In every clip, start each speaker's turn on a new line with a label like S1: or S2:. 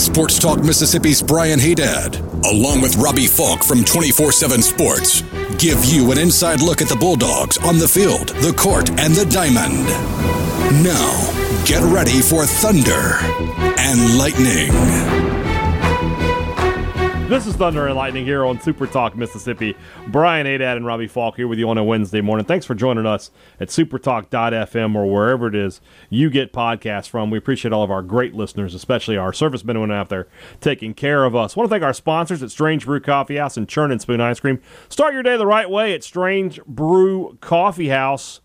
S1: Sports Talk Mississippi's Brian Haydad, along with Robbie Falk from 24 7 Sports, give you an inside look at the Bulldogs on the field, the court, and the diamond. Now, get ready for Thunder and Lightning.
S2: This is Thunder and Lightning here on Super Talk Mississippi. Brian Adad and Robbie Falk here with you on a Wednesday morning. Thanks for joining us at supertalk.fm or wherever it is you get podcasts from. We appreciate all of our great listeners, especially our servicemen and women out there taking care of us. want to thank our sponsors at Strange Brew Coffee House and Churn and Spoon Ice Cream. Start your day the right way at Strange Brew Coffee House.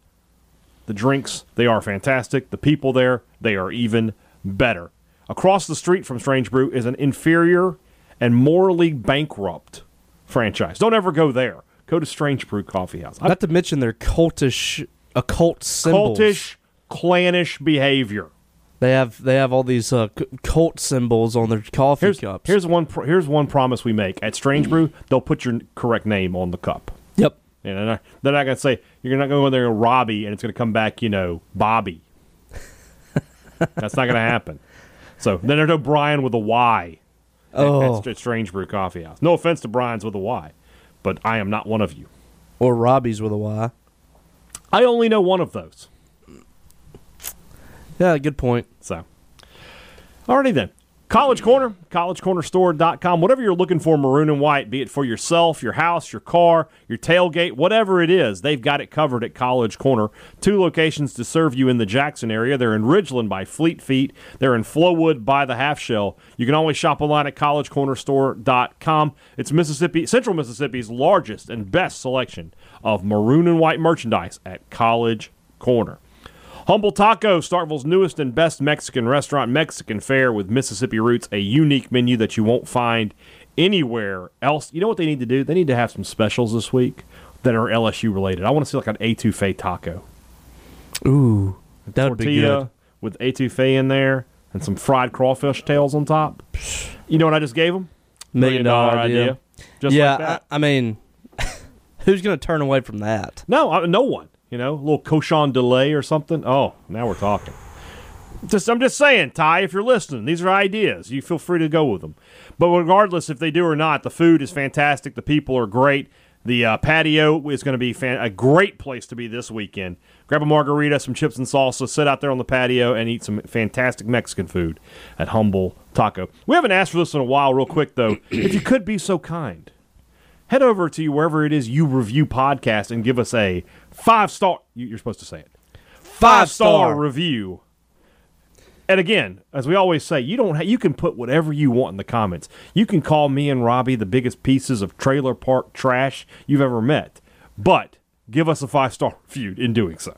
S2: The drinks, they are fantastic. The people there, they are even better. Across the street from Strange Brew is an inferior and morally bankrupt franchise. Don't ever go there. Go to Strange Brew Coffee House. I-
S3: Not to mention their cultish, occult symbols.
S2: Cultish, clannish behavior.
S3: They have they have all these uh, c- cult symbols on their coffee
S2: Here's
S3: cups.
S2: here's one pro- here's one promise we make at Strange Brew. They'll put your n- correct name on the cup.
S3: yep.
S2: And they're not, they're not gonna say you're not gonna go in there and Robbie, and it's gonna come back, you know, Bobby. That's not gonna happen. So then there's no Brian with a Y.
S3: Oh,
S2: At, at Strange Brew Coffee House. No offense to Brian's with a Y, but I am not one of you.
S3: or Robbie's with a Y.
S2: I only know one of those.
S3: Yeah, good point.
S2: So, alrighty then. College Corner, collegecornerstore.com. Whatever you're looking for, maroon and white, be it for yourself, your house, your car, your tailgate, whatever it is, they've got it covered at College Corner. Two locations to serve you in the Jackson area. They're in Ridgeland by Fleet Feet, they're in Flowood by the Half Shell. You can always shop online at collegecornerstore.com. It's Mississippi, Central Mississippi's largest and best selection of maroon and white merchandise at College Corner. Humble Taco, Starkville's newest and best Mexican restaurant, Mexican fare with Mississippi roots, a unique menu that you won't find anywhere else. You know what they need to do? They need to have some specials this week that are LSU related. I want to see like an etouffee E taco.
S3: Ooh, that would be
S2: Tortilla
S3: good.
S2: with etouffee E in there and some fried crawfish tails on top. You know what I just gave them?
S3: Million dollar idea.
S2: Just
S3: yeah,
S2: like that.
S3: I, I mean, who's gonna turn away from that?
S2: No, I, no one. You know, a little Cochon delay or something. Oh, now we're talking. Just, I'm just saying, Ty, if you're listening, these are ideas. You feel free to go with them. But regardless if they do or not, the food is fantastic. The people are great. The uh, patio is going to be fan- a great place to be this weekend. Grab a margarita, some chips and salsa, sit out there on the patio, and eat some fantastic Mexican food at Humble Taco. We haven't asked for this in a while, real quick, though. if you could be so kind head over to wherever it is you review podcast and give us a five star you- you're supposed to say it five star review and again as we always say you don't ha- you can put whatever you want in the comments you can call me and robbie the biggest pieces of trailer park trash you've ever met but give us a five star review in doing so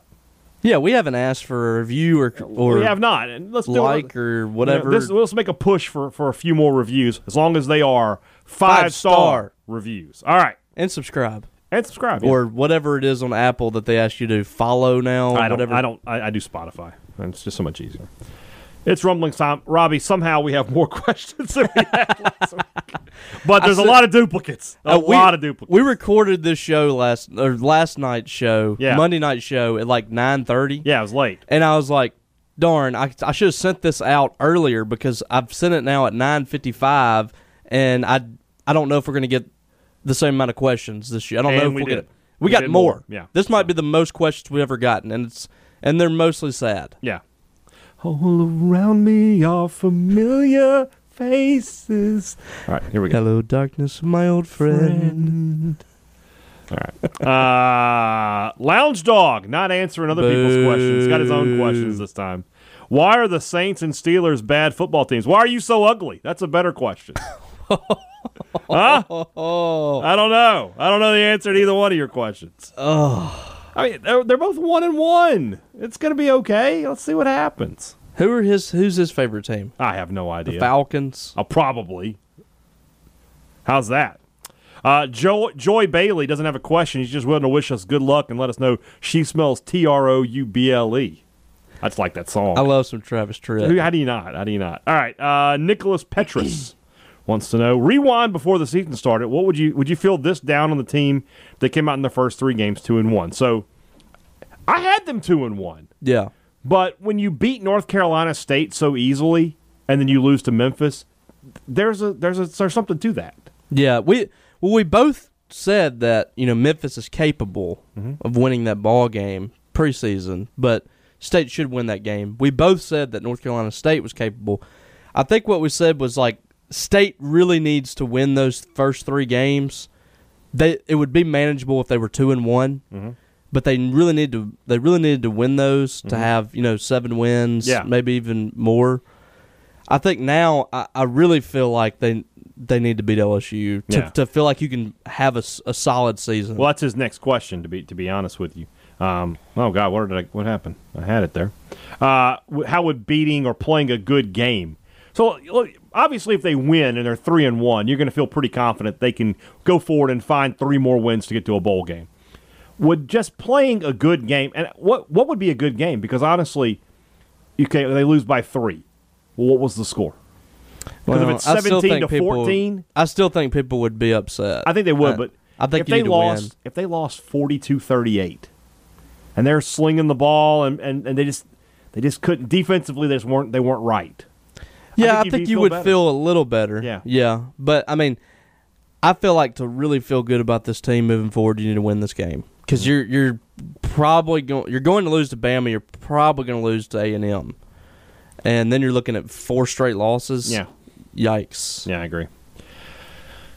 S3: Yeah, we haven't asked for a review or or
S2: we have not and let's do it.
S3: like or whatever.
S2: Yeah, this, let's make a push for, for a few more reviews as long as they are five,
S3: Five-star.
S2: reviews all right
S3: and subscribe
S2: and subscribe yeah.
S3: or whatever it is on Apple that they ask you to follow now.
S2: I don't.
S3: whatever.
S2: I don't. I, I do Spotify. And It's just so much easier. It's rumblings time, Robbie. Somehow we have more questions than we had last week. but there's a lot of duplicates. A
S3: Uh, we-
S2: lot of duplicates.
S3: We recorded this show last or last night's show,
S2: Yeah.
S3: Monday night show at like nine thirty.
S2: yeah, it was late.
S3: and I was like, "Darn, I, I should have sent this out earlier because I've sent it now at nine fifty five, and I I don't know if we're gonna get the same amount of questions this year. I don't
S2: And
S3: know if
S2: we
S3: we'll
S2: did.
S3: get we,
S2: We
S3: got
S2: did
S3: more.
S2: more. Yeah.
S3: this might be the most questions we've ever gotten, and it's and they're mostly sad.
S2: Yeah. All around me are familiar faces. All right, here we go.
S3: Hello, darkness, my old friend.
S2: Uh, Lounge Dog not answering other people's
S3: Boo.
S2: questions. Got his own questions this time. Why are the Saints and Steelers bad football teams? Why are you so ugly? That's a better question. huh? I don't know. I don't know the answer to either one of your questions. Oh. I mean, they're, they're both one and one. It's going to be okay. Let's see what happens.
S3: Who are his? Who's his favorite team?
S2: I have no idea.
S3: Falcons.
S2: Uh, probably. Oh, How's that? Uh, Joy, Joy Bailey doesn't have a question. He's just willing to wish us good luck and let us know she smells T R O U B L E. I just like that song.
S3: I love some Travis
S2: Oh, Who-
S3: Tritt.
S2: How do you not? How do you not? All right. Uh, Nicholas Petrus wants to know. Rewind before the season started. What would you would you feel this down on the team that came out in the first three games two and one? So I had them two and one,
S3: Yeah.
S2: but when you beat North Carolina State so easily and then you lose to Memphis, there's a there's a there's something to that.
S3: Yeah, we well we both said that you know Memphis is capable of winning that ball game preseason, but State should win that game. We both said that North Carolina State was capable. I think what we said was like State really needs to win those first three games. They it would be manageable if they were two and one, but they really need to they really needed to win those to have you know seven wins,
S2: Yeah.
S3: maybe even more. I think now I, I really feel like they they need to beat LSU to,
S2: Yeah.
S3: to feel like you can have a, s- a solid season.
S2: Well, that's his next question. To be to be honest with you, um, oh god, what did I, what happened? I had it there. Uh, wh- how would beating or playing a good game? So look, obviously, if they win and they're three and one, you're going to feel pretty confident they can go forward and find three more wins to get to a bowl game. Would just playing a good game and what what would be a good game? Because honestly, okay, they lose by three. Well, what was the score? Because if
S3: Well,
S2: it's
S3: I still
S2: seventeen to
S3: think people-
S2: fourteen,
S3: I still think people would be upset.
S2: I think they would,
S3: I-
S2: but
S3: I think
S2: if
S3: you
S2: they
S3: need to
S2: lost,
S3: win.
S2: if they lost 42-38 and they're slinging the ball and, and, and they just they just couldn't defensively they just weren't they weren't right.
S3: yeah, I
S2: you'd
S3: think,
S2: be-
S3: you
S2: feel
S3: would
S2: better.
S3: feel a little better.
S2: Yeah.
S3: yeah, but I mean, I feel like to really feel good about this team moving forward, you need to win this game
S2: Mm-hmm.
S3: because you're you're probably going you're going to lose to Bama. You're probably going to lose to A and M, and then you're looking at four straight losses.
S2: Yeah.
S3: yikes.
S2: Yeah, I agree.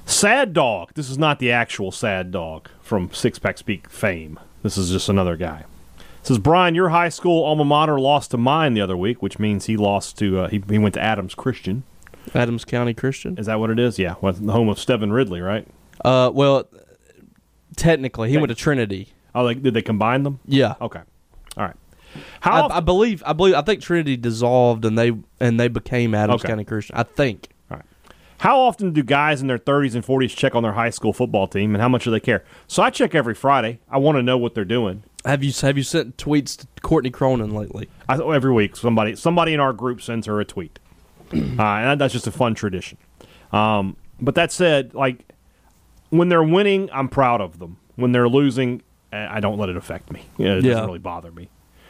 S2: Sad Dog. This is not the actual Sad Dog from Six Pack Speak fame. This is just another guy. Says Brian, your high school alma mater lost to mine the other week, which means he lost to uh, he, he went to Adams Christian.
S3: Adams County Christian.
S2: Is that what it is? Yeah, well, the home of Stephen Ridley, right?
S3: Uh, well, technically, he went to Trinity.
S2: Oh, like did they combine them?
S3: Yeah,
S2: Okay, all right.
S3: I,
S2: How
S3: I believe. I believe. I think Trinity dissolved, and they and they became Adams
S2: Okay.
S3: County Christian. I think.
S2: All right. How often do guys in their 30s and 40s check on their high school football team, and how much do they care? So I check every Friday. I want to know what they're doing.
S3: Have you have you sent tweets to Courtney Cronin lately?
S2: I, every week, somebody somebody in our group sends her a tweet, uh, and that's just a fun tradition. Um, but that said, like when they're winning, I'm proud of them. When they're losing, eh, I don't let it affect me. Yeah, it
S3: Yeah.
S2: doesn't really bother me.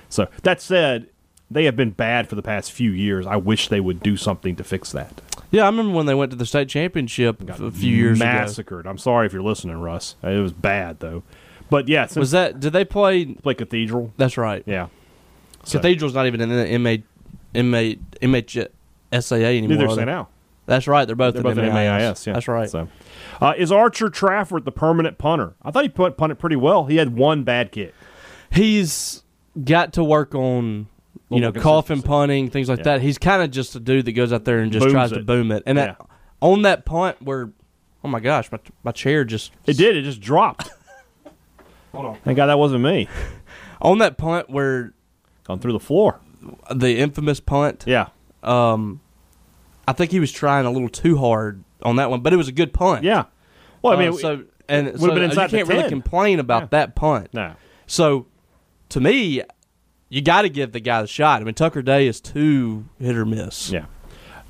S2: So that said, they have been bad for the past few years. I wish they would do something to fix that.
S3: Yeah, I remember when they went to the state championship
S2: got
S3: a few years ago.
S2: massacred. I'm sorry if you're listening, Russ. It was bad though. But yeah, since
S3: Was that? Did they play?
S2: play Cathedral,
S3: That's right.
S2: yeah, So-
S3: Cathedral's not even in the MA, MA, MH, SAA anymore.
S2: neither
S3: are
S2: is
S3: they?
S2: St. Al.
S3: That's right. They're both
S2: They're
S3: in
S2: both in MAIS. Yeah,
S3: That's right.
S2: So, uh, is Archer Trafford the permanent punter? I thought he put punted pretty well. He had one bad kick.
S3: he's got to work on you know
S2: more
S3: coffin
S2: consistency.
S3: punting things like
S2: Yeah.
S3: that. He's kind of just a dude that goes out there and just
S2: Booms
S3: tries to
S2: it.
S3: boom it. And that,
S2: Yeah.
S3: on that punt, where oh my gosh, my my chair just
S2: It did. It just dropped. Hold on. Thank God that wasn't me.
S3: on that punt where
S2: Gone through the floor.
S3: the infamous punt.
S2: Yeah,
S3: I think he was trying a little too hard on that one, but it was a good punt.
S2: yeah. Well, I mean,
S3: Uh, so and
S2: would've
S3: so
S2: been
S3: you
S2: inside
S3: can't
S2: the
S3: really
S2: 10.
S3: complain about
S2: Yeah.
S3: that punt.
S2: no.
S3: So, to me, you got to give the guy the shot. I mean, Tucker Day is too hit or miss.
S2: Yeah.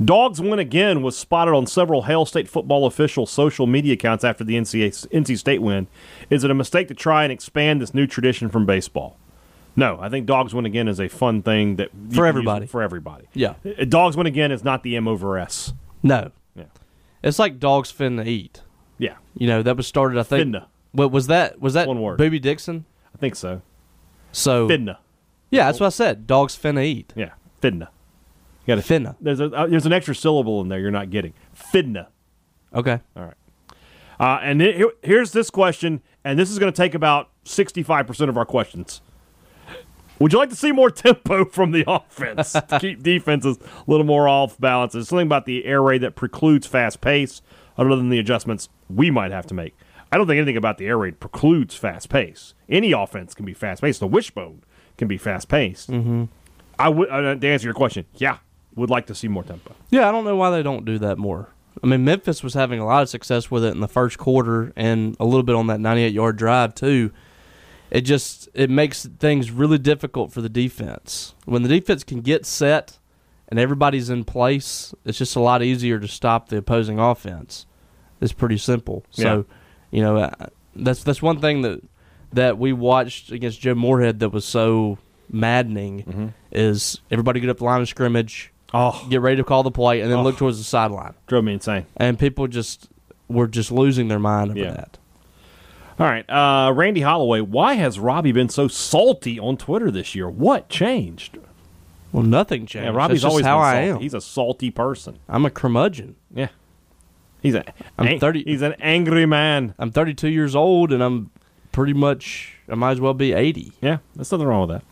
S2: Dogs win again was spotted on several Hale State football official social media accounts after the NCAA, NC State win. Is it a mistake to try and expand this new tradition from baseball? No, I think dogs win again is a fun thing that you can use
S3: everybody.
S2: For everybody,
S3: Yeah.
S2: Uh, Dogs win again is not the M over S.
S3: No,
S2: Yeah,
S3: It's like dogs finna eat.
S2: yeah,
S3: You know that was started. I think.
S2: Finna.
S3: What was that? Was that
S2: One word.
S3: Booby Dixon?
S2: I think so.
S3: So
S2: Fidna,
S3: yeah, that's what I said. Dogs finna eat.
S2: yeah, Fidna. You got
S3: Finna.
S2: There's a uh, there's an extra syllable in there you're not getting. Fidna.
S3: Okay.
S2: All right. Uh, and it, here- here's this question, and this is going to take about 65% of our questions. Would you like to see more tempo from the offense to keep defenses a little more off balance? There's something about the air raid that precludes fast pace, other than the adjustments we might have to make. I don't think anything about the air raid precludes fast pace. Any offense can be fast paced. The wishbone can be fast paced. Mm-hmm. I would uh, to answer your question. Yeah, would like to see more tempo.
S3: Yeah, I don't know why they don't do that more. I mean, Memphis was having a lot of success with it in the first quarter and a little bit on that 98 yard drive, too. It just it makes things really difficult for the defense. When the defense can get set and everybody's in place, it's just a lot easier to stop the opposing offense. It's pretty simple. So, you know, I- that's that's one thing that that we watched against Joe Moorhead that was so maddening is everybody get up the line of scrimmage,
S2: Oh,
S3: get ready to call the play, and then
S2: Oh.
S3: look towards the sideline
S2: drove me insane.
S3: and people just were just losing their mind over
S2: Yeah.
S3: that.
S2: All right, uh, Randy Holloway. Why has Robbie been so salty on Twitter this year? What changed?
S3: Well, nothing changed.
S2: Yeah, Robbie's
S3: That's
S2: always
S3: just how
S2: been
S3: I
S2: salty.
S3: am.
S2: He's a salty person.
S3: I'm a curmudgeon.
S2: Yeah, he's a.
S3: I'm
S2: ang-
S3: 30
S2: He's an angry man.
S3: I'm 32 years old, and I'm pretty much I might as well be 80.
S2: Yeah, there's nothing wrong with that.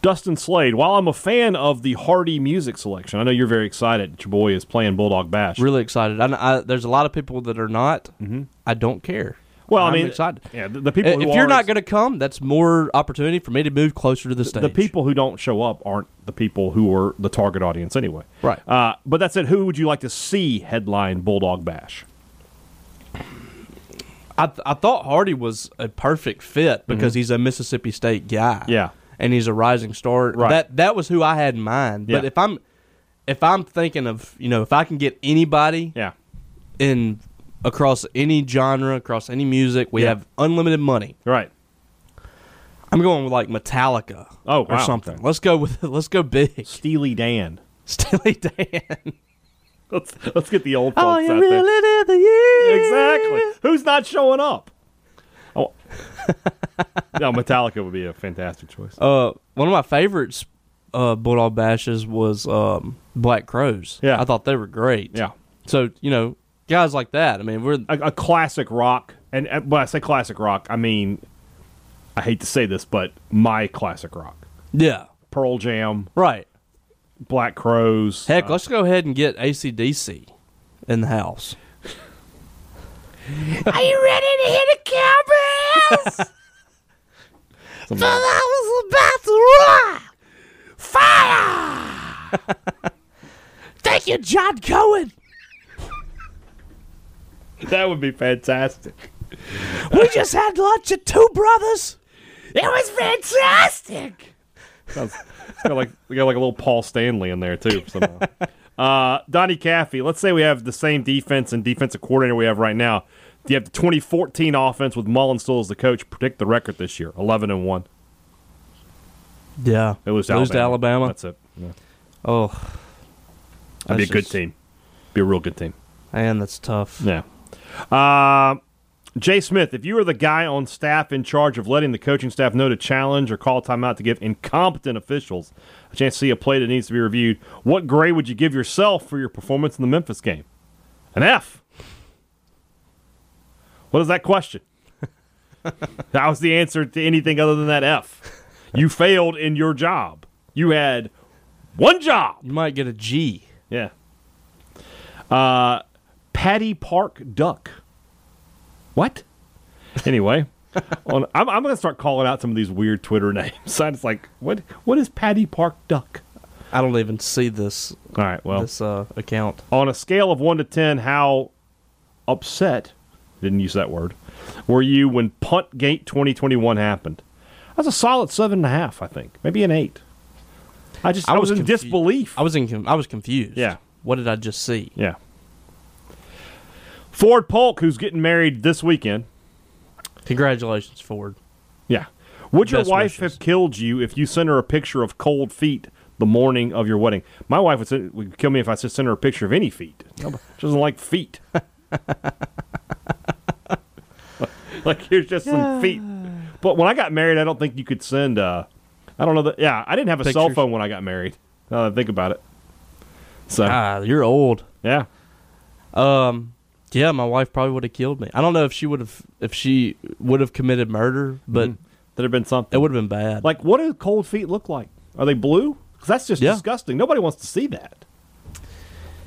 S2: Dustin Slade. While I'm a fan of the Hardy music selection, I know you're very excited that your boy is playing Bulldog Bash.
S3: Really excited. I, I, there's a lot of people that are not. I don't care.
S2: Mm-hmm. Well,
S3: I'm
S2: mean,
S3: excited.
S2: Yeah, the, the people.
S3: if
S2: who
S3: you're
S2: are-
S3: not going to come, that's more opportunity for me to move closer to the stage.
S2: the people who don't show up aren't the people who are the target audience anyway.
S3: Right.
S2: Uh, but that said, who would you like to see headline Bulldog Bash?
S3: I, th- I thought Hardy was a perfect fit because he's a Mississippi State guy.
S2: Mm-hmm. Yeah.
S3: and he's a rising star.
S2: Right.
S3: That that was who I had in mind. But
S2: Yeah.
S3: if I'm if I'm thinking of you know if I can get anybody
S2: Yeah.
S3: in across any genre, across any music, we
S2: Yeah.
S3: have unlimited money.
S2: Right.
S3: I'm going with like Metallica.
S2: Oh,
S3: or
S2: wow.
S3: something.
S2: Okay.
S3: Let's go with let's go big.
S2: Steely Dan.
S3: Steely Dan.
S2: Let's let's get the old folks
S3: All you
S2: out there.
S3: really did the year.
S2: Exactly. Who's not showing up? Oh. no, Metallica would be a fantastic choice.
S3: Uh, one of my favorites, uh, Bulldog Bashes was um, Black Crows.
S2: Yeah.
S3: I thought they were great.
S2: Yeah.
S3: So you know, guys like that. I mean, we're
S2: a, a classic rock, and uh, when I say classic rock, I mean, I hate to say this, but my classic rock:
S3: yeah,
S2: Pearl Jam,
S3: right.
S2: Black Crows.
S3: Heck,
S2: uh,
S3: let's go ahead and get ACDC in the house. Are you ready to hit the cowbells?
S2: something like that.
S3: was about to rock. Fire! Thank you, John Cohen.
S2: that would be fantastic.
S3: We just had lunch at Two Brothers. It was fantastic.
S2: Sounds, it's got like we got like a little Paul Stanley in there too somehow. Uh, Donnie Caffey. Let's say we have the same defense and defensive coordinator we have right now. Do you have the 2014 offense with Mullen still as the coach? Predict the record this year: 11 and one.
S3: Yeah,
S2: They lose to
S3: Lose to Alabama.
S2: That's it. Yeah.
S3: oh,
S2: That'd be a
S3: That's
S2: good
S3: just-
S2: team. Be a real good team.
S3: man, that's tough.
S2: Yeah. Uh, Jay Smith, if you were the guy on staff in charge of letting the coaching staff know to challenge or call timeout to give incompetent officials a chance to see a play that needs to be reviewed, what grade would you give yourself for your performance in the Memphis game? An F. What is that question? that was the answer to anything other than that F. You failed in your job. You had one job.
S3: You might get a G.
S2: Yeah. Uh, Patty Park Duck. What? Anyway, on, I'm, I'm going to start calling out some of these weird Twitter names. I just like, what? What is Patty Park Duck?
S3: I don't even see this
S2: All right. Well,
S3: this uh, account.
S2: on a scale of one to ten, how upset? Didn't use that word. Were you when Punt Gate 2021 happened? That's a solid seven and a half, I think. Maybe an eight. I just I, was, in
S3: confu-
S2: disbelief.
S3: I was in. com- I was confused.
S2: Yeah.
S3: What did I just see?
S2: Yeah. Ford Polk, who's getting married this weekend.
S3: Congratulations, Ford.
S2: Yeah. Would your
S3: Best
S2: wife
S3: wishes.
S2: have killed you if you sent her a picture of cold feet the morning of your wedding? My wife would, send, would kill me if I just sent her a picture of any feet. She doesn't like feet. like here's just some feet. But when I got married, I don't think you could send. Uh, I don't know that. Yeah, I didn't have a cell
S3: Pictures.
S2: phone when I got married. Now that I think about it. So
S3: Ah, you're old.
S2: yeah,
S3: Um, yeah, my wife probably would have killed me. I don't know if she would have if she would have committed murder, but
S2: there'd have been something.
S3: it would have been bad.
S2: Mm-hmm. Like, what do cold feet look like? Are they blue? 'Cause that's just
S3: Yeah.
S2: disgusting. Nobody wants to see that.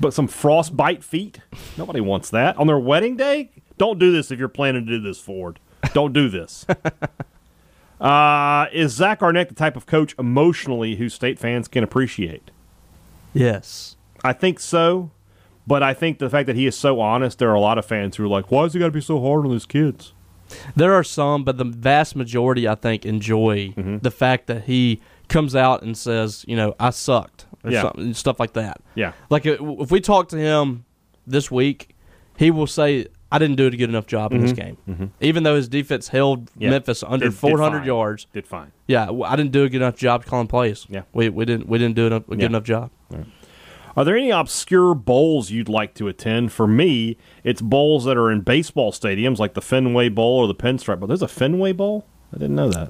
S2: But some frostbite feet? Nobody wants that. On their wedding day? Don't do this if you're planning to do this, Ford. Don't do this. uh, is Zach Arnett the type of coach emotionally who state fans can appreciate?
S3: yes,
S2: I think so, But I think the fact that he is so honest, there are a lot of fans who are like, "Why has he got to be so hard on his kids?"
S3: There are some, but the vast majority, I think, enjoy
S2: Mm-hmm.
S3: the fact that he comes out and says, you know, I sucked or
S2: Yeah.
S3: something, stuff like that.
S2: Yeah,
S3: Like i- if we talk to him this week, he will say, I didn't do a good enough job in this game. Even though his defense held
S2: Mm-hmm. Yeah.
S3: Memphis under
S2: Did- did
S3: 400
S2: fine.
S3: yards,
S2: did fine.
S3: yeah, w- I didn't do a good enough job calling plays.
S2: Yeah.
S3: we, we didn't we didn't do enough- a good
S2: Yeah.
S3: enough job.
S2: Are there any obscure bowls you'd like to attend? For me, it's bowls that are in baseball stadiums, like the Fenway Bowl or the Pinstripe Bowl. There's a Fenway Bowl. I didn't know that.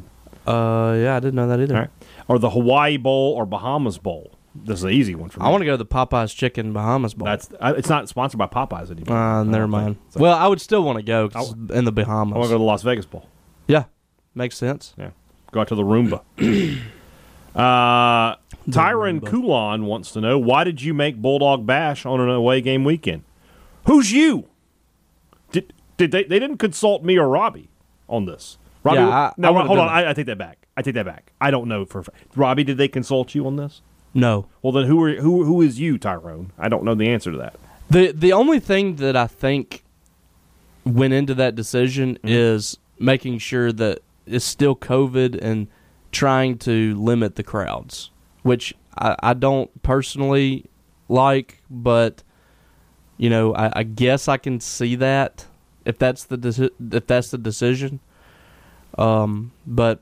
S3: Uh, yeah, I didn't know that either.
S2: All right, or the Hawaii Bowl or Bahamas Bowl. This is an easy one for me.
S3: I want to go to the Popeyes Chicken Bahamas Bowl.
S2: That's I- it's not sponsored by Popeyes anymore.
S3: uh, never mind. Well, I would still want to go 'cause
S2: I
S3: it's
S2: I
S3: in the
S2: want
S3: Bahamas.
S2: to go to the Las Vegas Bowl.
S3: Yeah, makes sense.
S2: Yeah. Go out to the Roomba. uh, Tyron
S3: Roomba.
S2: Kulon wants to know why did you make Bulldog Bash on an away game weekend? Who's you? Did did they they didn't consult me or Robbie on this? Robbie,
S3: Yeah, I-
S2: no,
S3: I would've
S2: hold on.
S3: done
S2: I, I take that back. I take that back. I don't know for a fa- Robbie. Did they consult you on this?
S3: No,
S2: Well, then who are who who is you, Tyrone? I don't know the answer to that.
S3: the the only thing that I think went into that decision is making sure that it's still COVID and trying to limit the crowds, which I, I don't personally like, but you know I, I guess I can see that if that's the deci- if that's the decision. Um, but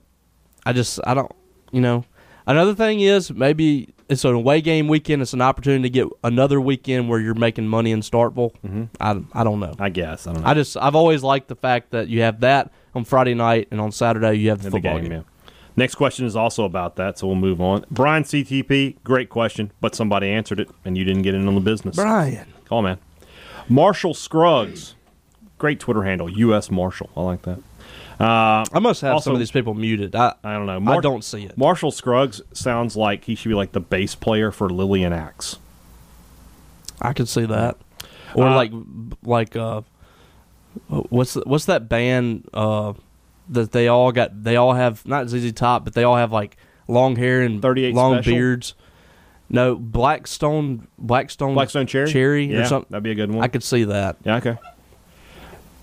S3: I just I don't you know. Another thing is maybe it's an away game weekend. It's an opportunity to get another weekend where you're making money in Startville. Mm-hmm. I I don't know.
S2: I guess I don't know.
S3: I just I've always liked the fact that you have that on Friday night and on Saturday you have the
S2: in
S3: football
S2: the game.
S3: game.
S2: Yeah. Next question is also about that, so we'll move on. Brian CTP, great question, but somebody answered it, and you didn't get in on the business.
S3: Brian,
S2: Call man. Marshall Scruggs, great Twitter handle, U.S. Marshall. I like that.
S3: I must have some
S2: Also-
S3: of these people muted. I
S2: I don't know.
S3: I don't see it.
S2: Marshall Scruggs sounds like he should be like the bass player for Lillian Axe.
S3: I could see that, or
S2: Uh,
S3: like like uh, what's what's that band uh that they all got? They all have not ZZ Top, but they all have like long hair and
S2: 38
S3: long
S2: Special?
S3: beards. No, Blackstone, Blackstone,
S2: Blackstone Cherry,
S3: Cherry
S2: yeah,
S3: or something.
S2: That'd be a good one.
S3: I could see that.
S2: yeah, okay.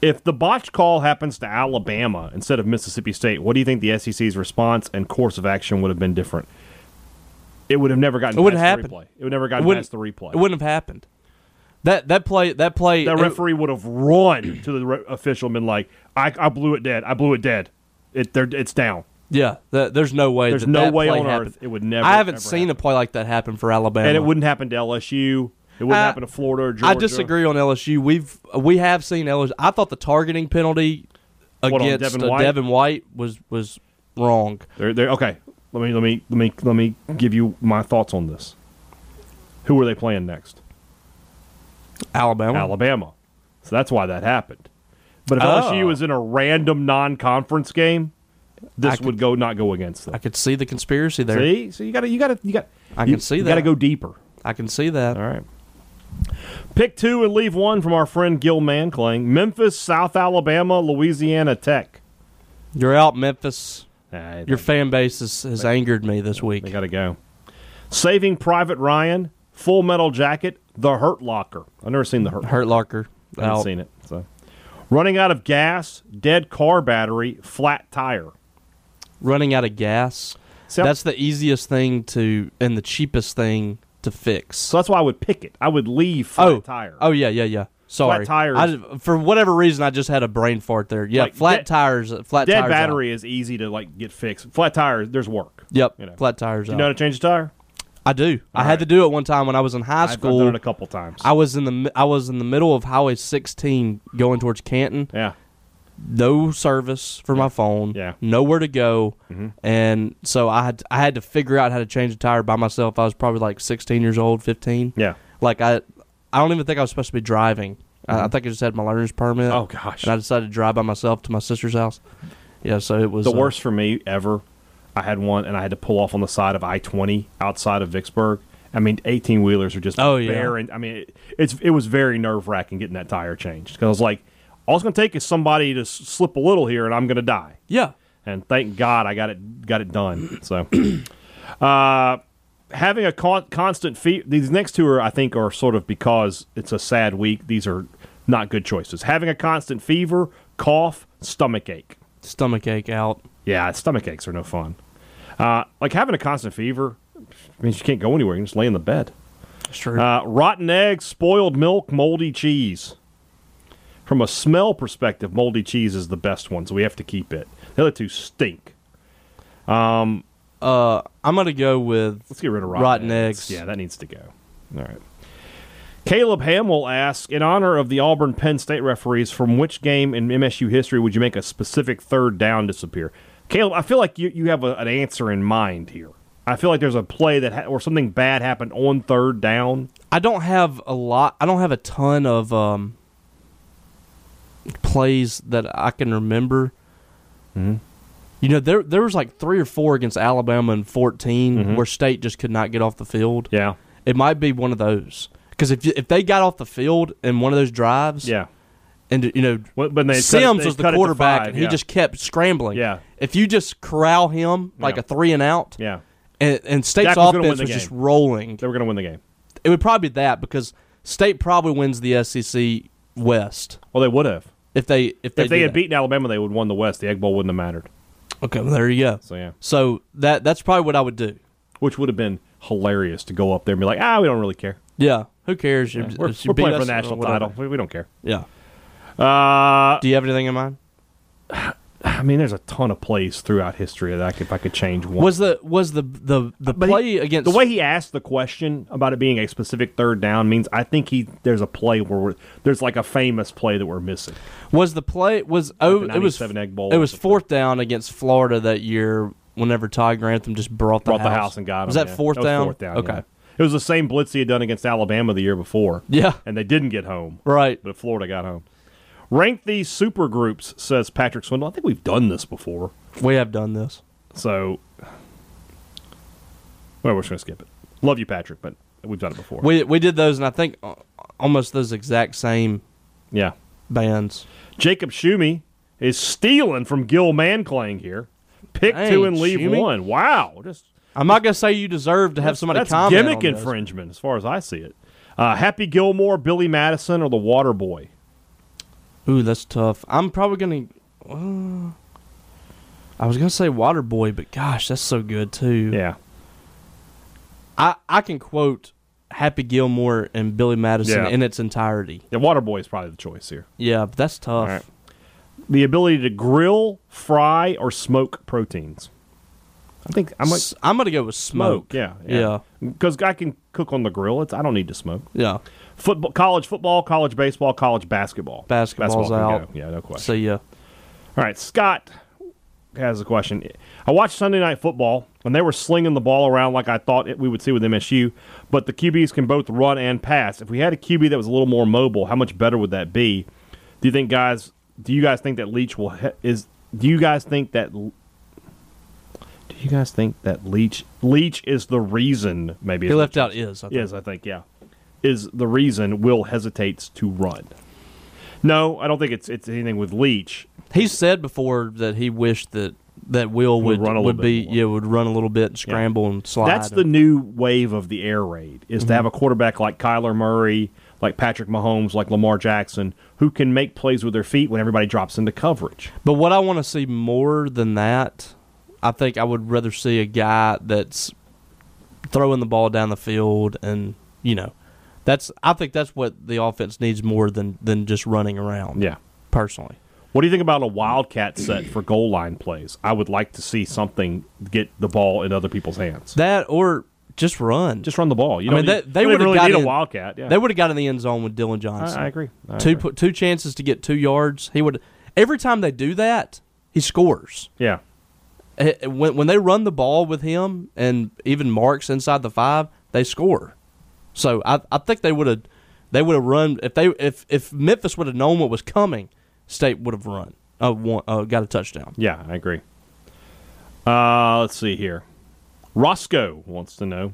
S2: If the botch call happens to Alabama instead of Mississippi State, what do you think the SEC's response and course of action would have been different? It would have never gotten.
S3: It wouldn't
S2: past the
S3: happen.
S2: Replay. It would never
S3: It
S2: gotten
S3: wouldn't,
S2: past the replay.
S3: It wouldn't have happened. That that play that play
S2: that
S3: it-
S2: referee would have run to the re- official and been like, I, "I blew it dead. I blew it dead. It, they're- it's down."
S3: yeah, that, there's no way.
S2: There's
S3: that
S2: no
S3: that
S2: way
S3: play
S2: on
S3: happened.
S2: earth it would never,
S3: I haven't
S2: ever
S3: seen a
S2: happen.
S3: play like that happen for Alabama,
S2: and it wouldn't happen to LSU. It wouldn't
S3: I-
S2: happen to Florida or Georgia.
S3: I disagree on LSU. We've we have seen LSU. I thought the targeting penalty
S2: What, on
S3: against
S2: Devin
S3: uh, Devin,
S2: White?
S3: White? was was wrong.
S2: They're, they're, okay, let me let me let me let me give you my thoughts on this. Who are they playing next?
S3: Alabama.
S2: Alabama. So that's why that happened. But if
S3: Oh.
S2: LSU was in a random non-conference game, this
S3: I could-
S2: would go not go against them.
S3: I could see the conspiracy there.
S2: See, so you got to you got to you got.
S3: I
S2: you,
S3: can see
S2: you Got to
S3: that.
S2: go deeper.
S3: I can see that.
S2: All right. Pick two and leave one from our friend Gil Mankling. Memphis, South Alabama, Louisiana Tech.
S3: You're out, Memphis.
S2: Nah,
S3: Your fan base has, has angered me this
S2: they
S3: week.
S2: got to go. Saving Private Ryan, Full Metal Jacket, The Hurt Locker. I've never seen The Hurt.
S3: Hurt Locker.
S2: I haven't
S3: Out.
S2: seen it. So, running out of gas, dead car battery, flat tire.
S3: Running out of gas.
S2: So-
S3: That's the easiest thing to and the cheapest thing to fix.
S2: So that's why I would pick it. I would leave flat
S3: oh,
S2: tire.
S3: Oh yeah, yeah, yeah. Sorry,
S2: tire
S3: I
S2: is-
S3: just- for whatever reason, I just had a brain fart there. Yeah,
S2: Like,
S3: flat
S2: dead-
S3: tires. Flat
S2: dead
S3: tires out.
S2: battery is easy to like get fixed. Flat tire, there's work.
S3: Yep,
S2: you know.
S3: flat tires.
S2: You
S3: out.
S2: know how to change a tire?
S3: I do. I
S2: right.
S3: had to do it one time when I was in high
S2: I've done
S3: school.
S2: it a couple times.
S3: I was in the mi- I was in the middle of Highway 16 going towards Canton.
S2: yeah.
S3: No service for my phone.
S2: Yeah. Mm-hmm.
S3: Nowhere to go, and so I had I had to figure out how to change a tire by myself. I was probably like 16 years old, 15.
S2: Yeah.
S3: Like I, I don't even think I was supposed to be driving. I, I think I just had my learner's permit.
S2: Mm-hmm. Oh, gosh.
S3: And I decided to drive by myself to my sister's house. Yeah. So it was
S2: the
S3: uh,
S2: worst for me ever. I had one, and I had to pull off on the side of I twenty outside of Vicksburg. I mean, eighteen wheelers are just
S3: Oh, yeah.
S2: barren. I mean, it, it's it was very nerve wracking getting that tire changed because I was like, all it's going to take is somebody to s- slip a little here, and I'm going to die.
S3: Yeah.
S2: And thank God I got it got it done. So, uh, having a con- constant feed. These next two are, I think, are sort of because it's a sad week. These are not good choices. Having a constant fever, cough, stomach ache.
S3: Stomach ache out.
S2: Yeah, stomach aches are no fun. Uh, like having a constant fever means you can't go anywhere. You can just lay in the bed.
S3: That's true.
S2: Uh, rotten eggs, spoiled milk, moldy cheese. From a smell perspective, moldy cheese is the best one, so we have to keep it. The other two stink.
S3: Uh, I'm gonna go with
S2: Let's get rid of rotten,
S3: Rotten eggs.
S2: Yeah, that needs to go. All right. Caleb Hamill asks, in honor of the Auburn Penn State referees, from which game in MSU history would you make a specific third down disappear? Caleb, I feel like you, you have a, an answer in mind here. I feel like there's a play that ha- or something bad happened on third down.
S3: I don't have a lot. I don't have a ton of um, plays that I can remember.
S2: Mm-hmm.
S3: You know, there there was like three or four against Alabama in 14
S2: Mm-hmm.
S3: where State just could not get off the field.
S2: Yeah.
S3: It might be one of those because if you- if they got off the field in one of those drives,
S2: Yeah.
S3: and you know.
S2: Well, but they cut it-
S3: Sims
S2: they
S3: was the
S2: cut it to
S3: quarterback,
S2: five,
S3: and he
S2: yeah.
S3: just kept scrambling.
S2: Yeah.
S3: If you just corral him like
S2: Yeah.
S3: a three and out,
S2: yeah
S3: and, and State's
S2: Dak was gonna win
S3: offense
S2: the
S3: was just
S2: game.
S3: rolling,
S2: they were going to win the game.
S3: it would probably be that because State probably wins the SEC West
S2: Well, they would have
S3: if they if they,
S2: if they
S3: do
S2: had
S3: that.
S2: beaten Alabama, they would have won the West. The Egg Bowl wouldn't have mattered.
S3: Okay, well, there you go.
S2: So yeah.
S3: So that that's probably what I would do.
S2: which would have been hilarious to go up there and be like, ah, we don't really care.
S3: Yeah, who cares? You-
S2: We're,
S3: you
S2: we're
S3: beat
S2: playing for
S3: us
S2: the
S3: or
S2: national
S3: whatever.
S2: title. We, we don't care.
S3: Yeah.
S2: Uh,
S3: Do you have anything in mind?
S2: I mean, there's a ton of plays throughout history that I could, if I could change one.
S3: Was the was the the the
S2: But he-
S3: play against
S2: the way he asked the question about it being a specific third down means I think he there's a play where we're, there's like a famous play that we're missing.
S3: was the play was oh
S2: the
S3: it was
S2: 97 Egg Bowl
S3: it
S2: or
S3: was
S2: something.
S3: fourth down against Florida that year whenever Ty Grantham just brought the
S2: Brought
S3: house.
S2: the house and got him.
S3: was that
S2: yeah.
S3: fourth
S2: That was
S3: down
S2: Fourth down.
S3: okay
S2: yeah. It was the same blitz he had done against Alabama the year before.
S3: Yeah.
S2: And they didn't get home.
S3: right
S2: but Florida got home. Rank these super groups, says Patrick Swindle. I think we've done this before.
S3: we have done this
S2: So, well, we're just going to skip it. Love you, Patrick, but we've done it before.
S3: we we did those and I think uh, almost those exact same
S2: yeah.
S3: bands
S2: Jacob Schumi is stealing from Gil Manclang here. Pick
S3: Dang,
S2: two and leave
S3: Schumi.
S2: one. Wow. Just
S3: I'm not gonna say you deserve to have somebody
S2: that's
S3: comment
S2: gimmick
S3: on those.
S2: infringement as far as I see it. Uh, Happy Gilmore, Billy Madison, or the Water Boy?
S3: Ooh, that's tough. I'm probably gonna. Uh, I was gonna say Waterboy, but gosh, that's so good too.
S2: Yeah.
S3: I I can quote Happy Gilmore and Billy Madison
S2: Yeah.
S3: in its entirety.
S2: The Water Boy is probably the choice here.
S3: Yeah, but that's tough.
S2: right. The ability to grill, fry, or smoke proteins. I think I might
S3: S- I'm gonna go with smoke.
S2: Yeah.
S3: yeah,
S2: Because I can cook on the grill. It's I don't need to smoke.
S3: yeah.
S2: football, college football, college baseball, college basketball.
S3: Basketball's
S2: Basketball can
S3: out.
S2: go. Yeah, no question.
S3: So yeah,
S2: All right, Scott has a question. I watched Sunday Night Football, and they were slinging the ball around like I thought it, we would see with MSU, but the QBs can both run and pass. If we had a QB that was a little more mobile, how much better would that be? Do you think guys? Do you guys think that Leach will he- is? Do you guys think that? L- Do you guys think that Leach Leach is the reason? Maybe
S3: he
S2: is
S3: left
S2: what-
S3: out is. I think.
S2: is I think yeah is the reason Will hesitates to run. No, I don't think it's it's anything with Leach.
S3: He said before that he wished that that Will
S2: Would
S3: would
S2: run a little
S3: would be
S2: bit more.
S3: yeah would run a little bit and scramble and slide.
S2: That's the new wave of the air raid is
S3: Mm-hmm.
S2: to have a quarterback like Kyler Murray, like Patrick Mahomes, like Lamar Jackson, who can make plays with their feet when everybody drops into coverage.
S3: But what I want to see more than that, I think I would rather see a guy that's throwing the ball down the field and you know, that's I think that's what the offense needs more than than just running around.
S2: Yeah.
S3: personally,
S2: What do you think about a wildcat set for goal line plays? I would like to see something get the ball in other people's hands.
S3: that or just run.
S2: Just run the ball. You
S3: I mean,
S2: don't need-
S3: they, they
S2: you don't
S3: would have
S2: really
S3: got
S2: need
S3: in,
S2: a wildcat. Yeah,
S3: They would have got in the end zone with Dylan
S2: I,
S3: Johnson.
S2: I agree. I
S3: Two
S2: agree.
S3: pu- two chances to get two yards. He would every time they do that, he scores.
S2: Yeah,
S3: Eh, When when they run the ball with him and even Marks inside the five, they score. So I I think they would have they would have run if they if if Memphis would have known what was coming, State would have run uh, one, uh got a touchdown.
S2: Yeah, I agree. Uh, let's see here. Roscoe wants to know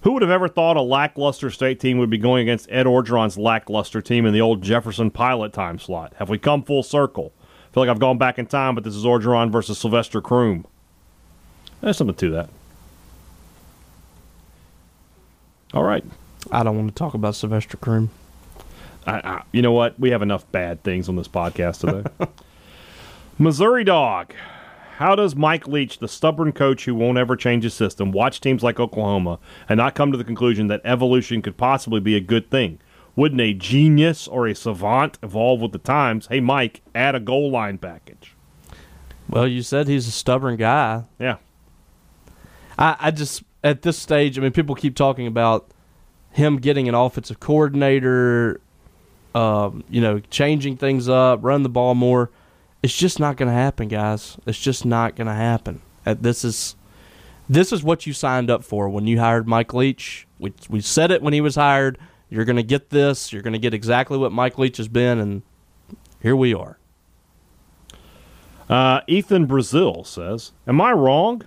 S2: who would have ever thought a lackluster state team would be going against Ed Orgeron's lackluster team in the old Jefferson pilot time slot? Have we come full circle? I feel like I've gone back in time, but this is Orgeron versus Sylvester Croom. There's something to that. All right.
S3: I don't want to talk about Sylvester Croom.
S2: I, I, you know what? We have enough bad things on this podcast today. Missouri dog. How does Mike Leach, the stubborn coach who won't ever change his system, watch teams like Oklahoma and not come to the conclusion that evolution could possibly be a good thing? Wouldn't a genius or a savant evolve with the times? Hey, Mike, add a goal line package.
S3: Well, you said he's a stubborn guy.
S2: Yeah.
S3: I, I just at this stage, I mean, people keep talking about him getting an offensive coordinator, um, you know, changing things up, run the ball more. It's just not going to happen, guys. It's just not going to happen. Uh, This is this is what you signed up for when you hired Mike Leach. We we said it when he was hired. You're going to get this. You're going to get exactly what Mike Leach has been, and here we are.
S2: Uh, Ethan Brazil says, "Am I wrong?"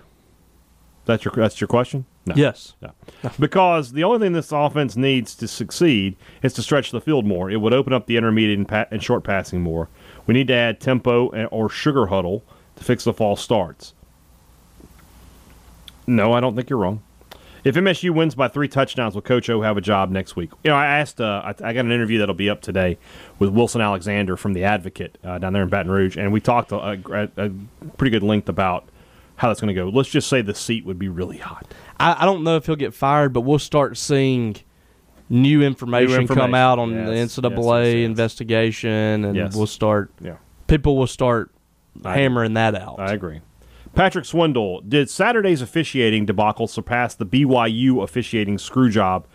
S2: That's your that's your question. No.
S3: Yes.
S2: No. Because the only thing this offense needs to succeed is to stretch the field more. It would open up the intermediate and, pa- and short passing more. We need to add tempo and, or sugar huddle to fix the false starts. No, I don't think you're wrong. If MSU wins by three touchdowns, will Coach O have a job next week? You know, I asked. Uh, I, I got an interview that'll be up today with Wilson Alexander from the Advocate uh, down there in Baton Rouge, and we talked a, a, a pretty good length about how that's going to go. Let's just say the seat would be really hot.
S3: I, I don't know if he'll get fired, but we'll start seeing new information,
S2: information.
S3: come out on
S2: Yes,
S3: the
S2: yes,
S3: NCAA
S2: yes, yes.
S3: investigation, and
S2: Yes.
S3: we'll start.
S2: Yeah.
S3: People will start
S2: I-
S3: hammering that out.
S2: I agree. Patrick Swindle, did Saturday's officiating debacle surpass the BYU officiating screw job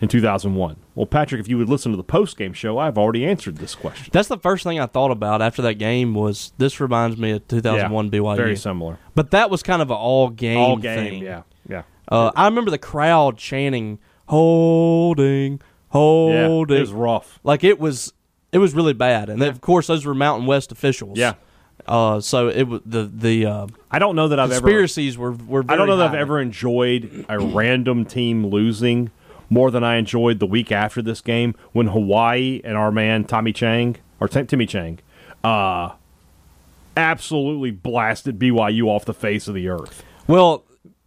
S2: in 2001? Well, Patrick, if you would listen to the postgame show, I've already answered this question.
S3: That's the first thing I thought about after that game was this reminds me of 2001 BYU.
S2: Very similar.
S3: But that was kind of an all game.
S2: All game,
S3: thing.
S2: yeah. Yeah.
S3: Uh, I remember the crowd chanting "Holding,
S2: yeah.
S3: holding."
S2: It was rough.
S3: Like it was, it was really bad. And then, of course, those were Mountain West officials.
S2: Yeah.
S3: Uh, so it was the the uh,
S2: I don't know that I've ever
S3: conspiracies were were. Very
S2: I don't know that I've
S3: high.
S2: ever enjoyed a random team losing more than I enjoyed the week after this game when Hawaii and our man Tommy Chang or Tim- Timmy Chang uh, absolutely blasted BYU off the face of the earth.
S3: Well,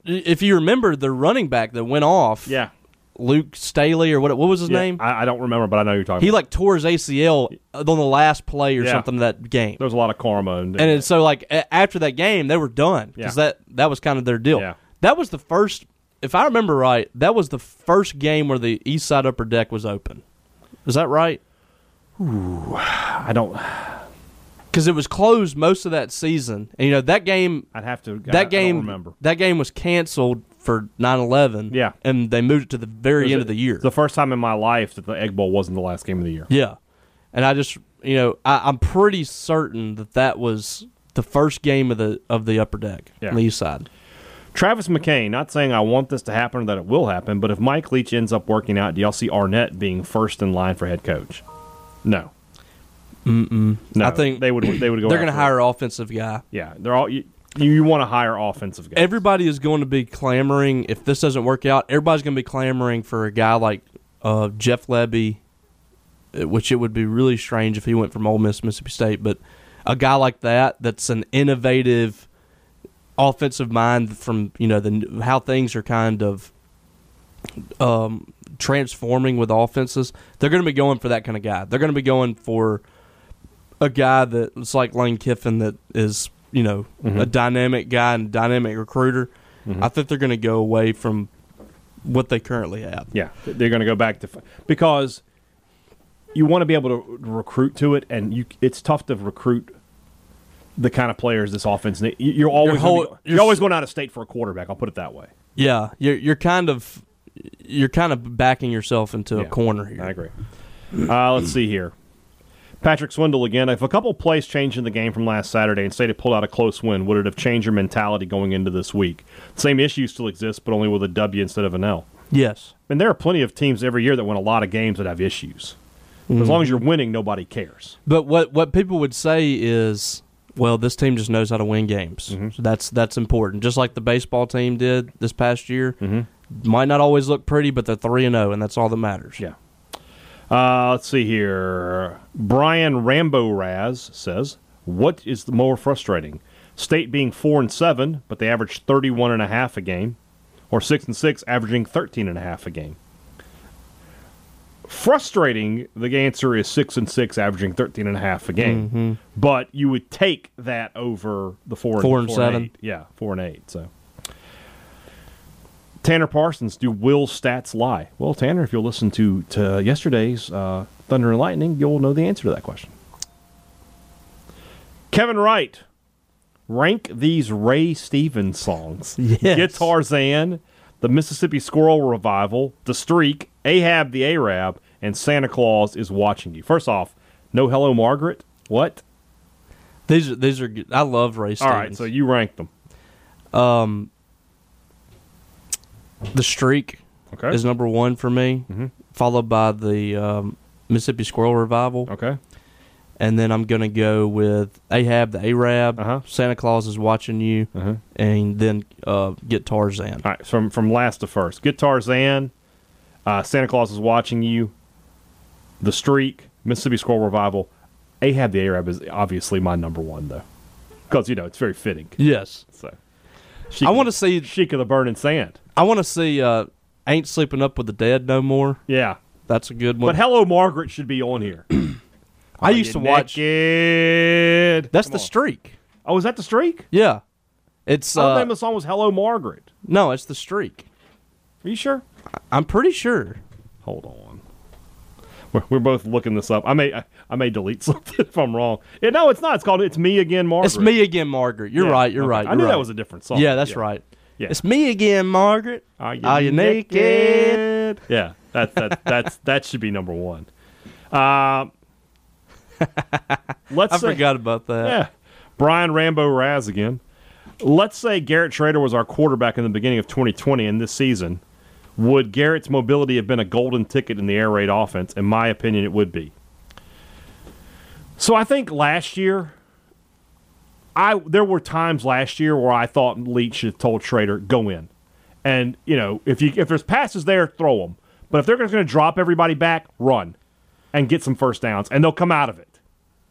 S3: i- if you remember the running back that went off,
S2: Yeah. Luke
S3: Luke Staley or what? What was his
S2: yeah,
S3: name?
S2: I, I don't remember, but I know who you're talking.
S3: he
S2: about.
S3: like tore his ACL on the last play or
S2: Yeah.
S3: something of that game.
S2: there was a lot of karma and,
S3: And it's so like a- after that game, they were done because
S2: Yeah.
S3: that that was kind of their deal.
S2: Yeah.
S3: That was the first, if I remember right, that was the first game where the East Side Upper Deck was open. Is that right?
S2: I don't.
S3: Because it was closed most of that season, and you know that game
S2: I'd have to. I- I
S3: that
S2: don't
S3: game
S2: remember
S3: that game was canceled for 9-11
S2: Yeah.
S3: and they moved it to the very
S2: It was
S3: end
S2: the-
S3: of the year
S2: It's the first time in my life that the Egg Bowl wasn't the last game of the year.
S3: yeah and i just you know I, i'm pretty certain that that was the first game of the of the upper deck
S2: Yeah.
S3: on the east side
S2: Travis McCain, not saying I want this to happen or that it will happen, but if Mike Leach ends up working out, do y'all see Arnett being first in line for head coach? No. Mm-mm. No,
S3: I think
S2: they would. They would go.
S3: they're going to
S2: after-
S3: hire an offensive guy
S2: Yeah, they're all. You, you want to hire offensive guys?
S3: everybody is going to be clamoring if this doesn't work out everybody's going to be clamoring for a guy like uh, jeff levy uh, which it would be really strange if he went from Ole Miss, Mississippi State, but a guy like that that's an innovative offensive mind from you know the how things are kind of um, transforming with offenses. They're going to be going for that kind of guy. They're going to be going for a guy that's like Lane Kiffin that is you know
S2: Mm-hmm.
S3: a dynamic guy and dynamic recruiter. I think they're going to go away from what they currently have.
S2: Yeah, they're going to go back to f- because you want to be able to recruit to it, and you it's tough to recruit the kind of players this offense needs. You- You're always
S3: whole-
S2: gonna be-
S3: your
S2: you're always
S3: s-
S2: going out of state for a quarterback. I'll put it that way.
S3: Yeah, you're you're kind of you're kind of backing yourself into a
S2: Yeah,
S3: corner here.
S2: I agree. Uh, let's see here. Patrick Swindle again. If a couple plays changed in the game from last Saturday and State had pulled out a close win, would it have changed your mentality going into this week? Same issue still exists, but only with a W instead of an L.
S3: Yes.
S2: And there are plenty of teams every year that win a lot of games that have issues. As
S3: Mm-hmm.
S2: long as you're winning, nobody cares.
S3: But what what people would say is, well, this team just knows how to win games.
S2: Mm-hmm.
S3: So that's that's important. Just like the baseball team did this past year. Might not always look pretty, but they're three and zero, and that's all that matters.
S2: Mm-hmm. Yeah. Uh, let's see here. Brian Rambo Raz says, "What is the more frustrating? State being four and seven, but they average thirty-one and a half a game, or six and six, averaging thirteen and a half a game? frustrating the answer is six and six averaging 13 and a half a game
S3: Mm-hmm.
S2: but you would take that over the four,
S3: Four and seven.
S2: eight. yeah four and eight so tanner parsons do will stats lie well tanner if you'll listen to to yesterday's uh, thunder and lightning you'll know the answer to that question kevin wright rank these ray stevens songs
S3: Yes.
S2: Get Tarzan, the Mississippi Squirrel Revival, The Streak, Ahab the Arab, and Santa Claus is watching you. First off, no Hello Margaret. What?
S3: These are these are good. I love Ray
S2: All
S3: Stevens.
S2: right, so you rank them.
S3: um, the streak
S2: Okay.
S3: is number one for me,
S2: Mm-hmm.
S3: followed by the um, Mississippi Squirrel Revival,
S2: Okay.
S3: and then I'm gonna go with Ahab the Arab,
S2: Uh-huh.
S3: Santa Claus is watching you,
S2: Uh-huh.
S3: and then uh, get Tarzan.
S2: All right, from from last to first. Get Tarzan, uh, Santa Claus is watching you, The Streak, Mississippi Squirrel Revival. Ahab the Arab is obviously my number one though, because you know it's very fitting.
S3: Yes,
S2: So, Sheik
S3: I
S2: of-
S3: want to see.
S2: Sheik of the Burning Sand.
S3: I want to see. Uh, Ain't sleeping up with the dead no more.
S2: Yeah,
S3: That's a good one.
S2: but Hello Margaret should be on here.
S3: I used to watch.
S2: Naked.
S3: That's
S2: Come
S3: the
S2: on.
S3: streak.
S2: Oh, is that the streak?
S3: Yeah, it's
S2: I thought the
S3: uh,
S2: name of the song was "Hello Margaret."
S3: no, it's the streak.
S2: Are you sure?
S3: I'm pretty sure.
S2: Hold on. We're, we're both looking this up. I may I, I may delete something if I'm wrong. Yeah, no, it's not. It's called "It's Me Again, Margaret."
S3: It's me again, Margaret. You're
S2: Yeah,
S3: right. You're
S2: okay.
S3: right.
S2: I knew that was a different song.
S3: Yeah, that's right.
S2: Yeah.
S3: It's me again, Margaret.
S2: Are you,
S3: Are you
S2: naked?
S3: naked?
S2: Yeah, that's that that's that should be number one. Uh, let's
S3: I
S2: say-
S3: forgot about that.
S2: Yeah. Brian Rambo Raz again. Let's say Garrett Schrader was our quarterback in the beginning of 2020 and this season. Would Garrett's mobility have been a golden ticket in the air raid offense? In my opinion, it would be. So I think last year, I there were times last year where I thought Leach should have told Schrader go in, and you know if you if there's passes there, throw them. But if they're just going to drop everybody back, run, and get some first downs, and they'll come out of it.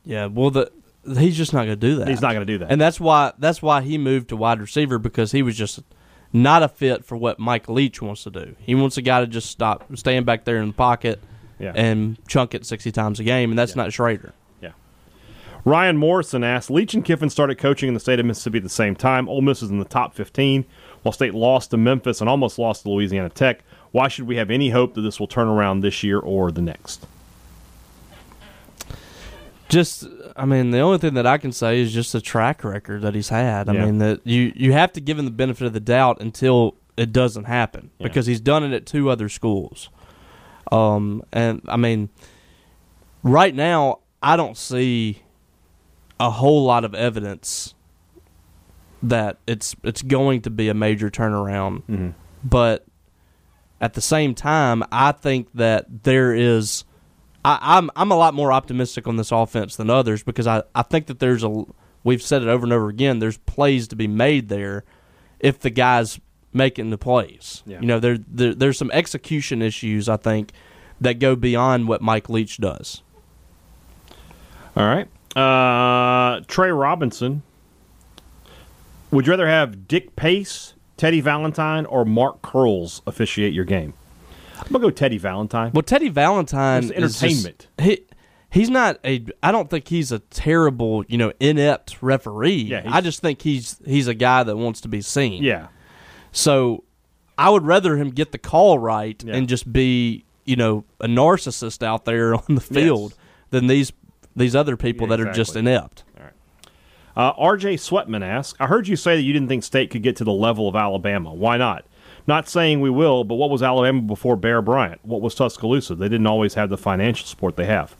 S3: Yeah, Well, the he's just not going to do that.
S2: He's not going to do that.
S3: And that's why that's why he moved to wide receiver because he was just not a fit for what Mike Leach wants to do. He wants a guy to just stop stand back there in the pocket
S2: Yeah.
S3: and chunk it sixty times a game, and that's not Schrader.
S2: Yeah. Ryan Morrison asks, Leach and Kiffin started coaching in the state of Mississippi at the same time. Ole Miss is in the top 15, while State lost to Memphis and almost lost to Louisiana Tech. Why should we have any hope that this will turn around this year or the next?
S3: just I mean, the only thing that I can say is just the track record that he's had. I
S2: Yeah.
S3: mean, that you you have to give him the benefit of the doubt until it doesn't happen
S2: Yeah.
S3: because he's done it at two other schools. Um, and I mean, right now I don't see a whole lot of evidence that it's it's going to be a major turnaround. But at the same time, I think that there is. I, I'm I'm a lot more optimistic on this offense than others because I, I think that there's a we've said it over and over again. There's plays to be made there if the guys making the plays.
S2: Yeah.
S3: You know, there, there there's some execution issues I think that go beyond what Mike Leach does.
S2: All right. Uh, Trey Robinson. Would you rather have Dick Pace, Teddy Valentine, or Mark Curls officiate your game? I'm going to go Teddy Valentine.
S3: Well, Teddy Valentine
S2: It's
S3: is just-
S2: entertainment.
S3: he he's not a. I don't think he's a terrible, you know, inept referee.
S2: Yeah, he's-
S3: I just think he's he's a guy that wants to be seen.
S2: Yeah.
S3: So I would rather him get the call right
S2: Yeah.
S3: and just be, you know, a narcissist out there on the field than these these other people
S2: Yeah,
S3: that are just
S2: exactly.
S3: inept.
S2: Uh, RJ Sweatman asks, I heard you say that you didn't think State could get to the level of Alabama. Why not? Not saying we will, but what was Alabama before Bear Bryant? What was Tuscaloosa? They didn't always have the financial support they have.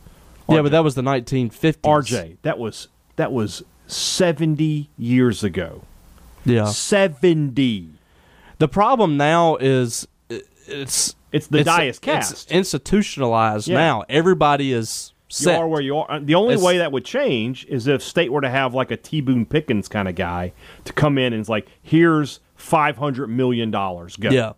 S3: Yeah, but that was the 1950s.
S2: RJ, that was that was 70 years ago.
S3: Yeah.
S2: 70.
S3: The problem now is i- it's
S2: It's the
S3: it's-
S2: die is
S3: it's
S2: cast.
S3: institutionalized
S2: Yeah.
S3: now. Everybody is
S2: you
S3: set.
S2: are where you are. Uh, The only
S3: It's-
S2: way that would change is if State were to have like a T Boone Pickens kind of guy to come in and it's like, here's $500 million. Go.
S3: Yeah.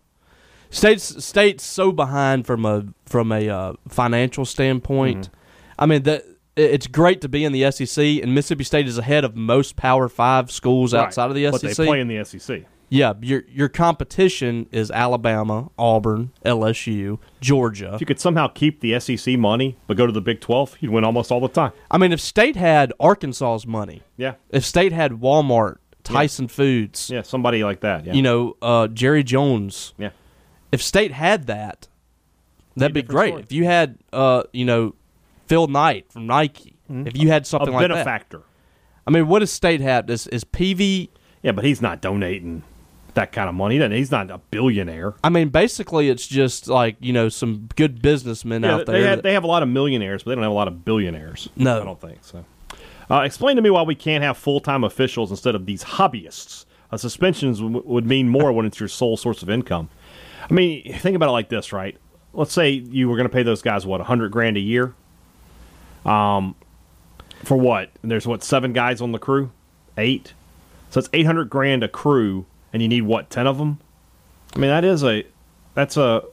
S3: States states so behind from a from a uh, financial standpoint.
S2: Mm-hmm.
S3: I mean that it's great to be in the E SEC and Mississippi State is ahead of most Power 5 schools
S2: Right.
S3: outside of the E
S2: But
S3: SEC.
S2: they play in the E SEC.
S3: yeah, your your competition is Alabama, Auburn, LSU, Georgia.
S2: If you could somehow keep the SEC money but go to the Big 12, you'd win almost all the time.
S3: I mean, if State had Arkansas's money,
S2: Yeah.
S3: if State had Walmart, Tyson Foods,
S2: Yeah, somebody like that. Yeah.
S3: you know, uh, Jerry Jones,
S2: yeah.
S3: if State had that, that'd be
S2: different
S3: great.
S2: story.
S3: If you had, uh, you know, Phil Knight from Nike, if you had
S2: Mm-hmm. A
S3: something like that,
S2: benefactor.
S3: I mean, what does State have? Is, is PV?
S2: Yeah, but he's not donating that kind of money. He doesn't- He's not a billionaire.
S3: I mean, basically, it's just like you know some good businessmen
S2: Yeah,
S3: out
S2: they,
S3: there.
S2: have,
S3: that-
S2: they have a lot of millionaires, but they don't have a lot of billionaires.
S3: No.
S2: I don't think so. Uh, explain to me why we can't have full time officials instead of these hobbyists. Uh, suspensions w- would mean more when it's your sole source of income. I mean, think about it like this, right? Let's say you were going to pay those guys what a hundred grand a year. Um, for what? And there's what seven guys on the crew, eight. So it's eight hundred grand a crew, and you need what ten of them? I mean, that is a that's a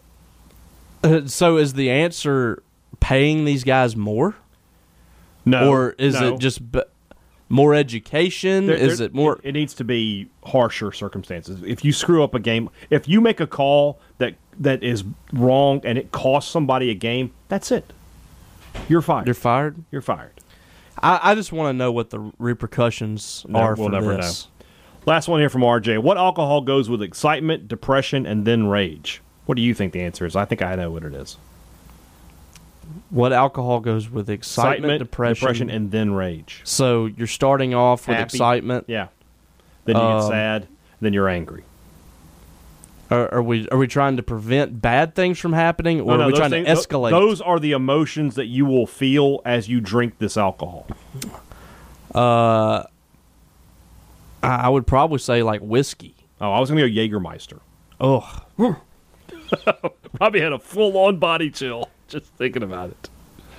S3: so is the answer paying these guys more,
S2: no.
S3: or is
S2: no.
S3: it just b- more education?
S2: There-
S3: is
S2: there-
S3: it more?
S2: It needs to be harsher circumstances. If you screw up a game, if you make a call that that is wrong and it costs somebody a game, that's it. You're fired.
S3: you're fired.
S2: You're fired.
S3: I, I just want to know what the repercussions
S2: No,
S3: are
S2: we'll
S3: for
S2: never
S3: this.
S2: Last one here from RJ. What alcohol goes with excitement, depression, and then rage? What do you think the answer is? I think I know what it is.
S3: What alcohol goes with excitement, depression,
S2: and then rage.
S3: so you're starting off with
S2: Happy.
S3: excitement.
S2: Yeah. Then you get
S3: Um,
S2: sad. Then you're angry.
S3: Are, are we are we trying to prevent bad things from happening, or
S2: Oh, No, no,
S3: are we
S2: those
S3: trying
S2: things-
S3: to
S2: tho-
S3: escalate?
S2: Those are the emotions that you will feel as you drink this alcohol.
S3: I, I would probably say like whiskey.
S2: Oh, I was going to go Jägermeister.
S3: Oh,
S2: Probably had a full on body chill just thinking about it.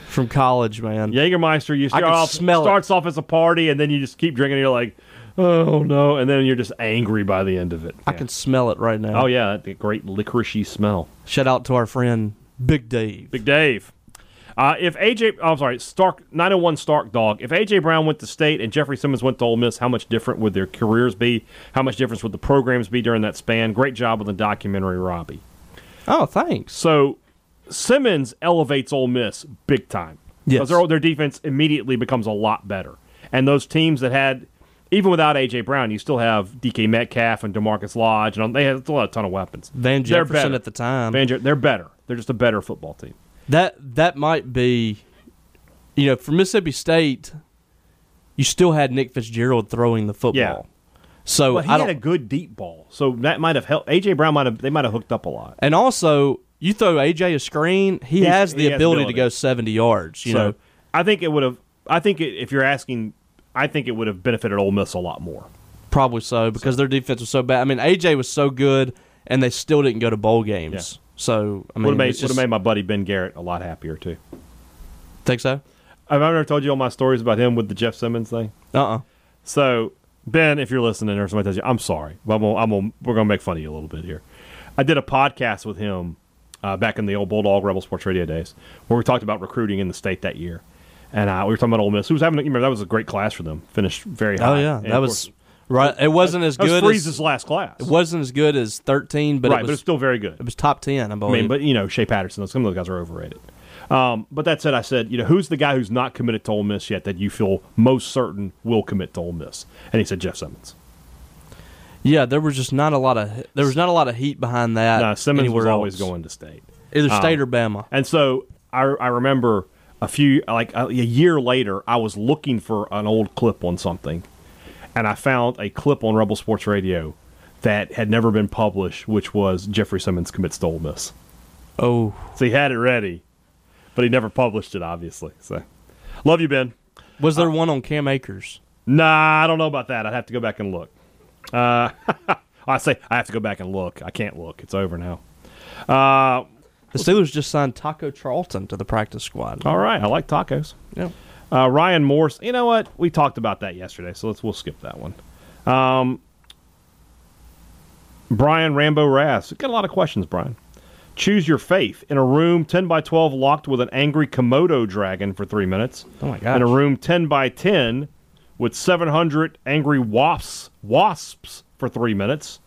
S3: from college, man.
S2: Jägermeister, you start
S3: can
S2: off,
S3: smell it.
S2: starts off as a party, and then you just keep drinking. And you're like, oh no, and then you're just angry by the end of it.
S3: I
S2: Yeah.
S3: can smell it right now.
S2: Oh yeah, that great licoricey smell.
S3: Shout out to our friend Big Dave.
S2: Big Dave. Uh, if AJ, oh, I'm sorry, Stark 901 Stark Dog. If AJ Brown went to State and Jeffrey Simmons went to Ole Miss, how much different would their careers be? How much difference would the programs be during that span? Great job on the documentary, Robbie.
S3: Oh, thanks.
S2: So Simmons elevates Ole Miss big time.
S3: Yes.
S2: 'Cause Their, their defense immediately becomes a lot better. And those teams that had, even without A.J. Brown, you still have D.K. Metcalf and Demarcus Lodge, and they had still had a ton of weapons.
S3: Van
S2: They're
S3: Jefferson
S2: better.
S3: at the time.
S2: Van Jer- they're better. They're just a better football team.
S3: that that might be, you know, for Mississippi State, you still had Nick Fitzgerald throwing the football.
S2: Yeah.
S3: So
S2: But he
S3: I
S2: had
S3: don't,
S2: a good deep ball, so that might have helped. A.J. Brown might have they might have hooked up a lot.
S3: and also you throw AJ a screen, he
S2: He's-
S3: has the
S2: he has
S3: ability, to
S2: ability.
S3: go seventy yards. You
S2: so
S3: know,
S2: I think it would have. I think it, if you're asking, I think it would have benefited Ole Miss a lot more.
S3: probably so because their defense was so bad. I mean, AJ was so good, and they still didn't go to bowl games. So I mean,
S2: Would have made
S3: it's
S2: would have
S3: just-
S2: made my buddy Ben Garrett a lot happier too.
S3: think so.
S2: I've I've never told you all my stories about him with the Jeff Simmons thing.
S3: Uh uh
S2: So Ben, if you're listening or somebody tells you, I'm sorry, but I'm gonna, I'm gonna, we're gonna make fun of you a little bit here. I did a podcast with him uh, back in the old Bulldog Rebel Sports Radio days, where we talked about recruiting in the state that year, and uh, we were talking about Ole Miss, who was having, you remember that was a great class for them, finished very high.
S3: Oh yeah,
S2: And
S3: that
S2: of
S3: was
S2: course,
S3: right. It wasn't as
S2: that was
S3: good. as,
S2: Freeze's last class,
S3: It wasn't as good as 13, but
S2: right? but
S3: it was Oh,
S2: it's still very good.
S3: it was top 10, I
S2: I
S3: believe.
S2: mean, but you know, Shea Patterson, some of those guys are overrated. Um, but that said, I said, you know, who's the guy who's not committed to Ole Miss yet that you feel most certain will commit to Ole Miss? And he said Jeff Simmons.
S3: yeah, there was just not a lot of there was not a lot of heat behind that.
S2: No, Simmons
S3: Uh, anywhere
S2: was always
S3: else.
S2: going Um, to state.
S3: either State or Bama.
S2: And so I, I remember a few, like a, a year later, I was looking for an old clip on something, and I found a clip on Rebel Sports Radio that had never been published, which was Jeffrey Simmons commits to Ole Miss.
S3: Oh,
S2: So he had it ready, but he never published it, obviously. So love you, Ben.
S3: was
S2: Uh,
S3: there one on Cam Akers?
S2: Nah, I don't know about that. I'd have to go back and look. Uh, I say I have to go back and look. I can't look. It's over now. Uh,
S3: The Steelers just signed Taco Charlton to the practice squad.
S2: all right. I like tacos.
S3: Yeah.
S2: Uh, Ryan Morse. You know what? We talked about that yesterday, so let's we'll skip that one. Um, Brian Rambo Rass. Got a lot of questions, Brian. Choose your faith in a room 10 by 12 locked with an angry Komodo dragon for three minutes.
S3: Oh my gosh.
S2: In a room 10 by 10 with 700 angry wasps, wasps for three minutes.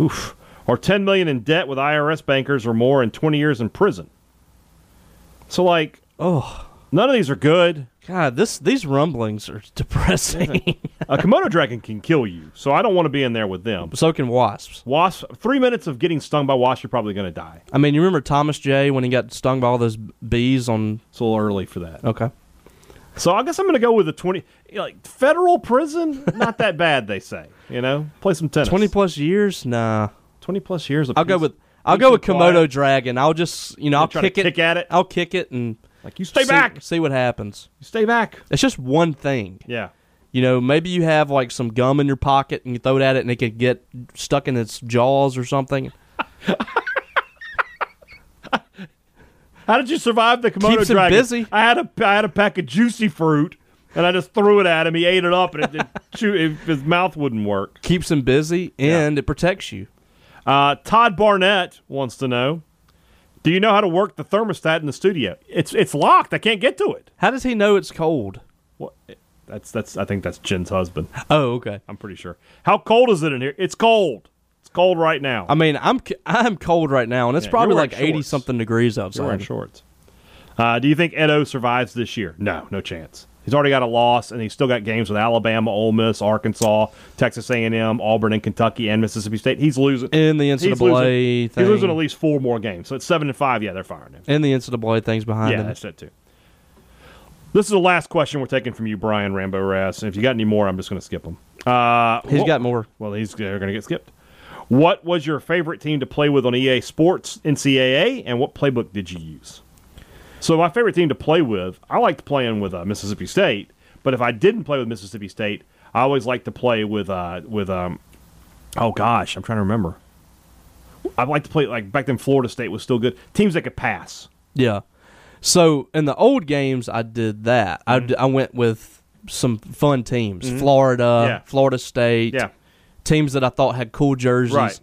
S2: Oof. Or 10 million in debt with IRS bankers or more and 20 years in prison. So like,
S3: Oh
S2: none of these are good.
S3: God, this these rumblings are depressing.
S2: A Komodo dragon can kill you, so I don't want to be in there with them.
S3: so can wasps.
S2: Wasp, three minutes of getting stung by wasp, you're probably going to die.
S3: I mean, you remember Thomas J when he got stung by all those bees on?
S2: It's a little early for that.
S3: Okay,
S2: So I guess I'm going to go with the 20, you know, like federal prison, not that bad, they say. You know, play some tennis.
S3: twenty plus years. Nah,
S2: 20 plus years of
S3: I'll go
S2: peace.
S3: with I'll go with
S2: peace and
S3: Komodo
S2: quiet.
S3: dragon. I'll just you know I'll
S2: try to
S3: kick it,
S2: kick at it?
S3: I'll kick it and
S2: Like, you stay
S3: see-
S2: back.
S3: See what happens.
S2: You stay back.
S3: It's just one thing.
S2: Yeah.
S3: You know, maybe you have like some gum in your pocket and you throw it at it and it could get stuck in its jaws or something.
S2: How did you survive the Komodo
S3: Keeps him
S2: dragon?
S3: busy.
S2: I had a I had a pack of juicy fruit, and I just threw it at him. He ate it up, and it, it, chew, it his mouth wouldn't work.
S3: Keeps them busy and it protects you.
S2: Uh, Todd Barnett wants to know: Do you know how to work the thermostat in the studio? It's it's locked. I can't get to it.
S3: How does he know it's cold?
S2: What? That's that's. I think that's Jen's husband.
S3: Oh, okay.
S2: I'm pretty sure. How cold is it in here? It's cold. It's cold right now.
S3: I mean, I'm c- I'm cold right now and it's
S2: Yeah, you're
S3: probably
S2: wearing
S3: like 80
S2: shorts.
S3: something degrees
S2: You're wearing
S3: outside.
S2: shorts. Uh, do you think Edo survives this year? No, no chance. He's already got a loss, and he's still got games with Alabama, Ole Miss, Arkansas, Texas A&M, Auburn, and Kentucky, and Mississippi State. He's losing.
S3: In the NCAA
S2: he's losing,
S3: thing.
S2: he's losing at least four more games. So it's seven and five. Yeah, they're firing him.
S3: And the NCAA things behind
S2: yeah,
S3: him.
S2: that's that too. This is the last question we're taking from you, Brian Rambo Rass. And if you got any more, I'm just going to skip them. Uh,
S3: He's
S2: wha-
S3: got more.
S2: Well, he's they're going to get skipped. What was your favorite team to play with on EA Sports NCAA, and what playbook did you use? So my favorite team to play with, I liked playing with uh, Mississippi State, but if I didn't play with Mississippi State, I always liked to play with uh, with um, oh gosh, I'm trying to remember. I like to play like back then. Florida State was still good teams that could pass.
S3: Yeah. So in the old games, I did that.
S2: Mm-hmm.
S3: I d I I, went with some fun teams Florida,
S2: Yeah.
S3: Florida State,
S2: Yeah.
S3: teams that I thought had cool jerseys.
S2: Right.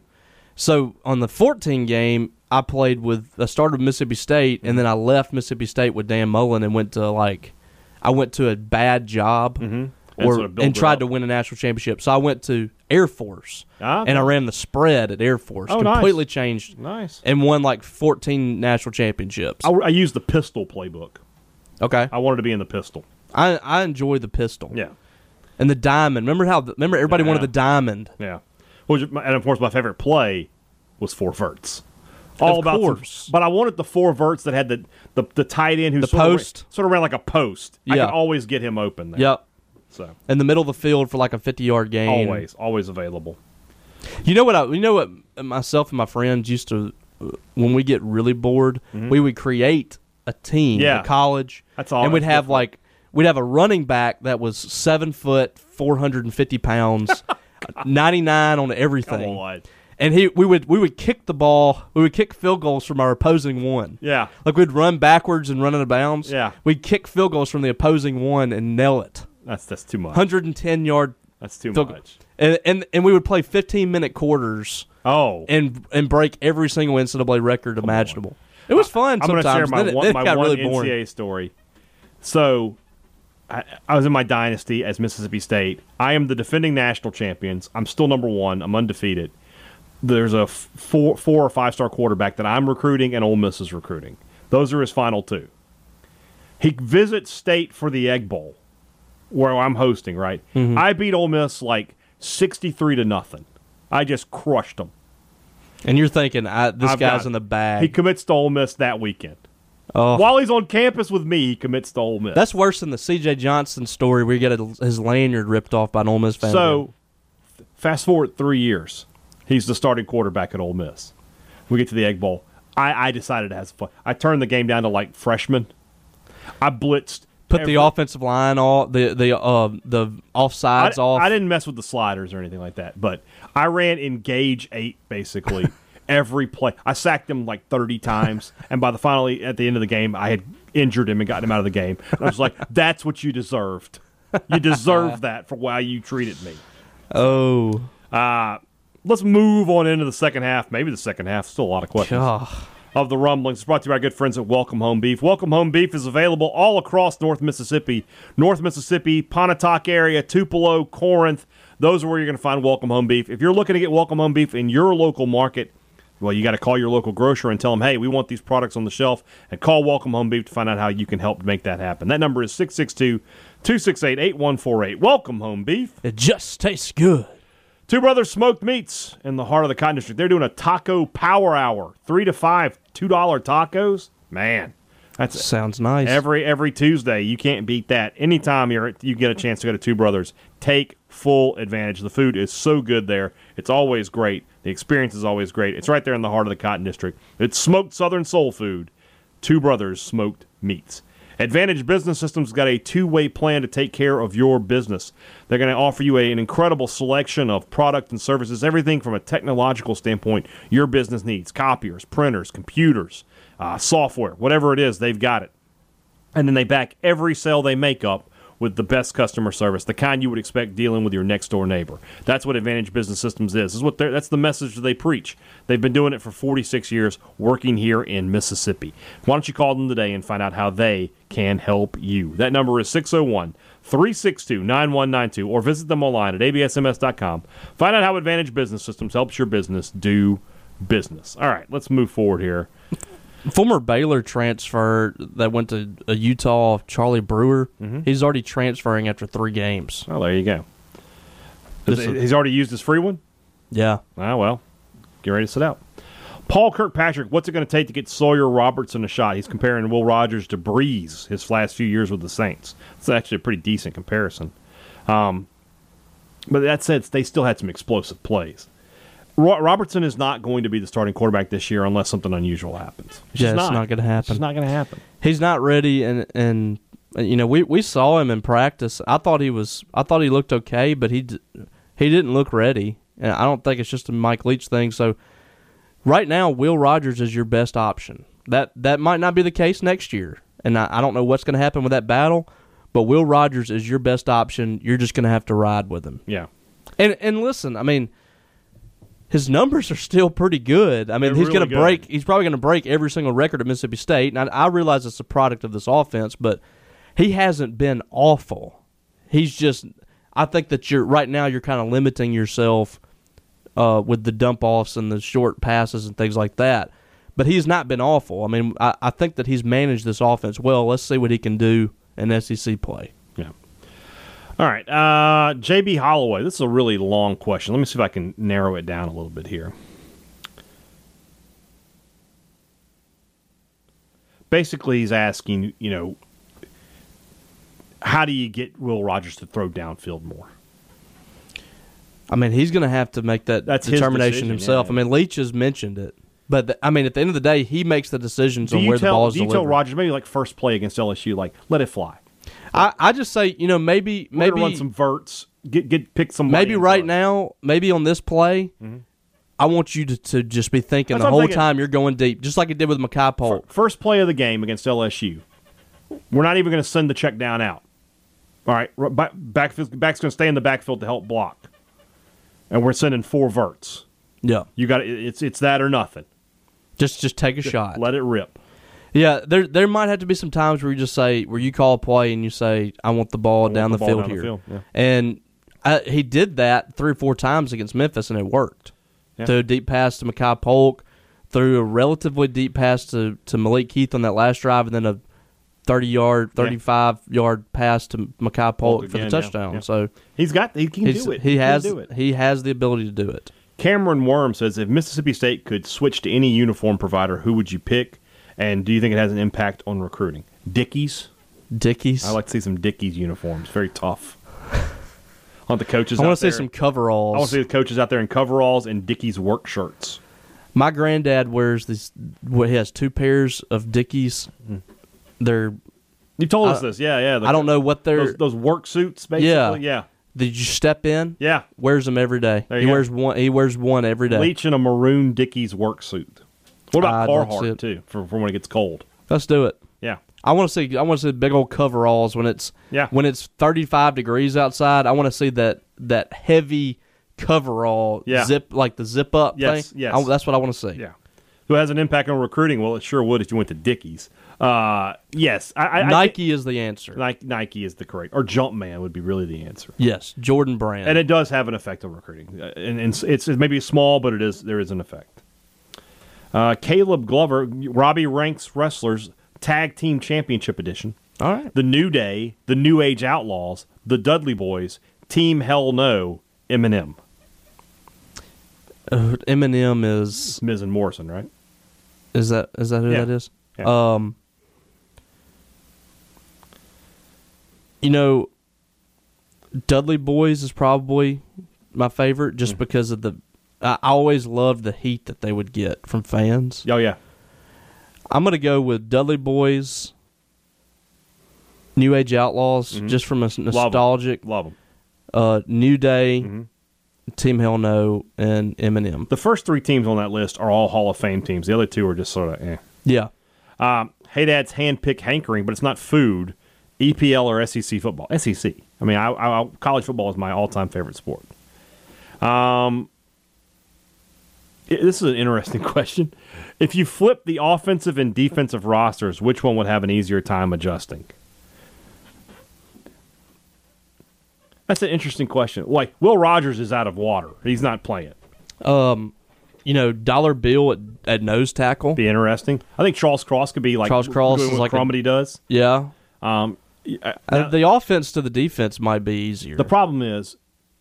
S3: So on the 14 game, I played with, I started with Mississippi State, and then I left Mississippi State with Dan Mullen and went to like, I went to a bad job
S2: Mm-hmm. And
S3: or,
S2: sort of
S3: and,
S2: built it
S3: tried
S2: up.
S3: to win a national championship. So I went to Air Force
S2: Ah,
S3: and I ran the spread at Air Force.
S2: Oh, nice.
S3: completely changed
S2: Nice.
S3: and won like 14 national championships.
S2: I, I used the pistol playbook.
S3: okay.
S2: I wanted to be in the pistol.
S3: I I enjoy the pistol.
S2: Yeah,
S3: And the diamond. Remember how? The, remember everybody wanted
S2: Yeah.
S3: the diamond.
S2: yeah. Which, and of course, my favorite play was four verts. All
S3: Of
S2: about, the-
S3: course.
S2: but I wanted the four verts that had the the, the tight end who
S3: The
S2: sort of ra-
S3: post.
S2: sort of ran like a post. I
S3: Yeah.
S2: could always get him open. There.
S3: Yep.
S2: So
S3: In the middle of the field for like a fifty-yard gain.
S2: always, always available.
S3: You know what? I, you know what? Myself and my friends used to, uh, when we get really bored, we would create a team.
S2: Mm-hmm. Yeah.
S3: At college.
S2: That's all-
S3: And we'd
S2: that's
S3: have
S2: different.
S3: like we'd have a running back that was seven foot, four hundred and fifty pounds, ninety-nine on everything.
S2: Come on.
S3: And he, we would, we would kick the ball. We would kick field goals from our opposing one.
S2: Yeah.
S3: Like we'd run backwards and run out of bounds.
S2: Yeah.
S3: We'd kick field goals from the opposing one and nail it.
S2: That's that's too much.
S3: 110 yard
S2: That's too
S3: field goal.
S2: much.
S3: And, and and we would play 15 minute quarters
S2: Oh,
S3: and and break every single NCAA record imaginable. It was fun
S2: I'm going to share
S3: sometimes.
S2: my
S3: then it,
S2: one,
S3: then it
S2: my
S3: got
S2: one
S3: really boring.
S2: NCAA story. So, I, I was in my dynasty as Mississippi State. I am the defending national champions. I'm still number one. I'm undefeated. There's a f- four, four or five star quarterback that I'm recruiting, and Ole Miss is recruiting. Those are his final two. He visits state for the Egg Bowl, where I'm hosting. Right,
S3: Mm-hmm.
S2: I beat Ole Miss like sixty-three to nothing. I just crushed them.
S3: And you're thinking, I, this
S2: I've
S3: guy's
S2: got-
S3: in the
S2: He
S3: bag.
S2: commits to Ole Miss that weekend.
S3: Oh.
S2: While he's on campus with me, he commits to Ole Miss.
S3: That's worse than the C.J. Johnson story where he got a, his lanyard ripped off by an Ole Miss fan.
S2: so. f- Fast forward three years, he's the starting quarterback at Ole Miss. We get to the Egg Bowl. I, I decided to have some fun. I turned the game down to like freshman. I blitzed.
S3: put
S2: every-
S3: the offensive line all the the uh, the
S2: I,
S3: offsides off.
S2: I didn't mess with the sliders or anything like that, but I ran engage eight basically every play. I sacked him like thirty times, and by the finally at the end of the game, I had injured him and gotten him out of the game. And I was like, "That's what you deserved. You deserve that for how you treated me."
S3: oh,
S2: Let's move on into the second half. Maybe the second half. Still a lot of questions.
S3: God.
S2: of the rumblings. It's brought to you by our good friends at Welcome Home Beef. Welcome Home Beef is available all across North Mississippi, North Mississippi, Pontotoc area, Tupelo, Corinth. Those are where you're going to find Welcome Home Beef. If you're looking to get Welcome Home Beef in your local market, well, you got to call your local grocer and tell them, hey, we want these products on the shelf, and call Welcome Home Beef to find out how you can help make that happen. That number is 662 268 8148. Welcome Home Beef.
S3: It just tastes good.
S2: Two Brothers Smoked Meats in the heart of the Cotton District. They're doing a taco power hour, three to five, two dollar tacos. Man, that's
S3: Sounds nice.
S2: every every Tuesday. You can't beat that. Anytime you're you get a chance to go to Two Brothers, take full advantage. The food is so good there. It's always great. The experience is always great. It's right there in the heart of the Cotton District. It's smoked Southern soul food. Two Brothers Smoked Meats. Advantage Business Systems got a two-way plan to take care of your business. They're going to offer you a- an incredible selection of product and services, everything from a technological standpoint your business needs: copiers, printers, computers, uh, software, whatever it is, they've got it and then they back every sale they make up with the best customer service, the kind you would expect dealing with your next door neighbor. That's what Advantage Business Systems is. is what they're- that's the message that they preach. They've been doing it for 46 years, working here in Mississippi. Why don't you call them today and find out how they can help you? That number is 601 362 9192 or visit them online at absms.com. Find out how Advantage Business Systems helps your business do business. All right, let's move forward here.
S3: Former Baylor transfer that went to uh, Utah, Charlie Brewer,
S2: Mm-hmm.
S3: he's already transferring after three games.
S2: Oh, there you go.
S3: This is-
S2: He's already used his free one?
S3: yeah.
S2: Ah, well, get ready to sit out. Paul Kirkpatrick, what's it going to take to get Sawyer Robertson a shot? He's comparing Will Rogers to Breeze his last few years with the Saints. It's actually a pretty decent comparison. Um, but that said, they still had some explosive plays. Ro- Robertson is not going to be the starting quarterback this year unless something unusual happens. It's
S3: Yeah,
S2: just
S3: it's not gonna happen.
S2: It's not going to happen.
S3: he's not ready and and uh, you know we, we saw him in practice i thought he was i thought he looked okay but he d- he didn't look ready and i don't think it's just a mike leach thing so right now will rogers is your best option that that might not be the case next year and i, I don't know what's going to happen with that battle but will rogers is your best option you're just going to have to ride with him
S2: Yeah.
S3: and and listen i mean his numbers are still pretty good. I mean,
S2: They're
S3: he's
S2: really
S3: going
S2: good.
S3: to break. He's probably going to break every single record at Mississippi State. And I, I realize it's a product of this offense, but he hasn't been awful. He's just. I think that you're right now. You're kind of limiting yourself uh, with the dump offs and the short passes and things like that. But he's not been awful. I mean, I, I think that he's managed this offense well. Let's see what he can do in SEC play.
S2: Yeah. All right. Uh, JB Holloway. This is a really long question. Let me see if I can narrow it down a little bit here. Basically, he's asking, you know, how do you get Will Rogers to throw downfield more?
S3: I mean, he's going to have to make that
S2: That's his
S3: determination
S2: decision,
S3: himself.
S2: yeah.
S3: I mean, Leach has mentioned it, but th I mean, at the end of the day, he makes the decisions
S2: Do
S3: on
S2: you
S3: where the ball
S2: tell
S3: is
S2: do you
S3: delivered.
S2: tell Rogers maybe like first play against LSU, like let it fly,
S3: I, I just say, you know, maybe
S2: We're gonna
S3: maybe
S2: run some verts, get get pick some
S3: maybe right now, maybe on this play, I want you to, to just be thinking
S2: Mm-hmm. That's what
S3: the
S2: I'm
S3: whole
S2: thinking.
S3: time you're going deep, just like it did with Makai Polk.
S2: first play of the game against LSU, we're not even going to send the check down out. All right, r- ba- backfield, back's going to stay in the backfield to help block, and we're sending four verts.
S3: Yeah,
S2: You got it's it's that or nothing.
S3: just just take a shot.
S2: Let it rip.
S3: Yeah, there there might have to be some times where you just say where you call a play and you say I want the ball down
S2: the
S3: the,
S2: ball
S3: field
S2: down the
S3: here,
S2: field, yeah.
S3: and I, he did that three or four times against Memphis and it worked.
S2: Yeah.
S3: Threw a deep pass to Makai Polk, threw a relatively deep pass to to Malik Keith on that last drive, and then a thirty yard, thirty five yard pass to Makai Polk, for
S2: again,
S3: the
S2: yeah,
S3: touchdown.
S2: yeah.
S3: So
S2: He's got he can
S3: he's,
S2: do it.
S3: he
S2: can
S3: has
S2: do it.
S3: he has the ability to do it.
S2: Cameron Worm says if Mississippi State could switch to any uniform provider, who would you pick? And do you think it has an impact on recruiting? Dickies.
S3: Dickies,
S2: I like to see some Dickies uniforms. Very tough. I want the coaches.
S3: I
S2: want
S3: want to see some coveralls.
S2: I want to see the coaches out there in coveralls and Dickies work shirts.
S3: My granddad wears these. Well, he has two pairs of Dickies.
S2: Mm-hmm.
S3: They're
S2: You told
S3: I-
S2: us this, yeah, yeah. the-
S3: Uh, I don't know what they're.
S2: those, those work suits, basically.
S3: Yeah.
S2: yeah,
S3: Did you step in?
S2: yeah.
S3: Wears them every day.
S2: There
S3: he
S2: you go.
S3: wears one. He wears one every day.
S2: Leach in a maroon Dickies work suit. What about
S3: I'd like to
S2: Carhartt
S3: see it.
S2: too, for, for when it gets cold?
S3: Let's do it.
S2: Yeah,
S3: I want to see. I want to see big old coveralls when it's
S2: Yeah.
S3: when it's thirty five degrees outside. I want to see that that heavy coverall
S2: Yeah.
S3: zip like the zip up
S2: Yes,
S3: thing.
S2: yes.
S3: I- that's what I want to see.
S2: yeah. who has an impact on recruiting? Well, it sure would if you went to Dickies. Uh, yes, I, I, I
S3: Nike is the answer.
S2: thi- Nike, Nike is the correct, or Jumpman would be really the answer.
S3: Yes, Jordan Brand.
S2: And it does have an effect on recruiting, Uh, and, and it's, it's maybe small, but it is there is an effect. Uh, Caleb Glover, Robbie ranks wrestlers tag team championship edition.
S3: All right.
S2: The New Day, the New Age Outlaws, the Dudley Boys, Team Hell No, Eminem,
S3: Uh, Eminem is
S2: Miz and Morrison, right?
S3: is that is that who
S2: Yeah.
S3: that is?
S2: Yeah.
S3: Um, you know, Dudley Boys is probably my favorite
S2: Mm.
S3: just because of the. I I always loved the heat that they would get from fans.
S2: Oh yeah,
S3: I'm gonna go with Dudley Boys, New Age Outlaws, just from a s- nostalgic
S2: Mm-hmm. love Mm-hmm. them.
S3: uh, New Day, Team Hell No, and Eminem.
S2: The first three teams on that list are all Hall of Fame teams. The other two are just sort of eh.
S3: Yeah,
S2: Um, hey Dad's handpicked hankering, but it's not food. EPL or SEC football? SEC. I mean, I, I, I- college football is my all-time favorite sport. Um, i- this is an interesting question. If you flip the offensive and defensive rosters, which one would have an easier time adjusting? That's an interesting question. Like Will Rogers is out of water; he's not playing.
S3: um, you know Dollar Bill at, at nose tackle.
S2: Be interesting. I think Charles Cross could be like
S3: Charles Cross
S2: doing
S3: is
S2: what
S3: like a-
S2: Cromedy does.
S3: Yeah,
S2: Um,
S3: Uh, the offense to the defense might be easier.
S2: The problem is,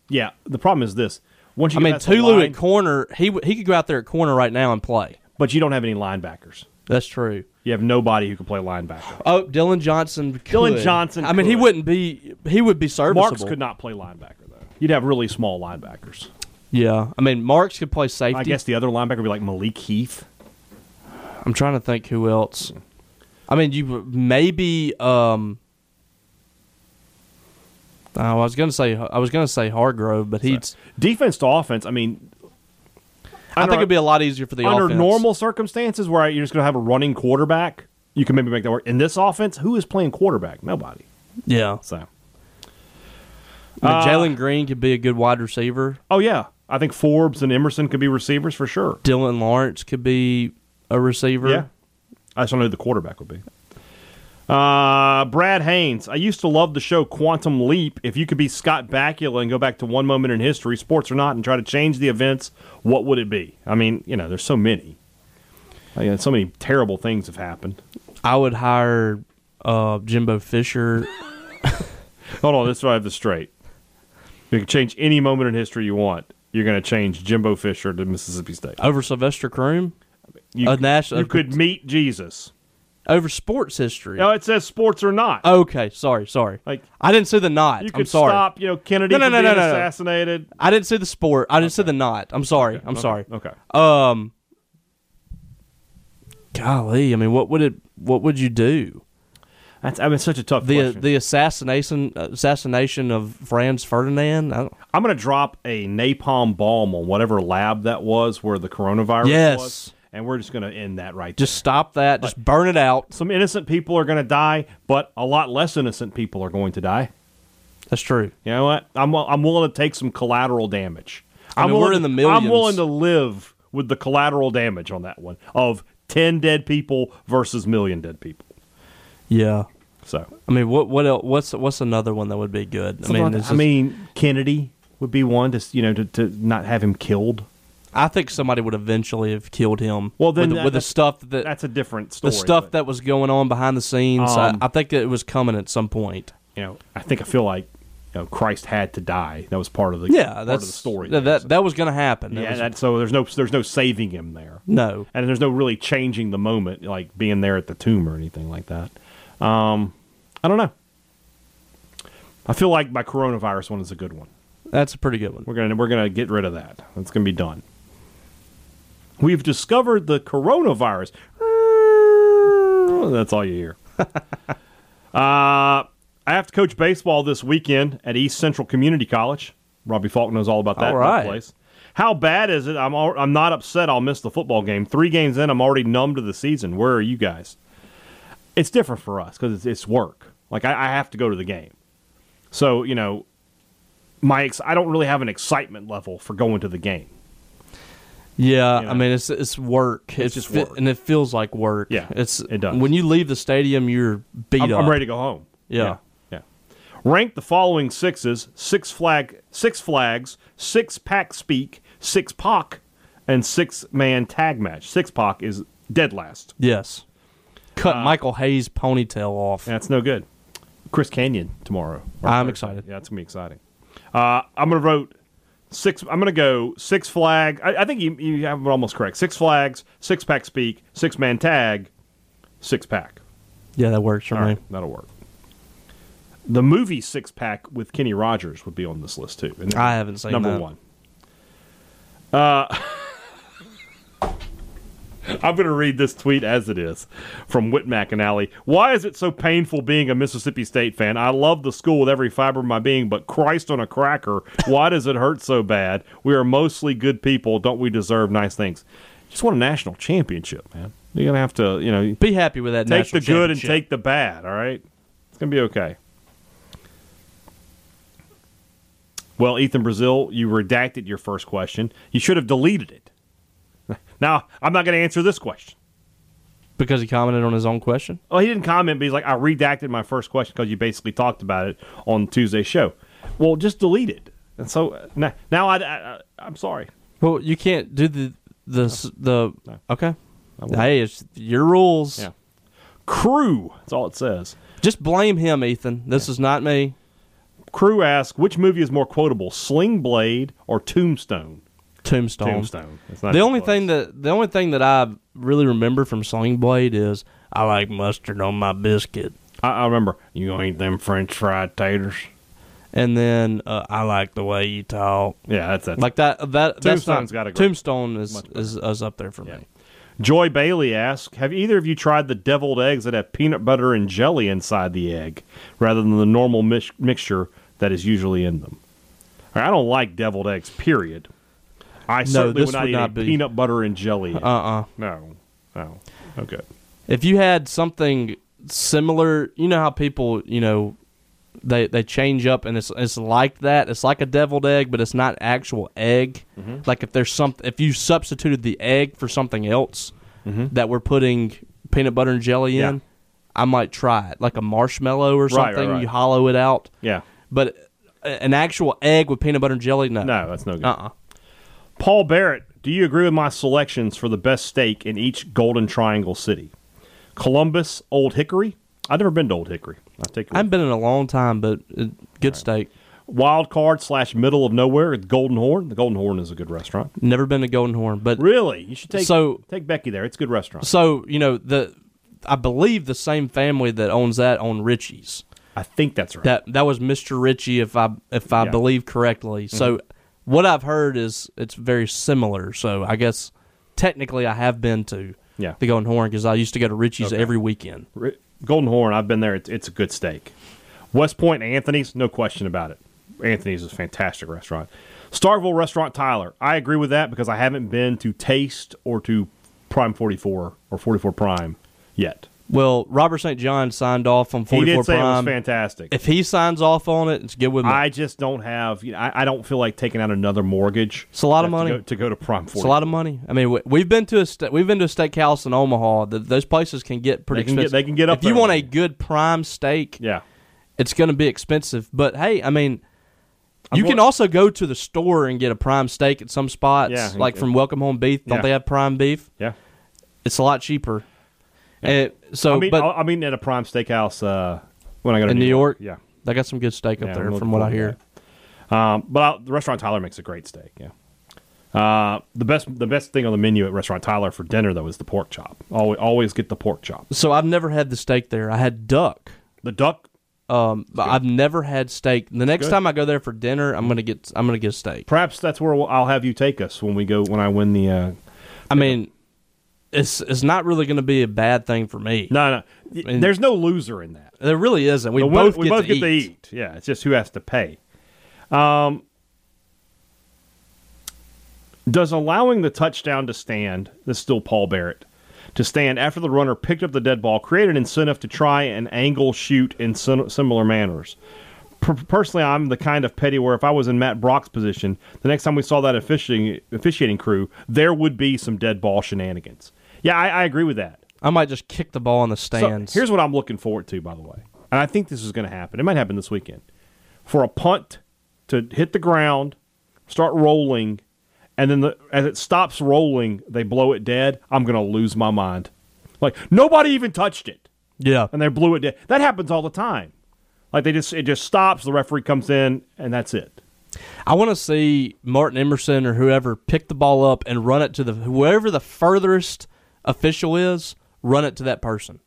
S2: yeah, the problem is this. Once you
S3: I
S2: get
S3: mean,
S2: past the
S3: Tulu
S2: line,
S3: at corner, he w- he could go out there at corner right now and play.
S2: but you don't have any linebackers.
S3: That's true.
S2: You have nobody who can play linebacker.
S3: Oh, Dylan Johnson.
S2: Dylan
S3: could.
S2: Johnson
S3: I mean, he
S2: could.
S3: wouldn't be. He would be serviceable.
S2: Marks could not play linebacker though. You'd have really small linebackers.
S3: Yeah, I mean, Marks could play safety.
S2: I guess the other linebacker would be like Malik Heath.
S3: I'm trying to think who else. I mean, you maybe. Um, oh, I was gonna say I was gonna say Hargrove, but he's.
S2: Defense to offense. I mean,
S3: I think it'd be a lot easier for the
S2: under
S3: offense.
S2: normal circumstances where you're just going to have a running quarterback. You can maybe make that work. In this offense, who is playing quarterback? Nobody.
S3: Yeah,
S2: So,
S3: I mean, Jalen Green could be a good wide receiver.
S2: oh yeah, I think Forbes and Emerson could be receivers for sure.
S3: Dylan Lawrence could be a receiver.
S2: Yeah. I just don't know who the quarterback would be. Uh, Brad Haynes. I used to love the show Quantum Leap. If you could be Scott Bakula and go back to one moment in history, sports or not, and try to change the events, what would it be? I mean, you know, there's so many. I mean, so many terrible things have happened.
S3: I would hire uh, Jimbo Fisher.
S2: Hold on, let's drive this straight. You can change any moment in history you want. You're going to change Jimbo Fisher to Mississippi State.
S3: over Sylvester Croom
S2: You,
S3: A nas-
S2: you could meet Jesus.
S3: over sports history.
S2: No, it says sports or not.
S3: Okay, sorry, sorry.
S2: Like-
S3: I didn't see the knot.
S2: you
S3: Oh, I'm
S2: could
S3: sorry.
S2: stop, you know, Kennedy
S3: No, no,
S2: from
S3: no,
S2: being
S3: no, no, no.
S2: assassinated.
S3: I didn't see the sport. I didn't see the knot. I'm sorry. I'm sorry.
S2: Okay.
S3: Um, golly, I mean, what would it? What would you do?
S2: That's I mean, it's such a tough
S3: The
S2: question.
S3: the assassination assassination of Franz Ferdinand. I don't,
S2: I'm going to drop a napalm bomb on whatever lab that was where the coronavirus
S3: Yes.
S2: was, and we're just going to end that right.
S3: just stop that. Just burn it out.
S2: there. some innocent people are going to die, but a lot less innocent people are going to die.
S3: That's true.
S2: You know what? I'm I'm willing to take some collateral damage.
S3: I
S2: am
S3: mean, we're
S2: willing,
S3: in the
S2: I'm
S3: millions.
S2: willing to live with the collateral damage on that one of ten dead people versus million dead people.
S3: Yeah.
S2: So
S3: I mean, what what else, what's what's another one that would be good? I
S2: Something
S3: mean,
S2: like that.
S3: this
S2: I
S3: is-
S2: mean, Kennedy would be one to you know to, to not have him killed.
S3: I think somebody would eventually have killed him.
S2: Well, then
S3: with, the-
S2: that-
S3: with the
S2: that's-
S3: stuff that
S2: That's a different
S3: the
S2: story.
S3: stuff
S2: but-
S3: that was going on behind the scenes,
S2: Um,
S3: I, I think that it was coming at some point.
S2: you know, I think I feel like you know, Christ had to die. That was part of the
S3: Yeah,
S2: part
S3: that's
S2: of the story.
S3: That
S2: there.
S3: that, that was going to happen. That
S2: yeah,
S3: was-
S2: that, so there's no there's no saving him there,
S3: no.
S2: and there's no really changing the moment, like being there at the tomb or anything like that. Um, I don't know. I feel like my coronavirus one is a good one.
S3: That's a pretty good one.
S2: We're gonna we're gonna get rid of that. That's gonna be done. We've discovered the coronavirus. That's all you hear. uh, I have to coach baseball this weekend at East Central Community College. Robbie Falk knows all about that
S3: All right.
S2: place. How bad is it? I'm al- I'm not upset. I'll miss the football game. Three games in, I'm already numb to the season. Where are you guys? It's different for us because it's, it's work. Like I, I have to go to the game, so you know my ex- I don't really have an excitement level for going to the game.
S3: Yeah,
S2: You know?
S3: I mean it's it's work. It's,
S2: just
S3: fe-
S2: work.
S3: and it feels like work.
S2: Yeah,
S3: it's
S2: it does.
S3: When you leave the stadium, you're beat
S2: I'm,
S3: up.
S2: I'm ready to go home.
S3: Yeah.
S2: yeah. yeah. Rank the following sixes: six flag, six flags, six pack speak, six pock, and six man tag match. Six pock is dead last.
S3: Yes, cut
S2: Uh,
S3: Michael Hayes' ponytail off.
S2: That's no good. Chris Canyon tomorrow. Or
S3: I'm
S2: Thursday.
S3: excited.
S2: Yeah, it's gonna be exciting. Uh, I'm gonna vote six. I'm gonna go six flag. I, I think you, you have it almost correct. Six flags, six pack speak, six man tag, six pack.
S3: Yeah, that works for
S2: All
S3: me.
S2: right, that'll work. The movie Six Pack with Kenny Rogers would be on this list too. And
S3: I haven't seen
S2: number
S3: that.
S2: one. Uh, I'm going to read this tweet as it is from Whit McAnally. Why is it so painful being a Mississippi State fan? I love the school with every fiber of my being, but Christ on a cracker, why does it hurt so bad? We are mostly good people. Don't we deserve nice things? Just won a national championship, man. You're going to have to, you know,
S3: Be happy with that.
S2: take the
S3: national
S2: good and
S3: championship.
S2: take the bad. All right, it's gonna be okay. Well, Ethan Brazil, you redacted your first question. You should have deleted it. Now I'm not gonna answer this question.
S3: because he commented on his own question.
S2: Well, he didn't comment, but he's like, I redacted my first question because you basically talked about it on Tuesday's show. Well, just delete it. And so uh, now, now I, I, I'm sorry.
S3: Well, you can't do the the s the.
S2: No.
S3: Okay.
S2: won't.
S3: Hey, it's your rules.
S2: Yeah. Crew. That's all it says.
S3: Just blame him, Ethan. This is not me.
S2: Crew asks, which movie is more quotable, Sling Blade or Tombstone?
S3: Tombstone.
S2: Tombstone. It's not
S3: The
S2: even
S3: only
S2: close.
S3: thing that the only thing that I really remember from Sling Blade is I like mustard on my biscuit,
S2: I, I remember you gonna eat them French fried taters.
S3: and then uh, I like the way you talk.
S2: Yeah, that's that.
S3: Like that. That that's
S2: Tombstone's
S3: not,
S2: got a great-
S3: Tombstone is, is is up there for
S2: Yeah.
S3: me.
S2: Joy Bailey asks, "Have either of you tried the deviled eggs that have peanut butter and jelly inside the egg, rather than the normal mix- mixture that is usually in them?" All right, I don't like deviled eggs. Period. I certainly would
S3: this
S2: not
S3: would
S2: eat
S3: not
S2: a
S3: be-
S2: peanut butter and jelly.
S3: Uh uh
S2: no, no, okay.
S3: If you had something similar, you know how people you know they they change up and it's it's like that. It's like a deviled egg, but it's not actual egg.
S2: Mm-hmm.
S3: Like if there's some if you substituted the egg for something else that we're putting peanut butter and jelly
S2: Mm-hmm. Yeah.
S3: in, I might try it. Like a marshmallow or
S2: right,
S3: something.
S2: right.
S3: You hollow it out,
S2: Yeah,
S3: but a- an actual egg with peanut butter and jelly, no,
S2: no, that's no good.
S3: uh, uh
S2: Paul Barrett, do you agree with my selections for the best steak in each Golden Triangle city? Columbus, Old Hickory. I've never been to Old Hickory. I take
S3: I
S2: it.
S3: haven't been in a long time, but uh, good steak.
S2: Wild card slash middle of nowhere at Golden Horn. The Golden Horn is a good restaurant.
S3: Never been to Golden Horn, but
S2: Really, you should take
S3: So-
S2: take Becky there. It's a good restaurant.
S3: so you know the. I believe the same family that owns that own Richie's.
S2: I think that's right.
S3: That that was Mr. Ritchie, if I if I
S2: Yeah. Mm-hmm.
S3: believe correctly. So what I've heard is it's very similar. So I guess technically I have been to
S2: Yeah.
S3: the Golden Horn because I used to go to Ritchie's every weekend.
S2: Ri- Golden Horn. I've been there. It's, it's a good steak. West Point Anthony's, no question about it. Anthony's is a fantastic restaurant. Starville Restaurant Tyler. I agree with that because I haven't been to Taste or to Prime 44 or 44 Prime yet.
S3: Well, Robert St. John signed off on
S2: He
S3: 44
S2: did say
S3: Prime.
S2: it was fantastic.
S3: If he signs off on it, it's good with me.
S2: I just don't have. You know, I, I don't feel like taking out another mortgage.
S3: It's a lot of
S2: to
S3: money.
S2: go- to go to prom. 44.
S3: it's a lot of money. I mean, we, we've been to a sta we've been to a steakhouse in Omaha. Th those places can get pretty
S2: They can get-
S3: expensive.
S2: they can get up
S3: If you
S2: there.
S3: want a good prime steak,
S2: Yeah,
S3: it's going to be expensive. But hey, I mean, you
S2: more-
S3: can also go to the store and get a prime steak at some spots,
S2: Yeah,
S3: like
S2: okay.
S3: from Welcome Home Beef. Don't
S2: Yeah.
S3: they have prime beef?
S2: yeah.
S3: It's a lot cheaper. And so,
S2: I mean,
S3: Oh, but
S2: I, I mean, at a prime steakhouse uh, when I go to
S3: in New York,
S2: Yeah,
S3: they got some good steak up
S2: Yeah,
S3: there,
S2: I'm
S3: from what I
S2: looking
S3: hear.
S2: forward um, but I, the restaurant Tyler makes a great steak. Yeah. Uh, the best, the best thing on the menu at restaurant Tyler for dinner though is the pork chop. Always, always get the pork chop.
S3: So I've never had the steak there. I had duck.
S2: The duck.
S3: Um, but I've never had steak. The next
S2: good.
S3: time I go there for dinner, I'm gonna get I'm gonna get steak.
S2: Perhaps that's where we'll, I'll have you take us when we go when I win the. Uh,
S3: I mean, it's it's not really gonna be a bad thing for me.
S2: no, no.
S3: mean-
S2: there's no loser in that.
S3: There really isn't. We
S2: The win-
S3: both
S2: we
S3: get,
S2: both
S3: to,
S2: get
S3: eat.
S2: to eat. Yeah, it's just who has to pay. Um, does allowing the touchdown to stand, this is still Paul Barrett, to stand after the runner picked up the dead ball create an incentive to try and angle shoot in sim- similar manners? Pr- per- personally, I'm the kind of petty where if I was in Matt Brock's position, the next time we saw that officiating, officiating crew, there would be some dead ball shenanigans. Yeah, I, I agree with that.
S3: I might just kick the ball in the
S2: So,
S3: stands.
S2: here's what I'm looking forward to, by the way, and I think this is going to happen. It might happen this weekend for a punt to hit the ground, start rolling, and then the, as it stops rolling, they blow it dead. I'm going to lose my mind. Like nobody even touched it
S3: yeah.
S2: and they blew it dead. That happens all the time. Like they just it just stops. The referee comes in and that's it.
S3: I want to see Martin Emerson or whoever pick the ball up and run it to the whoever the furthest official is, run it to that person.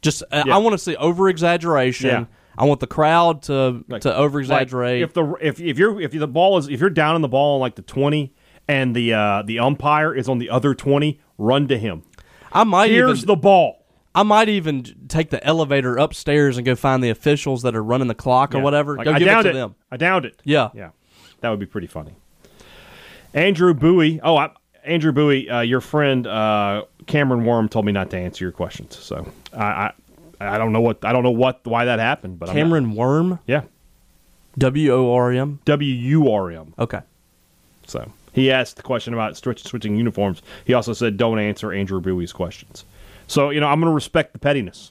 S3: Just uh,
S2: Yeah.
S3: I want to see over exaggeration.
S2: Yeah.
S3: I want the crowd to
S2: Like-
S3: to over exaggerate.
S2: Like, if the if if you're if the ball is if you're down in the ball on like the twenty and the uh, the umpire is on the other twenty, run to him.
S3: I might even
S2: Here's the ball.
S3: I might even j- take the elevator upstairs and go find the officials that are running the clock or
S2: Yeah.
S3: whatever.
S2: Like,
S3: go
S2: I
S3: give it
S2: downed
S3: to them.
S2: I downed it.
S3: Yeah.
S2: Yeah. That would be pretty funny. Andrew Bowie. Oh, I, Andrew Bowie, uh, your friend uh, Cameron Worm told me not to answer your questions. So I, I I don't know what I don't know what why that happened, but I'm not-
S3: Cameron Worm,
S2: yeah.
S3: W O R M.
S2: W U R M.
S3: Okay.
S2: So he asked the question about switch, switching uniforms. He also said, "Don't answer Andrew Bowie's questions." So you know, I'm going to respect the pettiness.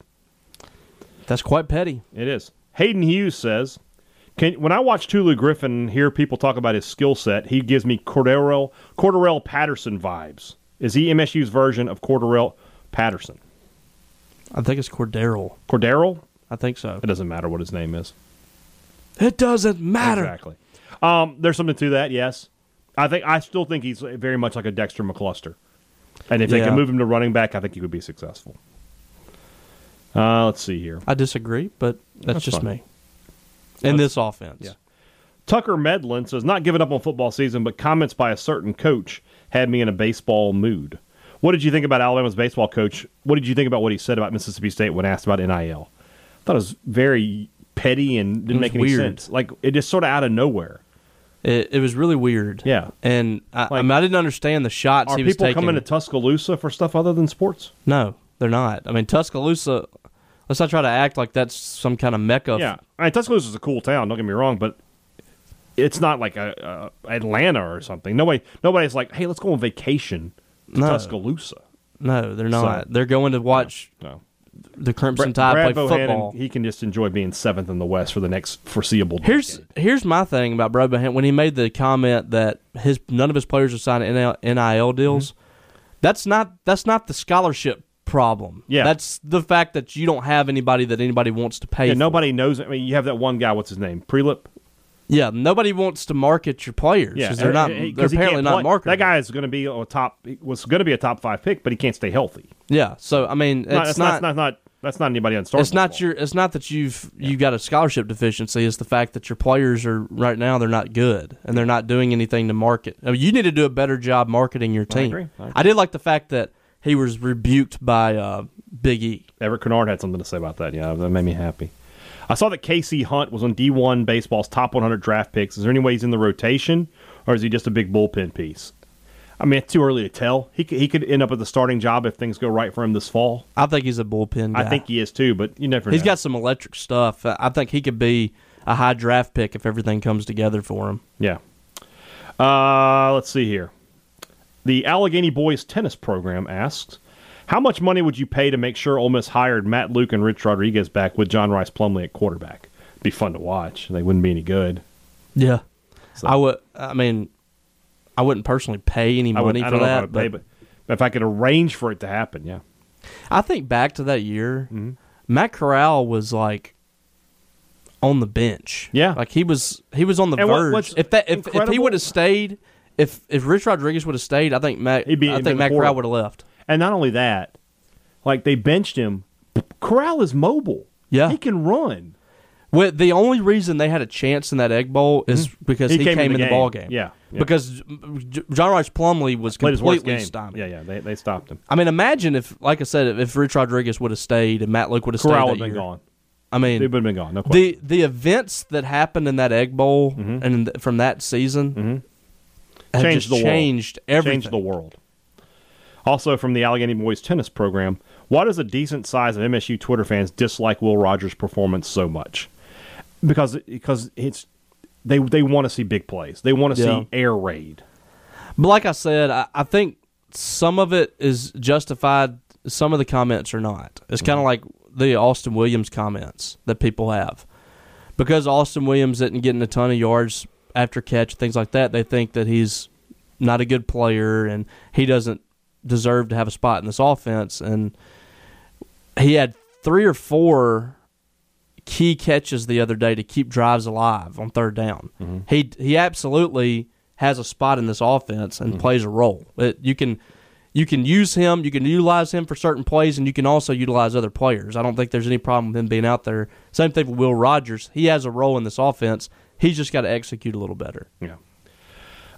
S3: That's quite petty.
S2: It is. Hayden Hughes says, "Can when I watch Tulu Griffin and hear people talk about his skill set, he gives me Cordero Corderell Patterson vibes. Is he MSU's version of Corderell Patterson?
S3: I think it's Cordero.
S2: Cordero?
S3: I think so.
S2: It doesn't matter what his name is.
S3: It doesn't matter.
S2: Exactly. Um, there's something to that. Yes, I think I still think he's very much like a Dexter McCluster, and if they
S3: Yeah.
S2: can move him to running back, I think he would be successful. Uh, let's see here.
S3: I disagree, but that's,
S2: That's
S3: just
S2: fine.
S3: me. In this offense.
S2: Yeah. Tucker Medlin says, not giving up on football season, but comments by a certain coach had me in a baseball mood. What did you think about Alabama's baseball coach? What did you think about what he said about Mississippi State when asked about NIL? I thought it was very petty and didn't
S3: It was
S2: make any
S3: weird.
S2: sense. Like, it just sort of out of nowhere.
S3: It, it was really weird.
S2: Yeah.
S3: And I, I,
S2: Like-
S3: mean, I didn't understand the shots
S2: Are
S3: he was
S2: people
S3: taking.
S2: coming to Tuscaloosa for stuff other than sports?
S3: no, they're not. I mean, Tuscaloosa, let's not try to act like that's some kind of mecca.
S2: Yeah, I mean, Tuscaloosa is a cool town. Don't get me wrong, but it's not like a, a Atlanta or something. Nobody, nobody's like, hey, let's go on vacation to
S3: No.
S2: Tuscaloosa.
S3: No, they're not. they're going to watch
S2: No,
S3: the Crimson Tide play football.
S2: he can just enjoy being seventh in the West for the next foreseeable.
S3: Here's
S2: decade.
S3: here's my thing about Brad Bohannon. When he made the comment that his none of his players are signing NIL,
S2: Mm-hmm.
S3: NIL deals, that's not that's not the scholarship problem.
S2: Yeah.
S3: that's the fact that you don't have anybody that anybody wants to pay.
S2: yeah,
S3: for.
S2: nobody knows. I mean, you have that one guy. What's his name? Prelip.
S3: Yeah, nobody wants to market your players
S2: Yeah,
S3: because they're not.
S2: eh, eh, 'cause he
S3: they're
S2: can't
S3: apparently not
S2: play.
S3: marketing.
S2: That guy is going to be a top. Was going to be a top five pick, but he can't stay healthy.
S3: Yeah, so I mean, it's
S2: No,
S3: not.
S2: that's not, not, not that's not anybody on
S3: it's not your. It's not that you've you've got a scholarship deficiency. It's the fact that your players are right now they're not good and they're not doing anything to market. I mean, you need to do a better job marketing your team.
S2: agree. I
S3: did like the fact that he was rebuked by uh, Big E.
S2: Everett Kennard had something to say about that. Yeah, that made me happy. I saw that Casey Hunt was on D1 baseball's top 100 draft picks. Is there any way he's in the rotation, or is he just a big bullpen piece? I mean, it's too early to tell. He could, he could end up at the starting job if things go right for him this fall.
S3: I think he's a bullpen guy.
S2: I think he is too, but you never.
S3: he's
S2: know.
S3: got some electric stuff. I I think he could be a high draft pick if everything comes together for him.
S2: Yeah. Uh, let's see here. The Allegheny Boys Tennis Program asks, how much money would you pay to make sure Ole Miss hired Matt Luke and Rich Rodriguez back with John Rice Plumley at quarterback? Be fun to watch. They wouldn't be any good.
S3: Yeah, I would. I mean, I wouldn't personally pay any
S2: I
S3: money
S2: wouldn't. I
S3: for
S2: don't know
S3: that.
S2: if I'd pay, but if I could arrange for it to happen, yeah.
S3: I think back to that year,
S2: Mm-hmm.
S3: Matt Corral was like on the bench.
S2: Yeah.
S3: like he was he was on the
S2: And what-
S3: verge.
S2: what's
S3: if that if, if he
S2: incredible-
S3: would have stayed, if if Rich Rodriguez would have stayed, I think Matt
S2: He'd be-
S3: I
S2: he'd
S3: think
S2: been
S3: Matt Corral
S2: horrible.
S3: would have left.
S2: And not only that, like they benched him. Corral is mobile.
S3: Yeah.
S2: he can run.
S3: Well, the only reason they had a chance in that Egg Bowl is because
S2: Mm-hmm. He
S3: he,
S2: came
S3: came,
S2: in
S3: in
S2: the game.
S3: the, ball game.
S2: Yeah, yeah.
S3: because J- John Rice Plumley was
S2: Played his worst
S3: completely
S2: game.
S3: stymied.
S2: Yeah, yeah, they, they stopped him.
S3: I mean, imagine if, like I said, if Rich Rodriguez would have stayed and Matt Luke would have stayed.
S2: Corral
S3: that
S2: would have been
S3: year.
S2: gone.
S3: I mean,
S2: He would have been gone. No question.
S3: the the events that happened in that Egg Bowl and th- from that season
S2: Mm-hmm.
S3: have
S2: Changed
S3: just
S2: the world.
S3: changed everything.
S2: Change the world. Also from the Allegheny Boys tennis program, why does a decent size of MSU Twitter fans dislike Will Rogers' performance so much? because because it's they they want to see big plays. They want to
S3: Yeah.
S2: see air raid.
S3: But like I said, I, I think some of it is justified. Some of the comments are not.
S2: Mm-hmm.
S3: It's kind of like the Austin Williams comments that people have. Because Austin Williams isn't getting a ton of yards after catch, things like that, they think that he's not a good player and he doesn't deserve to have a spot in this offense. And he had three or four key catches the other day to keep drives alive on third down. He he absolutely has a spot in this offense and plays a role. It, you can you can use him, you can utilize him for certain plays, and you can also utilize other players. I don't think there's any problem with him being out there. Same thing with Will Rogers. He has a role in this offense. He's just got to execute a little better.
S2: Yeah.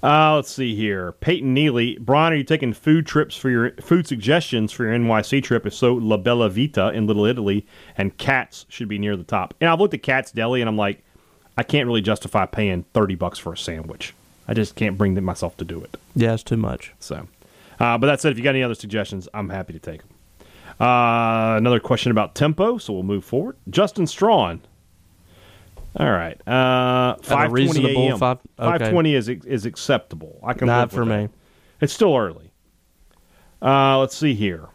S2: Uh, let's see here. Peyton Neely, Brian, are you taking food trips for your food suggestions for your NYC trip? If so, La Bella Vita in Little Italy and Cats should be near the top. And I've looked at Cats Deli, and I'm like, I can't really justify paying thirty bucks for a sandwich. I just can't bring them- myself to do it.
S3: Yeah, it's too much.
S2: So, uh, but that said, if you got any other suggestions, I'm happy to take them. Uh, another question about tempo, so we'll move forward. Justin Strawn. All right, uh, five twenty
S3: reasonable
S2: a.m.
S3: five-
S2: Five
S3: okay.
S2: twenty is is acceptable. I can
S3: Not
S2: live with
S3: for
S2: that.
S3: me.
S2: It's still early. Uh, let's see here.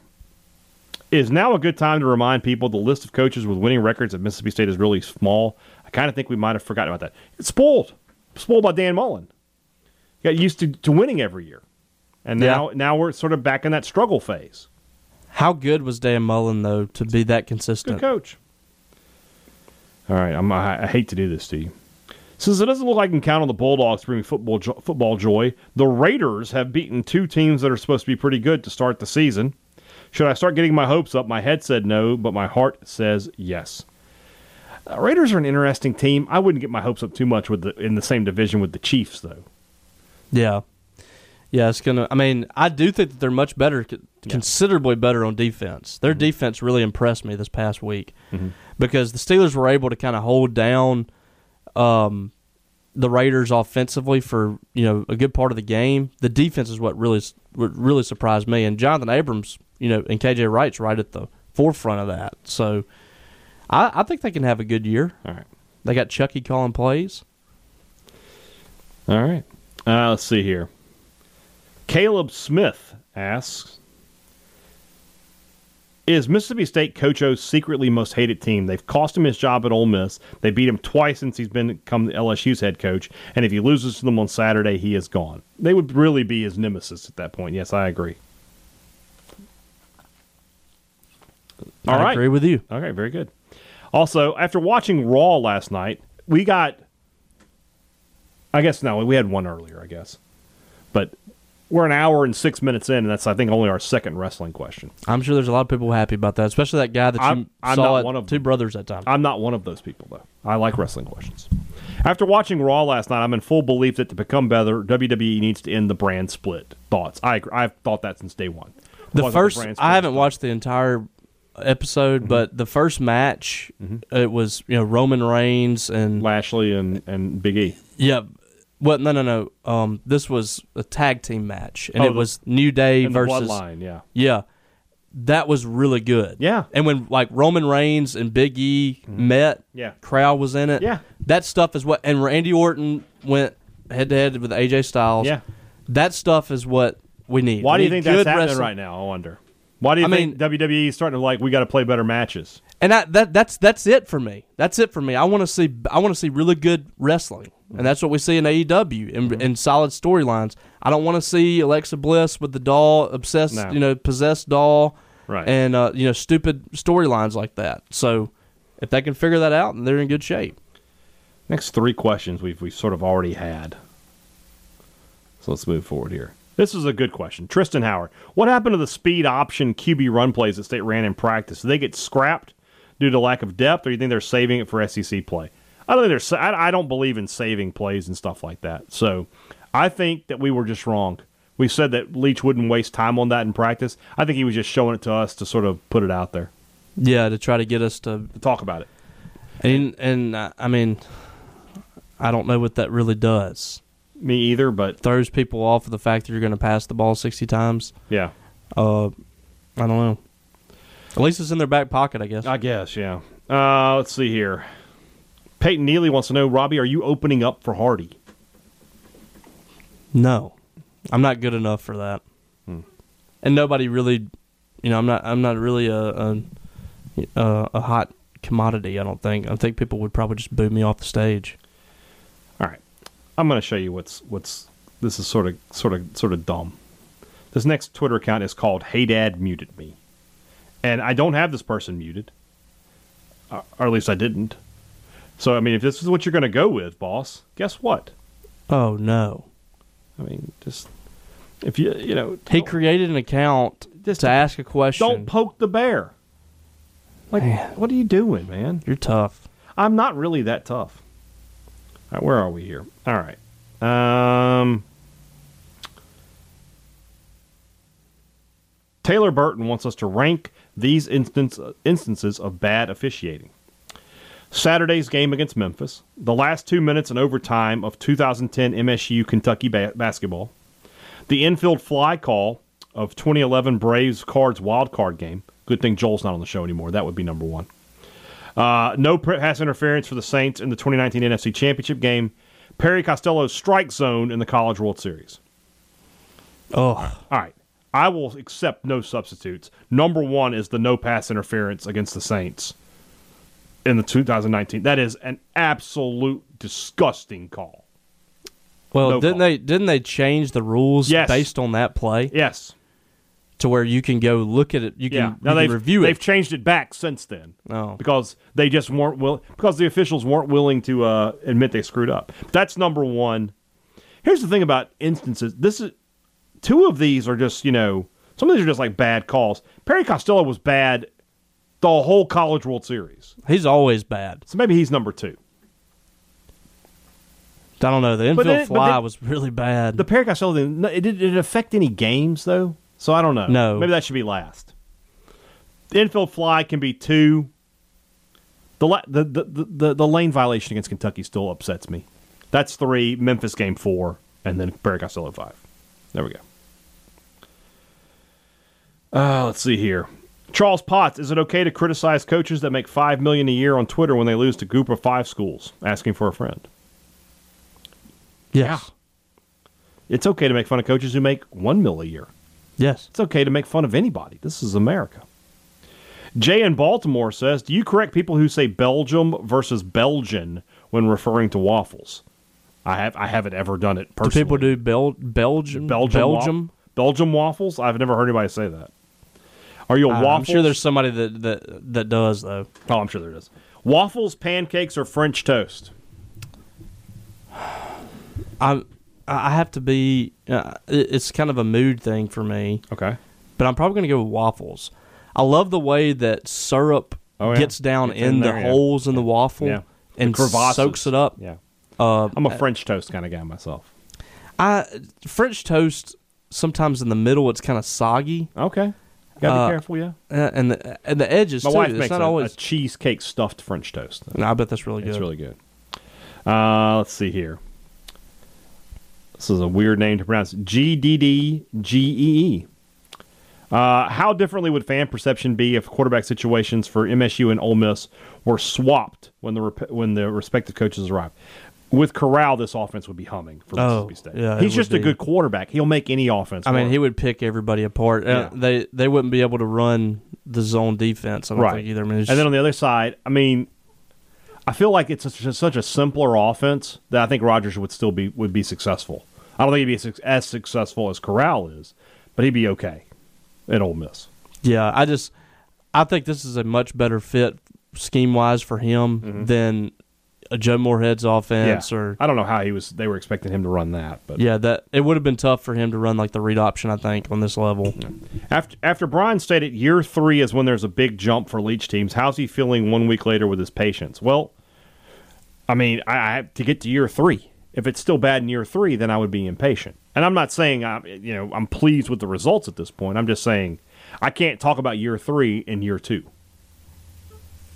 S2: Is now a good time to remind people the list of coaches with winning records at Mississippi State is really small. I kind of think we might have forgotten about that. It's spoiled, spoiled by Dan Mullen. He got used to, to winning every year, and
S3: Yeah.
S2: now now we're sort of back in that struggle phase.
S3: How good was Dan Mullen though to be that
S2: Good
S3: consistent?
S2: coach. Uh, All right, I'm, I, I hate to do this to you. Since it doesn't look like I can count on the Bulldogs to bring football jo- football joy, the Raiders have beaten two teams that are supposed to be pretty good to start the season. Should I start getting my hopes up? My head said no, but my heart says yes. Uh, Raiders are an interesting team. I wouldn't get my hopes up too much with the in the same division with the Chiefs, though.
S3: Yeah. Yeah, it's going to. I mean, I do think that they're much better, c- considerably better on defense.
S2: Mm-hmm.
S3: Their defense really impressed me this past week because the Steelers were able to kind of hold down um, the Raiders offensively for you know a good part of the game. The defense is what really what really surprised me, and Jonathan Abrams, you know, and KJ Wright's right at the forefront of that. So, I, I think they can have a good year.
S2: All right.
S3: They got Chucky calling plays.
S2: All right. Uh, let's see here. Caleb Smith asks Is Mississippi State Coach O's secretly most hated team? They've cost him his job at Ole Miss. They beat him twice since he's been become LSU's head coach. And if he loses to them on Saturday, he is gone. They would really be his nemesis at that point. Yes, I agree. All
S3: I
S2: right.
S3: agree with you.
S2: Okay, very good. Also, after watching Raw last night, we got. I guess no, we had one earlier. I guess, but we're an hour and six minutes in, and that's I think only our second wrestling question.
S3: I'm sure there's a lot of people happy about that, especially that guy that you
S2: I'm- I'm
S3: saw
S2: not
S3: at
S2: one of
S3: Two
S2: them.
S3: Brothers that time.
S2: I'm not one of those people though. I like wrestling questions. After watching Raw last night, I'm in full belief that to become better, WWE needs to end the brand split. Thoughts? I agree. I've thought that since day one.
S3: the
S2: Wasn't
S3: first,
S2: brand split.
S3: I haven't watched the entire episode,
S2: Mm-hmm.
S3: but the first match, it was you know Roman Reigns and
S2: Lashley and and Big E.
S3: yeah, what? No, no, no. Um, this was a tag team match, and
S2: Oh,
S3: it
S2: the-
S3: was New Day
S2: And the
S3: versus
S2: bloodline, yeah.
S3: yeah. That was really good.
S2: Yeah. Mm-hmm.
S3: and when like Roman Reigns and Big E met,
S2: Yeah.
S3: crowd was in it.
S2: Yeah.
S3: that stuff is what. And Randy Orton went head to head with AJ Styles.
S2: Yeah.
S3: that stuff is what we need.
S2: Why do
S3: We
S2: you
S3: need
S2: think that's
S3: good
S2: happening
S3: wrestling.
S2: right now? I wonder. Why do you
S3: I
S2: think
S3: mean-
S2: WWE is starting to like we got to play better matches?
S3: And I, that that's that's it for me. That's it for me. I want to see I want to see really good wrestling, and that's what we see in AEW
S2: Mm-hmm.
S3: and, and solid storylines. I don't want to see Alexa Bliss with the doll obsessed,
S2: No.
S3: you know, possessed doll,
S2: Right.
S3: And uh, you know, stupid storylines like that. So if they can figure that out, then they're in good shape.
S2: Next three questions we've we've sort of already had. So let's move forward here. This is a good question. Tristan Howard. What happened to the speed option QB run plays that State ran in practice? Did they get scrapped due to lack of depth, or you think they're saving it for SEC play? I don't think they're. sa- I I don't believe in saving plays and stuff like that. So I think that we were just wrong. We said that Leach wouldn't waste time on that in practice. I think he was just showing it to us to sort of put it out there,
S3: Yeah, to try to get us to
S2: to talk about it.
S3: and and uh, I mean, I don't know what that really does.
S2: Me either, but
S3: Throws people off of the fact that you're going to pass the ball sixty times.
S2: yeah.
S3: Uh, I don't know. At least it's in their back pocket, I guess.
S2: I guess, yeah. Uh, let's see here. Peyton Neely wants to know, Robbie, are you opening up for Hardy?
S3: No, I'm not good enough for that.
S2: Hmm.
S3: And nobody really, you know, I'm not. I'm not really a a, a a hot commodity. I don't think. I think people would probably just boo me off the stage.
S2: All right, I'm going to show you what's what's. This is sort of sort of sort of dumb. This next Twitter account is called Hey Dad Muted Me, and I don't have this person muted, or, or at least I didn't. So I mean, if this is what you're going to go with, boss, guess what?
S3: Oh no,
S2: I mean, just if you you know
S3: he created an account
S2: Just
S3: to ask a question.
S2: don't poke the bear. Like, what are you doing, man?
S3: You're tough.
S2: I'm not really that tough. All right, where are we here? All right. Um, Taylor Burton wants us to rank these instance, instances of bad officiating. Saturday's game against Memphis, the last two minutes in overtime of 2010 MSU Kentucky ba- basketball, the infield fly call of 2011 Braves Cards wild card game. Good thing Joel's not on the show anymore. That would be number one. Uh, no pr- pass interference for the Saints in the 2019 NFC Championship game. Perry Costello's strike zone in the College World Series.
S3: Oh,
S2: All right. I will accept no substitutes. Number one is the no pass interference against the Saints in the 2019. That is an absolute disgusting call.
S3: well,
S2: No
S3: didn't
S2: call.
S3: they didn't they change the rules
S2: Yes.
S3: based on that play
S2: Yes.
S3: to where you can go look at it, you can,
S2: Yeah.
S3: you can
S2: they've
S3: review
S2: they've
S3: it.
S2: changed it back since then.
S3: Oh.
S2: Because they just weren't will because the officials weren't willing to uh, admit they screwed up. That's number one. Here's the thing about instances. This is two of these are just you know some of these are just like bad calls. Perry Costello was bad the whole College World Series,
S3: He's always bad.
S2: so maybe he's number two.
S3: I don't know. The infield
S2: then- but
S3: fly
S2: then-
S3: was really bad.
S2: The Perry Costello thing no, it did did it affect any games though, so I don't know.
S3: No.
S2: maybe that should be last. The infield fly can be two. The, la- the, the, the, the, the lane violation against Kentucky still upsets me. That's three, Memphis game four, and then Barry Costello five. There we go. Uh, let's see here. Charles Potts, is it okay to criticize coaches that make five million a year on Twitter when they lose to group of five schools? Asking for a friend.
S3: yes.
S2: It's okay to make fun of coaches who make one mil a year.
S3: Yes.
S2: It's okay to make fun of anybody. This is America. Jay in Baltimore says, "Do you correct people who say Belgium versus Belgian when referring to waffles?" I have I haven't ever done it
S3: Do
S2: personally.
S3: people do Bel- Belgium?
S2: Belgium Mm-hmm. wa- Belgium waffles? I've never heard anybody say that. Are you a
S3: I don't know.
S2: waffle?
S3: Uh, I'm sure there's somebody that, that that does though.
S2: Oh, I'm sure there is. Waffles, pancakes, or French toast?
S3: I I have to be. Uh, it- it's kind of a mood thing for me,
S2: Okay.
S3: but I'm probably going to go with waffles. I love the way that syrup
S2: Oh, yeah.
S3: gets down
S2: It's
S3: in,
S2: in
S3: the
S2: there, yeah.
S3: holes in the waffle
S2: Yeah. The
S3: and
S2: crevasses.
S3: soaks it up.
S2: Yeah.
S3: Uh,
S2: I'm a French toast kind of guy myself.
S3: I French toast sometimes in the middle it's kind of soggy,
S2: Okay. Gotta be
S3: Uh,
S2: careful, yeah.
S3: uh, and the and the edges
S2: My
S3: too.
S2: wife
S3: it's
S2: makes
S3: not
S2: a,
S3: always.
S2: a cheesecake stuffed French toast.
S3: No, I bet that's really good.
S2: It's really good. Uh, let's see here. This is a weird name to pronounce. G D D G E E. Uh, how differently would fan perception be if quarterback situations for MSU and Ole Miss were swapped when the rep- when the respective coaches arrived? With Corral, this offense would be humming for
S3: Oh,
S2: Mississippi State.
S3: yeah, it
S2: He's
S3: would
S2: just a
S3: be.
S2: good quarterback. He'll make any offense.
S3: I mean,
S2: work.
S3: he would pick everybody apart. Uh,
S2: Yeah.
S3: They they wouldn't be able to run the zone defense. I don't think either. I mean, it's
S2: and then
S3: just-
S2: on the other side, I mean, I feel like it's such a, such a simpler offense that I think Rodgers would still be would be successful. I don't think he'd be suc- as successful as Corral is, but he'd be okay at Ole Miss.
S3: yeah, I just I think this is a much better fit scheme wise for him
S2: Mm-hmm.
S3: than a Joe Moorhead's offense or
S2: I don't know how he was. They were expecting him to run that, but
S3: yeah that it would have been tough for him to run like the read option. I think on this level.
S2: after after Brian stated year three is when there's a big jump for Leach teams. How's he feeling one week later with his patience? Well, I mean, I, I have to get to year three. If it's still bad in year three, then I would be impatient. And I'm not saying I'm you know I'm pleased with the results at this point. I'm just saying I can't talk about year three and year two.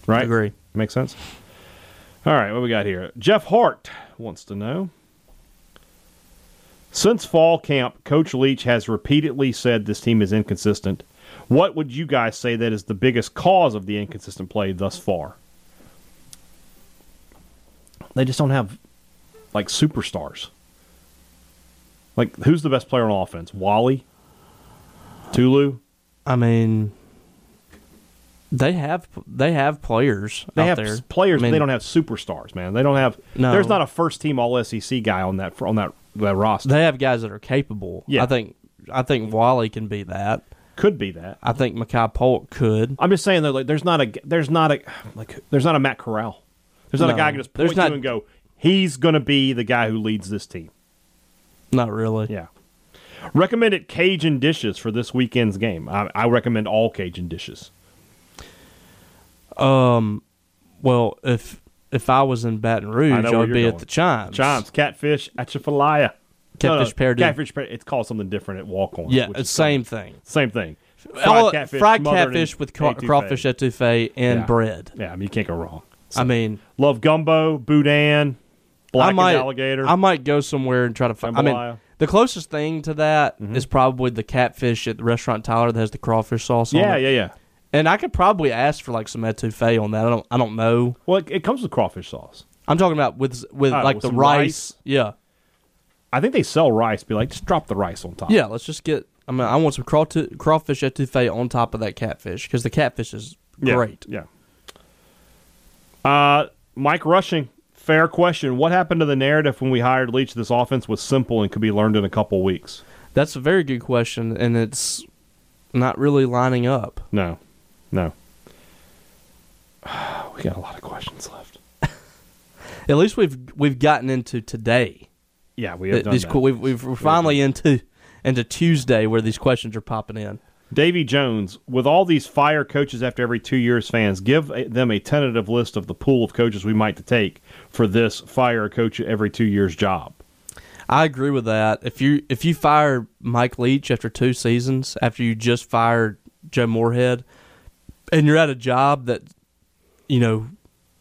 S2: Right?
S3: Agree.
S2: Make sense. All right, what we got here? Jeff Hart wants to know. Since fall camp, Coach Leach has repeatedly said this team is inconsistent. What would you guys say that is the biggest cause of the inconsistent play thus far? they just don't have like superstars. Like who's the best player on offense? Wally, Tulu.
S3: I mean, they have they have players.
S2: They
S3: out
S2: have
S3: there.
S2: s- players,
S3: I mean,
S2: but they don't have superstars, man. They don't have.
S3: No.
S2: There's not a first team All SEC guy on that on that that roster.
S3: They have guys that are capable.
S2: Yeah.
S3: I think I think Wally can be that.
S2: Could be that.
S3: I think Makai Polk could.
S2: I'm just saying though, like there's not a there's not a like there's not a Matt Corral. There's not a
S3: No.
S2: guy I can just
S3: There's
S2: point
S3: not-
S2: to and go, he's gonna be the guy who leads this team.
S3: Not really.
S2: Yeah. Recommended Cajun dishes for this weekend's game. I, I recommend all Cajun dishes.
S3: Um. Well, if if I was in Baton Rouge,
S2: I
S3: I,
S2: know where
S3: would
S2: you're
S3: be
S2: going.
S3: at the Chimes.
S2: Chimes, catfish, achafalaya. No,
S3: Catfish parody.
S2: Catfish parody. It's called something different at Walk On.
S3: Yeah,
S2: which
S3: it's
S2: is
S3: same thing.
S2: Same thing. Fried
S3: All- fried
S2: smothered in
S3: catfish with ca-
S2: etouffee.
S3: crawfish etouffee and
S2: Yeah.
S3: bread.
S2: Yeah, I mean, you can't go wrong.
S3: I mean,
S2: Love gumbo, boudin,
S3: I
S2: black
S3: might
S2: alligator.
S3: I might go somewhere and try to find. I mean,
S2: Jambalaya. Mm-hmm.
S3: the closest thing to that is probably the catfish at the restaurant Tyler that has the crawfish sauce.
S2: yeah,
S3: on it.
S2: yeah, yeah.
S3: And I could probably ask for like some etouffee on that. I don't. I don't know.
S2: Well, it, it comes with crawfish sauce.
S3: I'm talking about with with
S2: Oh,
S3: like
S2: with
S3: the
S2: some
S3: rice.
S2: rice?
S3: Yeah,
S2: I think they sell rice. Be like, just drop the rice on top.
S3: yeah. Let's just get. I mean, I want some craw- crawfish etouffee on top of that catfish because the catfish is
S2: Yeah,
S3: great.
S2: Yeah. Uh, Mike Rushing, fair question. What happened to the narrative when we hired Leach? This offense was simple and could be learned in a couple weeks.
S3: That's a very good question, and it's not really lining up.
S2: No, no. We got a lot of questions left.
S3: At least we've we've gotten into today.
S2: Yeah, we have
S3: Th-
S2: done
S3: these
S2: that.
S3: que- we've, we've we're finally into into Tuesday where these questions are popping in.
S2: Davy Jones, with all these fire coaches after every two years, fans give a, them a tentative list of the pool of coaches we might to take for this fire a coach every two years job.
S3: I agree with that. If you if you fire Mike Leach after two seasons, after you just fired Joe Moorhead, and you're at a job that you know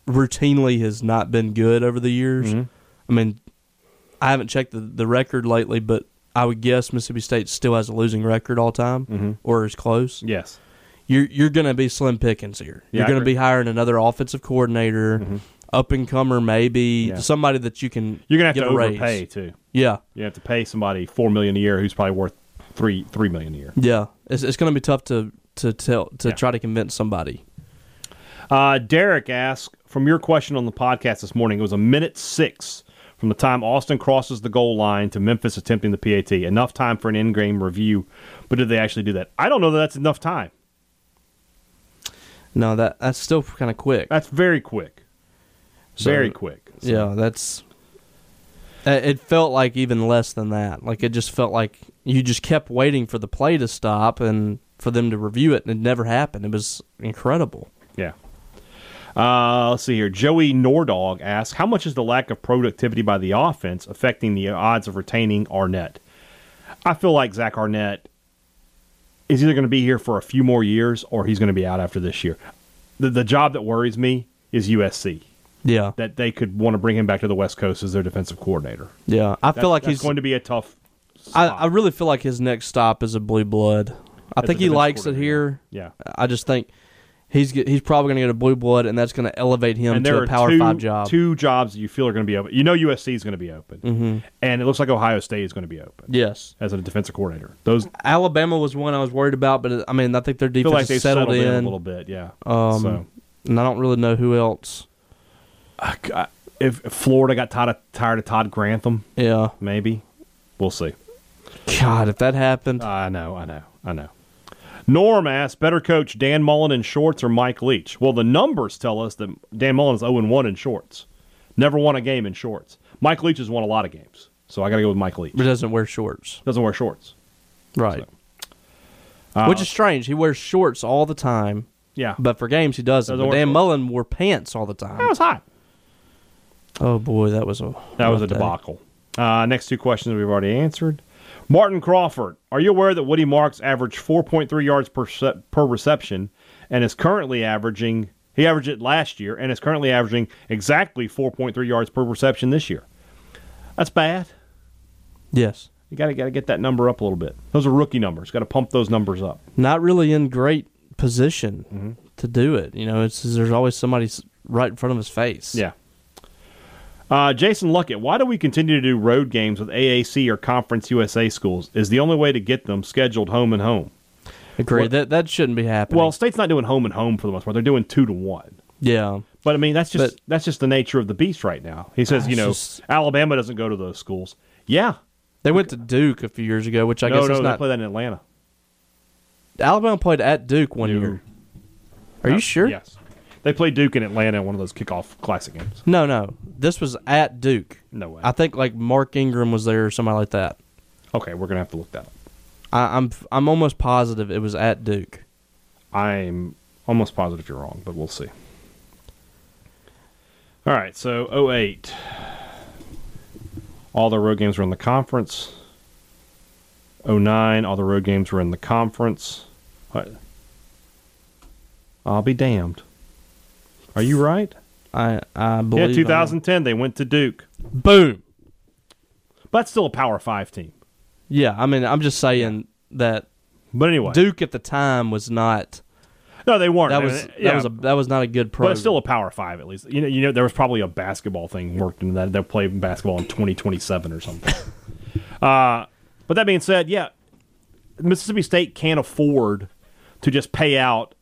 S3: routinely has not been good over the years,
S2: Mm-hmm.
S3: I mean, I haven't checked the, the record lately, but I would guess Mississippi State still has a losing record all time
S2: Mm-hmm.
S3: or is close.
S2: Yes.
S3: you're you're going to be slim pickings here.
S2: Yeah,
S3: you're
S2: I
S3: going to
S2: agree. Mm-hmm.
S3: be hiring another offensive coordinator, up and comer, maybe
S2: Yeah.
S3: somebody that you can.
S2: You're going to
S3: get
S2: have
S3: a
S2: to
S3: raise.
S2: overpay, too.
S3: Yeah,
S2: You have to pay somebody four million a year who's probably worth three three million a year.
S3: yeah. It's, it's going to be tough to to tell to
S2: Yeah.
S3: try to convince somebody.
S2: Uh, Derek asks from your question on the podcast this morning. It was a minute six from the time Austin crosses the goal line to Memphis attempting the PAT. Enough time for an in game review, but did they actually do that? I don't know that that's enough time.
S3: No, that that's still kind of quick.
S2: That's very quick,
S3: So-
S2: very quick. So-
S3: Yeah, that's. uh, It felt like even less than that. Like it just felt like you just kept waiting for the play to stop and for them to review it, and it never happened. It was incredible.
S2: Yeah. Uh, let's see here. Joey Nordog asks, how much is the lack of productivity by the offense affecting the odds of retaining Arnett? I feel like Zach Arnett is either going to be here for a few more years or he's going to be out after this year. The, the job that worries me is USC,
S3: Yeah,
S2: that they could want to bring him back to the West Coast as their defensive coordinator.
S3: yeah. I
S2: That-
S3: feel like
S2: that's
S3: he's
S2: going to be a tough
S3: I,
S2: spot.
S3: I really feel like his next stop is a blue blood. I
S2: As
S3: think
S2: a
S3: he
S2: defensive
S3: likes it
S2: coordinator.
S3: here.
S2: Yeah.
S3: I just think he's get- he's probably going to get a blue blood, and that's going to elevate him
S2: and
S3: to
S2: there
S3: a
S2: are
S3: power
S2: two,
S3: five job.
S2: two jobs that you feel are going to be open. You know USC is going to be open.
S3: Mm-hmm.
S2: And it looks like Ohio State is going to be open.
S3: Yes,
S2: as a defensive coordinator. Those
S3: Alabama was one I was worried about, but I mean I think their
S2: feel
S3: defense
S2: like they
S3: is settled, in,
S2: a little bit, yeah.
S3: Um,
S2: so
S3: and I don't really know who else.
S2: I- I- if if Florida got tired of, tired of Todd Grantham,
S3: Yeah,
S2: maybe we'll see.
S3: God, if that happened,
S2: I know, I know, I know. Norm asks, better coach Dan Mullen in shorts or Mike Leach? Well, the numbers tell us that Dan Mullen is 0 1 in shorts. Never won a game in shorts. Mike Leach has won a lot of games, so I got to go with Mike Leach.
S3: he doesn't wear shorts,
S2: Doesn't wear shorts.
S3: right?
S2: Uh,
S3: Which is strange. He wears shorts all the time,
S2: Yeah,
S3: but for games he doesn't.
S2: Doesn't
S3: but
S2: wear
S3: Dan
S2: shorts.
S3: Mullen wore pants all the
S2: that
S3: time.
S2: was hot.
S3: Oh boy, that was a
S2: That was a
S3: rough day.
S2: debacle. Uh, next two questions we've already answered. Martin Crawford, are you aware that Woody Marks averaged 4.3 yards per, se- per reception and is currently averaging, he averaged it last year and is currently averaging exactly 4.3 yards per reception this year? That's bad.
S3: Yes.
S2: You got to got to get that number up a little bit. Those are rookie numbers. Got to pump those numbers up.
S3: not really in great position
S2: Mm-hmm.
S3: to do it. You know, it's there's always somebody s- right in front of his face.
S2: Yeah. Uh, Jason Luckett, why do we continue to do road games with AAC or Conference USA schools? Is the only way to get them scheduled home and home.
S3: Agree. that that shouldn't be happening.
S2: Well, state's not doing home and home for the most part. They're doing two to one.
S3: yeah.
S2: But I mean, that's just
S3: But-
S2: that's just the nature of the beast right now. He says,
S3: Ah,
S2: you
S3: it's
S2: know,
S3: just-
S2: Alabama doesn't go to those schools. Yeah,
S3: They went to Duke a few years ago, which I
S2: no,
S3: guess
S2: no,
S3: is
S2: they
S3: not.
S2: play that in Atlanta.
S3: Alabama played at Duke one
S2: Duke. Uh,
S3: year. Are you sure?
S2: Yes, they play Duke in Atlanta in one of those kickoff classic games.
S3: No, no. This was at Duke.
S2: No way.
S3: I think like Mark Ingram was there or somebody like that.
S2: Okay, we're gonna have to look that up.
S3: I, I'm I'm almost positive it was at Duke.
S2: I'm almost positive you're wrong, but we'll see. All right, so 08. All the road games were in the conference. 09, all the road games were in the conference. What? I'll be damned. Are you right?
S3: I I
S2: Yeah,
S3: believe. I am.
S2: 2010, they went to Duke.
S3: Boom.
S2: But that's still a Power 5 team.
S3: Yeah. I mean, I'm just saying that
S2: But anyway.
S3: Duke at the time was not.
S2: No, they weren't.
S3: That
S2: I mean,
S3: was that
S2: yeah.
S3: was a that was not a good
S2: But
S3: program.
S2: it's still a Power Five, at least. You know, you know, there was probably a basketball thing worked into that. They'll play basketball in twenty twenty seven or something. uh, but that being said, yeah, Mississippi State can't afford to just pay out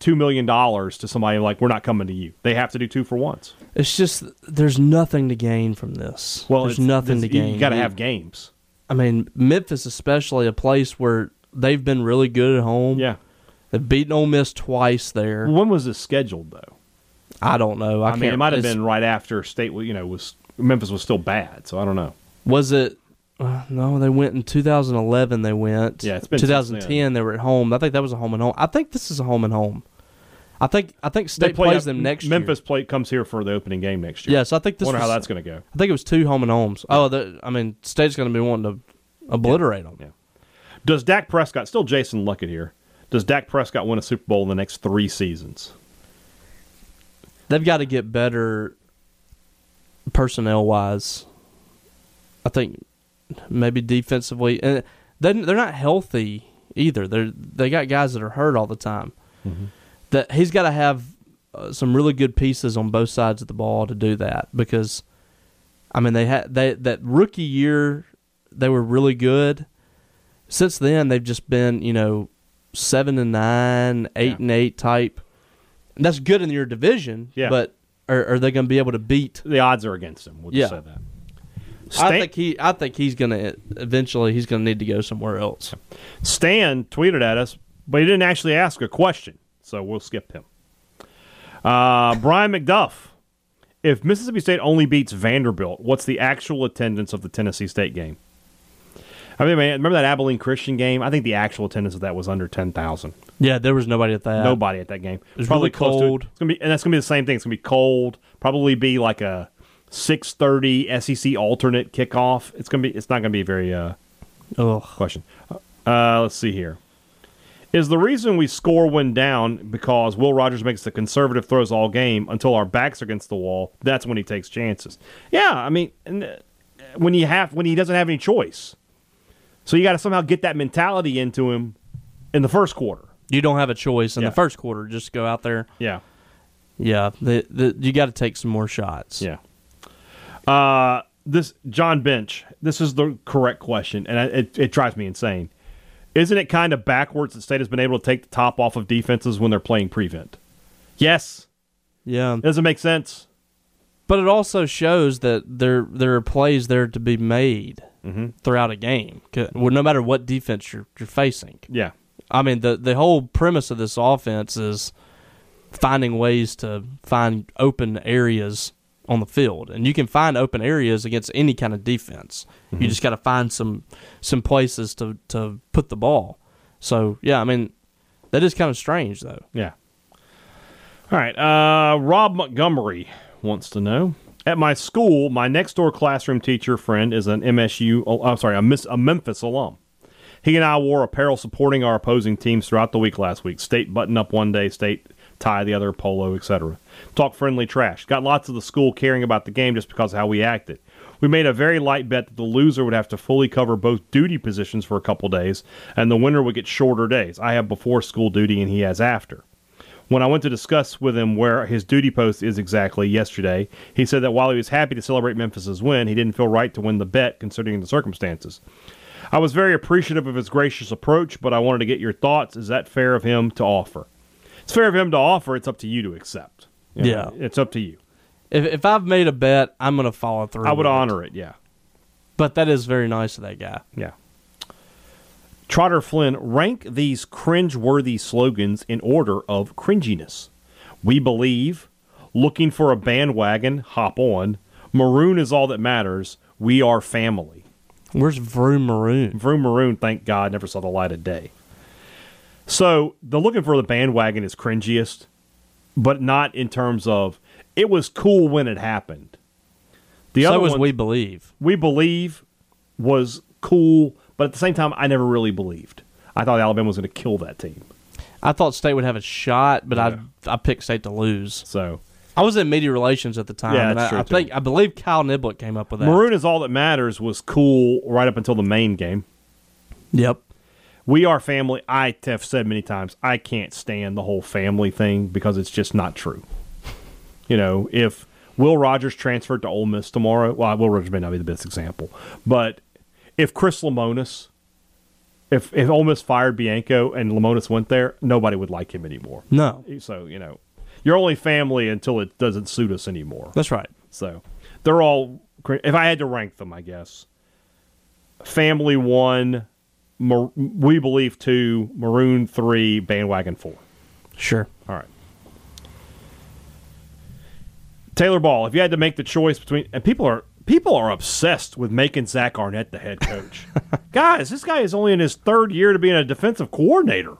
S2: two million dollars to somebody like we're not coming to you. They have to do two for once.
S3: It's just there's nothing to gain from this.
S2: Well,
S3: there's
S2: it's-
S3: nothing to
S2: it's-
S3: gain.
S2: You got to
S3: We-
S2: have games.
S3: I mean, Memphis especially a place where they've been really good at home.
S2: Yeah.
S3: They've beaten Ole Miss twice there.
S2: When was this scheduled though?
S3: I don't know. I,
S2: I,
S3: can't,
S2: mean, it might have
S3: it's-
S2: been right after state. You know, was Memphis was still bad, so I don't know.
S3: Was it? Uh, no, they went in 2011. They went.
S2: Yeah, it's been since
S3: 2010. They were at home. I think that was a home and home. I think this is a home and home. I think I think State
S2: play
S3: plays
S2: up-
S3: them next
S2: Memphis play comes here for the opening game next
S3: year.
S2: year.
S3: Yes, I think this.
S2: Wonder
S3: was,
S2: how that's going to go.
S3: I think it was two home and homes. Oh, the, I mean, State's going to be wanting to obliterate them.
S2: Yeah. Does Dak Prescott still Jason Luckett here? Does Dak Prescott win a Super Bowl in the next three seasons?
S3: They've got to get better personnel wise. I think maybe defensively, and they they're not healthy either. They they got guys that are hurt all the time. That he's got to have uh, some really good pieces on both sides of the ball to do that because, I mean, they had they that rookie year they were really good. Since then, they've just been you know seven and nine, eight
S2: Yeah.
S3: and eight type. And that's good in your division,
S2: Yeah.
S3: but are, are they going to be able to beat?
S2: The odds are against him. We'll
S3: Yeah.
S2: just say that.
S3: I
S2: Stan,
S3: think he, I think he's going to eventually he's going to need to go somewhere else.
S2: Stan tweeted at us, but he didn't actually ask a question, so we'll skip him. Uh, Brian McDuff. If Mississippi State only beats Vanderbilt, what's the actual attendance of the Tennessee State game? I mean, man, remember that Abilene Christian game? I think the actual attendance of that was under 10,000.
S3: Yeah, there was nobody at that.
S2: nobody at that game.
S3: was really
S2: close to-
S3: cold.
S2: it's gonna be, and that's gonna be the same thing. It's gonna be cold. Probably be like a six thirty SEC alternate kickoff. It's gonna be. It's not gonna be a very uh,
S3: Ugh.
S2: question. Uh, let's see here. Is the reason we score when down because Will Rogers makes the conservative throws all game until our backs are against the wall? That's when he takes chances. Yeah, I mean, and, uh, when you have when he doesn't have any choice, so you got to somehow get that mentality into him in the first quarter.
S3: You don't have a choice in
S2: Yeah.
S3: the first quarter. Just go out there.
S2: Yeah.
S3: Yeah, the, the, you got to take some more shots.
S2: Yeah. Uh, this John Bench. This is the correct question, and I, it, it drives me insane. Isn't it kind of backwards that State has been able to take the top off of defenses when they're playing prevent? Yes,
S3: yeah.
S2: It doesn't make sense.
S3: But it also shows that there there are plays there to be made
S2: Mm-hmm.
S3: throughout a game. 'Cause- Well, no matter what defense you're you're facing.
S2: Yeah,
S3: I mean, the the whole premise of this offense is finding ways to find open areas on the field, and you can find open areas against any kind of defense.
S2: Mm-hmm.
S3: You just got to find some some places to to put the ball. So yeah, I mean, that is kind of strange though.
S2: yeah. All right. Uh, Rob Montgomery wants to know. At my school, my next door classroom teacher friend is an MSU. Oh, I'm sorry, a, Miss, a Memphis alum. He and I wore apparel supporting our opposing teams throughout the week last week. State button up one day, state tie the other, polo, etc. Talk friendly trash. Got lots of the school caring about the game just because of how we acted. We made a very light bet that the loser would have to fully cover both duty positions for a couple days, and the winner would get shorter days. I have before school duty and he has after. When I went to discuss with him where his duty post is exactly yesterday, he said that while he was happy to celebrate Memphis's win, he didn't feel right to win the bet considering the circumstances. I was very appreciative of his gracious approach, but I wanted to get your thoughts. Is that fair of him to offer? It's fair of him to offer. It's up to you to accept. You know,
S3: Yeah.
S2: It's up to you.
S3: If, if I've made a bet, I'm gonna follow through.
S2: I would
S3: with it.
S2: honor it. Yeah.
S3: but that is very nice of that guy.
S2: Yeah. Trotter Flynn, rank these cringe-worthy slogans in order of cringiness. We believe, looking for a bandwagon, hop on. Maroon is all that matters. We are family.
S3: Where's Vroom Maroon?
S2: Vroom Maroon, thank God, never saw the light of day. So the looking for the bandwagon is cringiest, but not in terms of it was cool when it happened. The
S3: so
S2: other
S3: was
S2: ones-
S3: We Believe.
S2: we believe was cool, but at the same time, I never really believed. I thought Alabama was going to kill that team.
S3: I thought State would have a shot, but I I picked State to lose.
S2: So
S3: I was in media relations at the time.
S2: Yeah,
S3: and
S2: that's
S3: I, I
S2: true, too.
S3: think I believe Kyle Niblett came up with that.
S2: maroon is all that matters was cool right up until the main game.
S3: Yep.
S2: We are family. I have said many times I can't stand the whole family thing because it's just not true. You know, if Will Rogers transferred to Ole Miss tomorrow, well, Will Rogers may not be the best example, but if Chris Lamonis, if if Ole Miss fired Bianco and Lamonis went there, nobody would like him anymore.
S3: No,
S2: so you know you're only family until it doesn't suit us anymore
S3: that's right.
S2: so they're all cr- if i had to rank them i guess family one Mar- we believe two maroon three bandwagon four
S3: Sure.
S2: all right taylor ball if you had to make the choice between and people are people are obsessed with making zach arnett the head coach guys this guy is only in his third year to being a defensive coordinator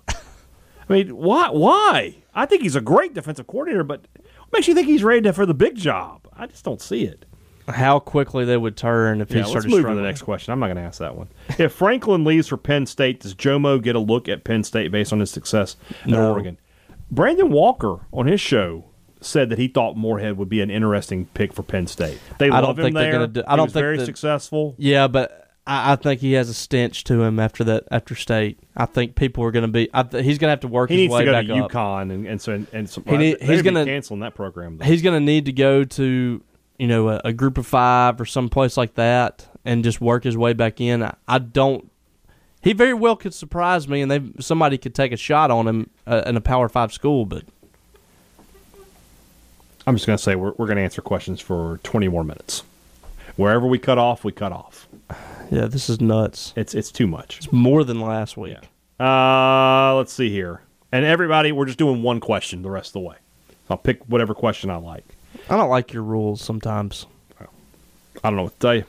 S2: I mean, why? Why? I think he's a great defensive coordinator, but what makes you think he's ready to- for the big job? I just don't see it.
S3: How quickly they would turn if
S2: Yeah,
S3: he
S2: let's
S3: started
S2: move
S3: struggling.
S2: to the next question. I'm not going to ask that one. If Franklin leaves for Penn State, does Jomo get a look at Penn State based on his success at
S3: No.
S2: Oregon? Brandon Walker on his show said that he thought Moorhead would be an interesting pick for Penn State. They
S3: I don't
S2: love him
S3: think they're
S2: there.
S3: gonna do- I
S2: He
S3: don't
S2: was
S3: think
S2: very
S3: that-
S2: successful.
S3: Yeah, but I, I think he has a stench to him after that after state. I think people are going to be. I th- he's going to have to work
S2: He
S3: his
S2: needs
S3: way
S2: to go
S3: back
S2: to
S3: up.
S2: UConn and and so and, and some,
S3: He need-
S2: they'd
S3: he's
S2: be
S3: gonna-
S2: canceling that program. Though.
S3: He's going to need to go to you know a, a group of five or some place like that and just work his way back in. I, I don't. He very well could surprise me, and they somebody could take a shot on him uh, in a Power Five school. But
S2: I'm just going to say we're, we're going to answer questions for 20 more minutes. Wherever we cut off, we cut off.
S3: yeah, this is nuts.
S2: It's it's too much.
S3: It's more than last week.
S2: Uh, let's see here. And everybody, we're just doing one question the rest of the way. I'll pick whatever question I like.
S3: I don't like your rules sometimes.
S2: I don't know what to tell you.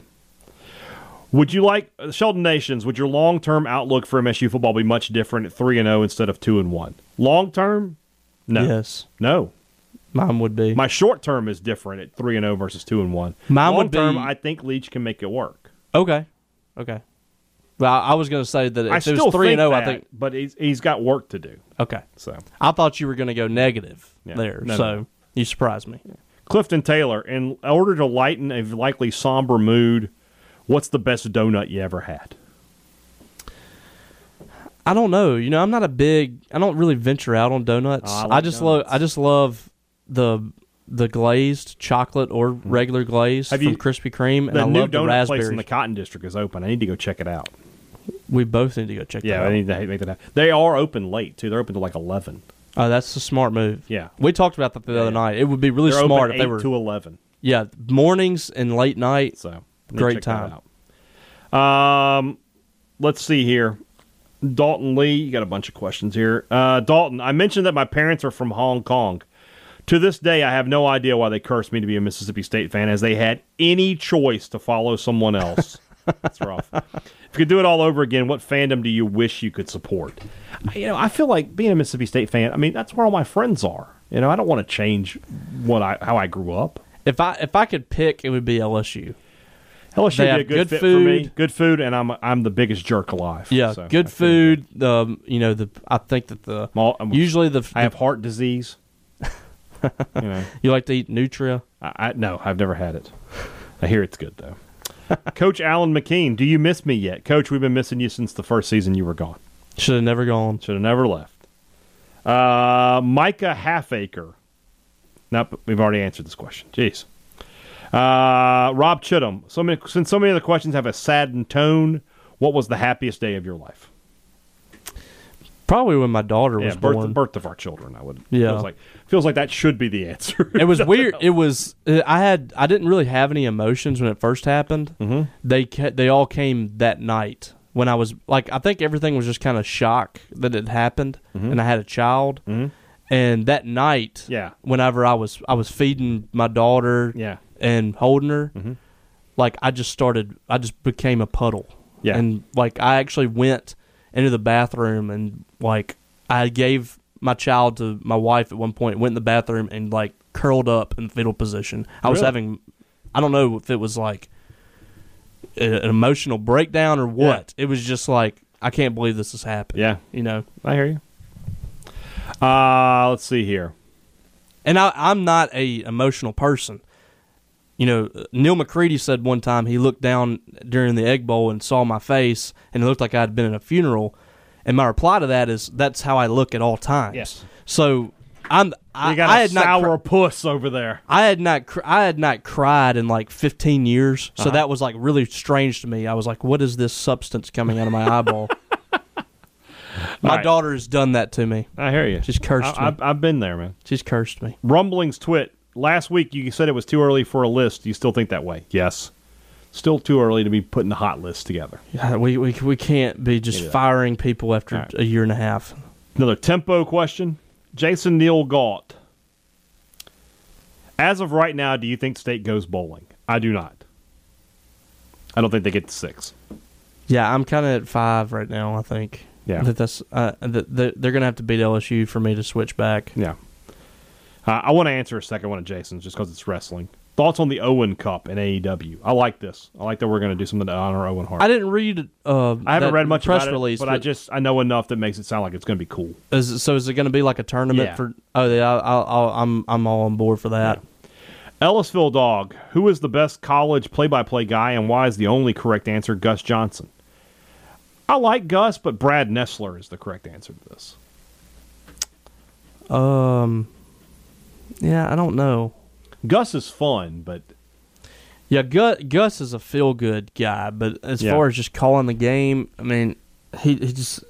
S2: Would you like uh, Sheldon Nations? Would your long-term outlook for MSU football be much different at three and zero instead of two and one? Long-term, no,
S3: Yes,
S2: no.
S3: mine would be.
S2: My short-term is different at three and zero versus two and one.
S3: Mine would
S2: Long-term,
S3: be-
S2: I think Leach can make it work.
S3: Okay. Okay. Well, I I was going to say that if
S2: I
S3: it
S2: still
S3: was 3
S2: think
S3: and 0, I
S2: that,
S3: think
S2: but he's he's got work to do.
S3: okay.
S2: So
S3: I thought you were going to go negative
S2: Yeah.
S3: there.
S2: No,
S3: so,
S2: no.
S3: you surprised me.
S2: Clifton Taylor, in order to lighten a likely somber mood, what's the best donut you ever had?
S3: I don't know. You know, I'm not a big I don't really venture out on donuts.
S2: Oh, I
S3: I,
S2: like
S3: just
S2: donuts.
S3: love I just love the the glazed chocolate or regular glaze
S2: Have
S3: from
S2: you-
S3: Krispy Kreme and
S2: The
S3: I
S2: new
S3: love Mm. the
S2: donut place in
S3: raspberry.
S2: the Cotton District is open. I need to go check it out.
S3: we both need to go check
S2: Yeah,
S3: that
S2: I
S3: out.
S2: need to make that happen. They are open late too. They're open to like eleven.
S3: oh, that's a smart move.
S2: Yeah.
S3: We talked about that the other
S2: yeah.
S3: night. It would be really
S2: They're open
S3: smart if
S2: eight
S3: they were
S2: to eleven.
S3: Yeah, mornings and late night.
S2: So need to
S3: Great
S2: check that
S3: time.
S2: out. Um, let's see here. Dalton Lee, you got a bunch of questions here. Uh, Dalton, I mentioned that my parents are from Hong Kong. To this day, I have no idea why they cursed me to be a Mississippi State fan, as they had any choice to follow someone else. That's rough. If you could do it all over again, what fandom do you wish you could support? I- You know, I feel like being a Mississippi State fan. I mean, that's where all my friends are. You know, I don't want to change what I how I grew up.
S3: If I if I could pick, it would be LSU.
S2: LSU
S3: They
S2: would be a
S3: have
S2: good,
S3: good
S2: fit for me.
S3: food.
S2: Good food, and I'm I'm the biggest jerk alive.
S3: Yeah,
S2: So
S3: good
S2: I feel-
S3: food. The um, you know the I think that the
S2: Well, I'm-
S3: usually the,
S2: I have heart disease. you know,
S3: you like to eat nutria.
S2: I, I no, I've never had it. I hear it's good though. Coach Alan McKean, do you miss me yet? Coach, we've been missing you since the first season you were gone.
S3: Should have never gone.
S2: Should have never left. Uh, Micah Halfacre. Nope, we've already answered this question. Jeez. Uh, Rob Chittum. So many, since so many of the questions have a saddened tone, what was the happiest day of your life?
S3: Probably when my daughter
S2: Yeah,
S3: was
S2: birth,
S3: born.
S2: birth of our children. I would.
S3: Yeah.
S2: feels like feels like that should be the answer.
S3: It was weird. It was uh, I had I didn't really have any emotions when it first happened. Mm-hmm. They ca- they all came that night when I was like I think everything was just kind of shock that it happened and I had a child. Mm-hmm. And that night,
S2: Yeah.
S3: whenever I was I was feeding my daughter,
S2: Yeah. Mm-hmm.
S3: and holding her, like I just started I just became a puddle.
S2: Yeah.
S3: and like I actually went into the bathroom and like I gave my child to my wife at one point, went in the bathroom and like curled up in fetal position. I was
S2: Really?
S3: having, I don't know if it was like a- an emotional breakdown or what. It was just like, I can't believe this has happened.
S2: yeah,
S3: You know?
S2: I hear you. Uh, let's see here.
S3: And I, I'm not a emotional person. You know, Neil McCready said one time he looked down during the Egg Bowl and saw my face, and it looked like I had been in a funeral. And my reply to that is, "That's how I look at all times."
S2: Yes.
S3: So I'm. I,
S2: You got
S3: I
S2: a
S3: had not.
S2: sour
S3: cri-
S2: puss over there.
S3: I had not. Cr- I had not cried in like 15 years.
S2: Uh-huh.
S3: So that was like really strange to me. I was like, "What is this substance coming out of my eyeball?" my
S2: right.
S3: daughter has done that to me.
S2: I hear you.
S3: She's cursed
S2: I,
S3: me.
S2: I, I've been there, man.
S3: She's cursed me.
S2: Rumblings twit. Last week you said it was too early for a list. Do you still think that way? Yes. Still too early to be putting the hot list together.
S3: Yeah, we, we we can't be just firing people after
S2: All right.
S3: a year and a half.
S2: Another tempo question. Jason Neal Galt. As of right now, do you think state goes bowling? I do not. I don't think they get to six.
S3: Yeah, I'm kind of at five right now. I think.
S2: Yeah.
S3: That that's uh, that that they're gonna have to beat LSU for me to switch back.
S2: Yeah. Uh, I want to answer a second one of Jason's just because it's wrestling. Thoughts on the Owen Cup in AEW? I like this. I like that we're going to do something to honor Owen Hart.
S3: I didn't read. Uh,
S2: I haven't
S3: that
S2: read much
S3: press
S2: about it,
S3: release,
S2: but I just I know enough that makes it sound like it's going to be cool.
S3: is it- so is it going to be like a tournament
S2: Yeah.
S3: for? Oh yeah, I, I, I, I'm I'm all on board for that.
S2: Ellisville Dog, who is the best college play-by-play guy, and why is the only correct answer Gus Johnson? I like Gus, but Brad Nessler is the correct answer to this.
S3: Um, yeah, I don't know.
S2: Gus is fun, but
S3: Yeah, Gus, Gus is a feel good guy, but as
S2: Yeah.
S3: far as just calling the game, I mean, he, he just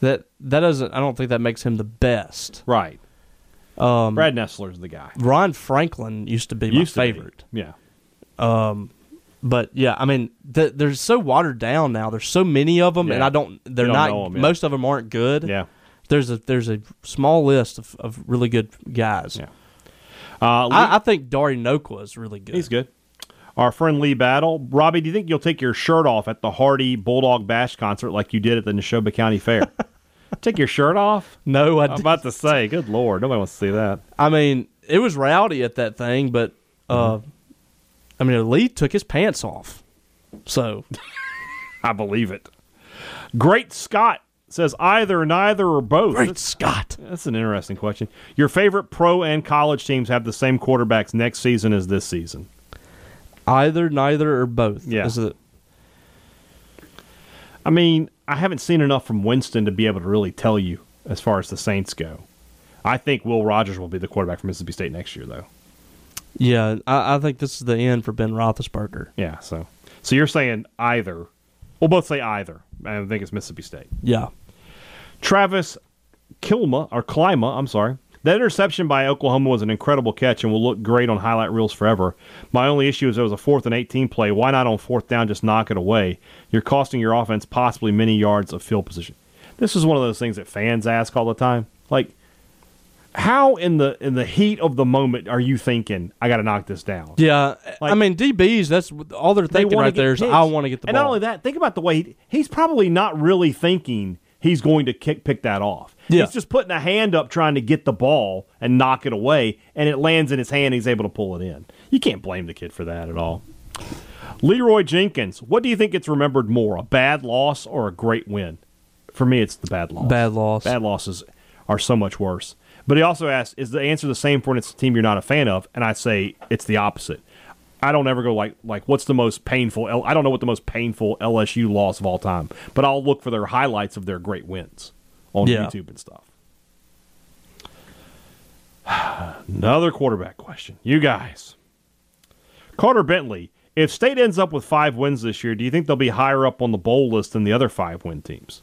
S3: that that doesn't. I don't think that makes him the best.
S2: right,
S3: Um,
S2: Brad Nessler's the guy.
S3: Ron Franklin used to be
S2: Used to
S3: my
S2: be.
S3: favorite,
S2: yeah.
S3: but yeah, I mean, th- they're so watered down now. There's so many of them, and
S2: Yeah.
S3: I don't. They're
S2: You don't
S3: not.
S2: know 'em, yeah.
S3: Most of them aren't good.
S2: Yeah.
S3: There's a there's a small list of, of really good guys.
S2: Yeah. Uh, Lee-
S3: I, I think Dari Noqua is really good.
S2: he's good. Our friend Lee Battle, Robbie, do you think you'll take your shirt off at the Hardy Bulldog Bash concert like you did at the Neshoba County Fair? take your shirt off?
S3: No, I,
S2: I'm
S3: d-
S2: about to say, good lord, nobody wants to see that.
S3: I mean, it was rowdy at that thing, but uh, I mean, Lee took his pants off. So
S2: I believe it. Great Scott says either, neither, or both.
S3: great
S2: That's,
S3: Scott.
S2: that's an interesting question. Your favorite pro and college teams have the same quarterbacks next season as this season.
S3: Either, neither, or both.
S2: Yeah.
S3: Is it-
S2: I mean, I haven't seen enough from Winston to be able to really tell you as far as the Saints go. I think Will Rogers will be the quarterback for Mississippi State next year, though.
S3: yeah. I, I think this is the end for Ben Roethlisberger.
S2: Yeah, so so you're saying either. We'll both say either. I think it's Mississippi State.
S3: Yeah.
S2: Travis Kilma or Klima, I'm sorry. That interception by Oklahoma was an incredible catch and will look great on highlight reels forever. My only issue is it was a fourth and 18 play. Why not on fourth down just knock it away? You're costing your offense possibly many yards of field position. This is one of those things that fans ask all the time. Like, how in the in the heat of the moment are you thinking I got to knock this down?
S3: Yeah, I
S2: Like-
S3: mean DBs. That's all they're
S2: They
S3: thinking
S2: wanna
S3: right
S2: get
S3: there is
S2: picks.
S3: I want to get the
S2: and
S3: ball.
S2: not only that, think about the way he, he's probably not really thinking he's going to kick pick that off.
S3: Yeah.
S2: He's just putting a hand up trying to get the ball and knock it away, and it lands in his hand. And he's able to pull it in. You can't blame the kid for that at all. Leroy Jenkins, what do you think gets remembered more, a bad loss or a great win? For me, it's the bad loss.
S3: Bad loss.
S2: Bad losses are so much worse. But he also asked, is the answer the same for when it's a team you're not a fan of? And I say it's the opposite. I don't ever go like like what's the most painful. L- I don't know what the most painful LSU loss of all time, but I'll look for their highlights of their great wins on
S3: Yeah.
S2: YouTube and stuff. Another quarterback question. You guys. Carter Bentley, if State ends up with five wins this year, do you think they'll be higher up on the bowl list than the other five win teams?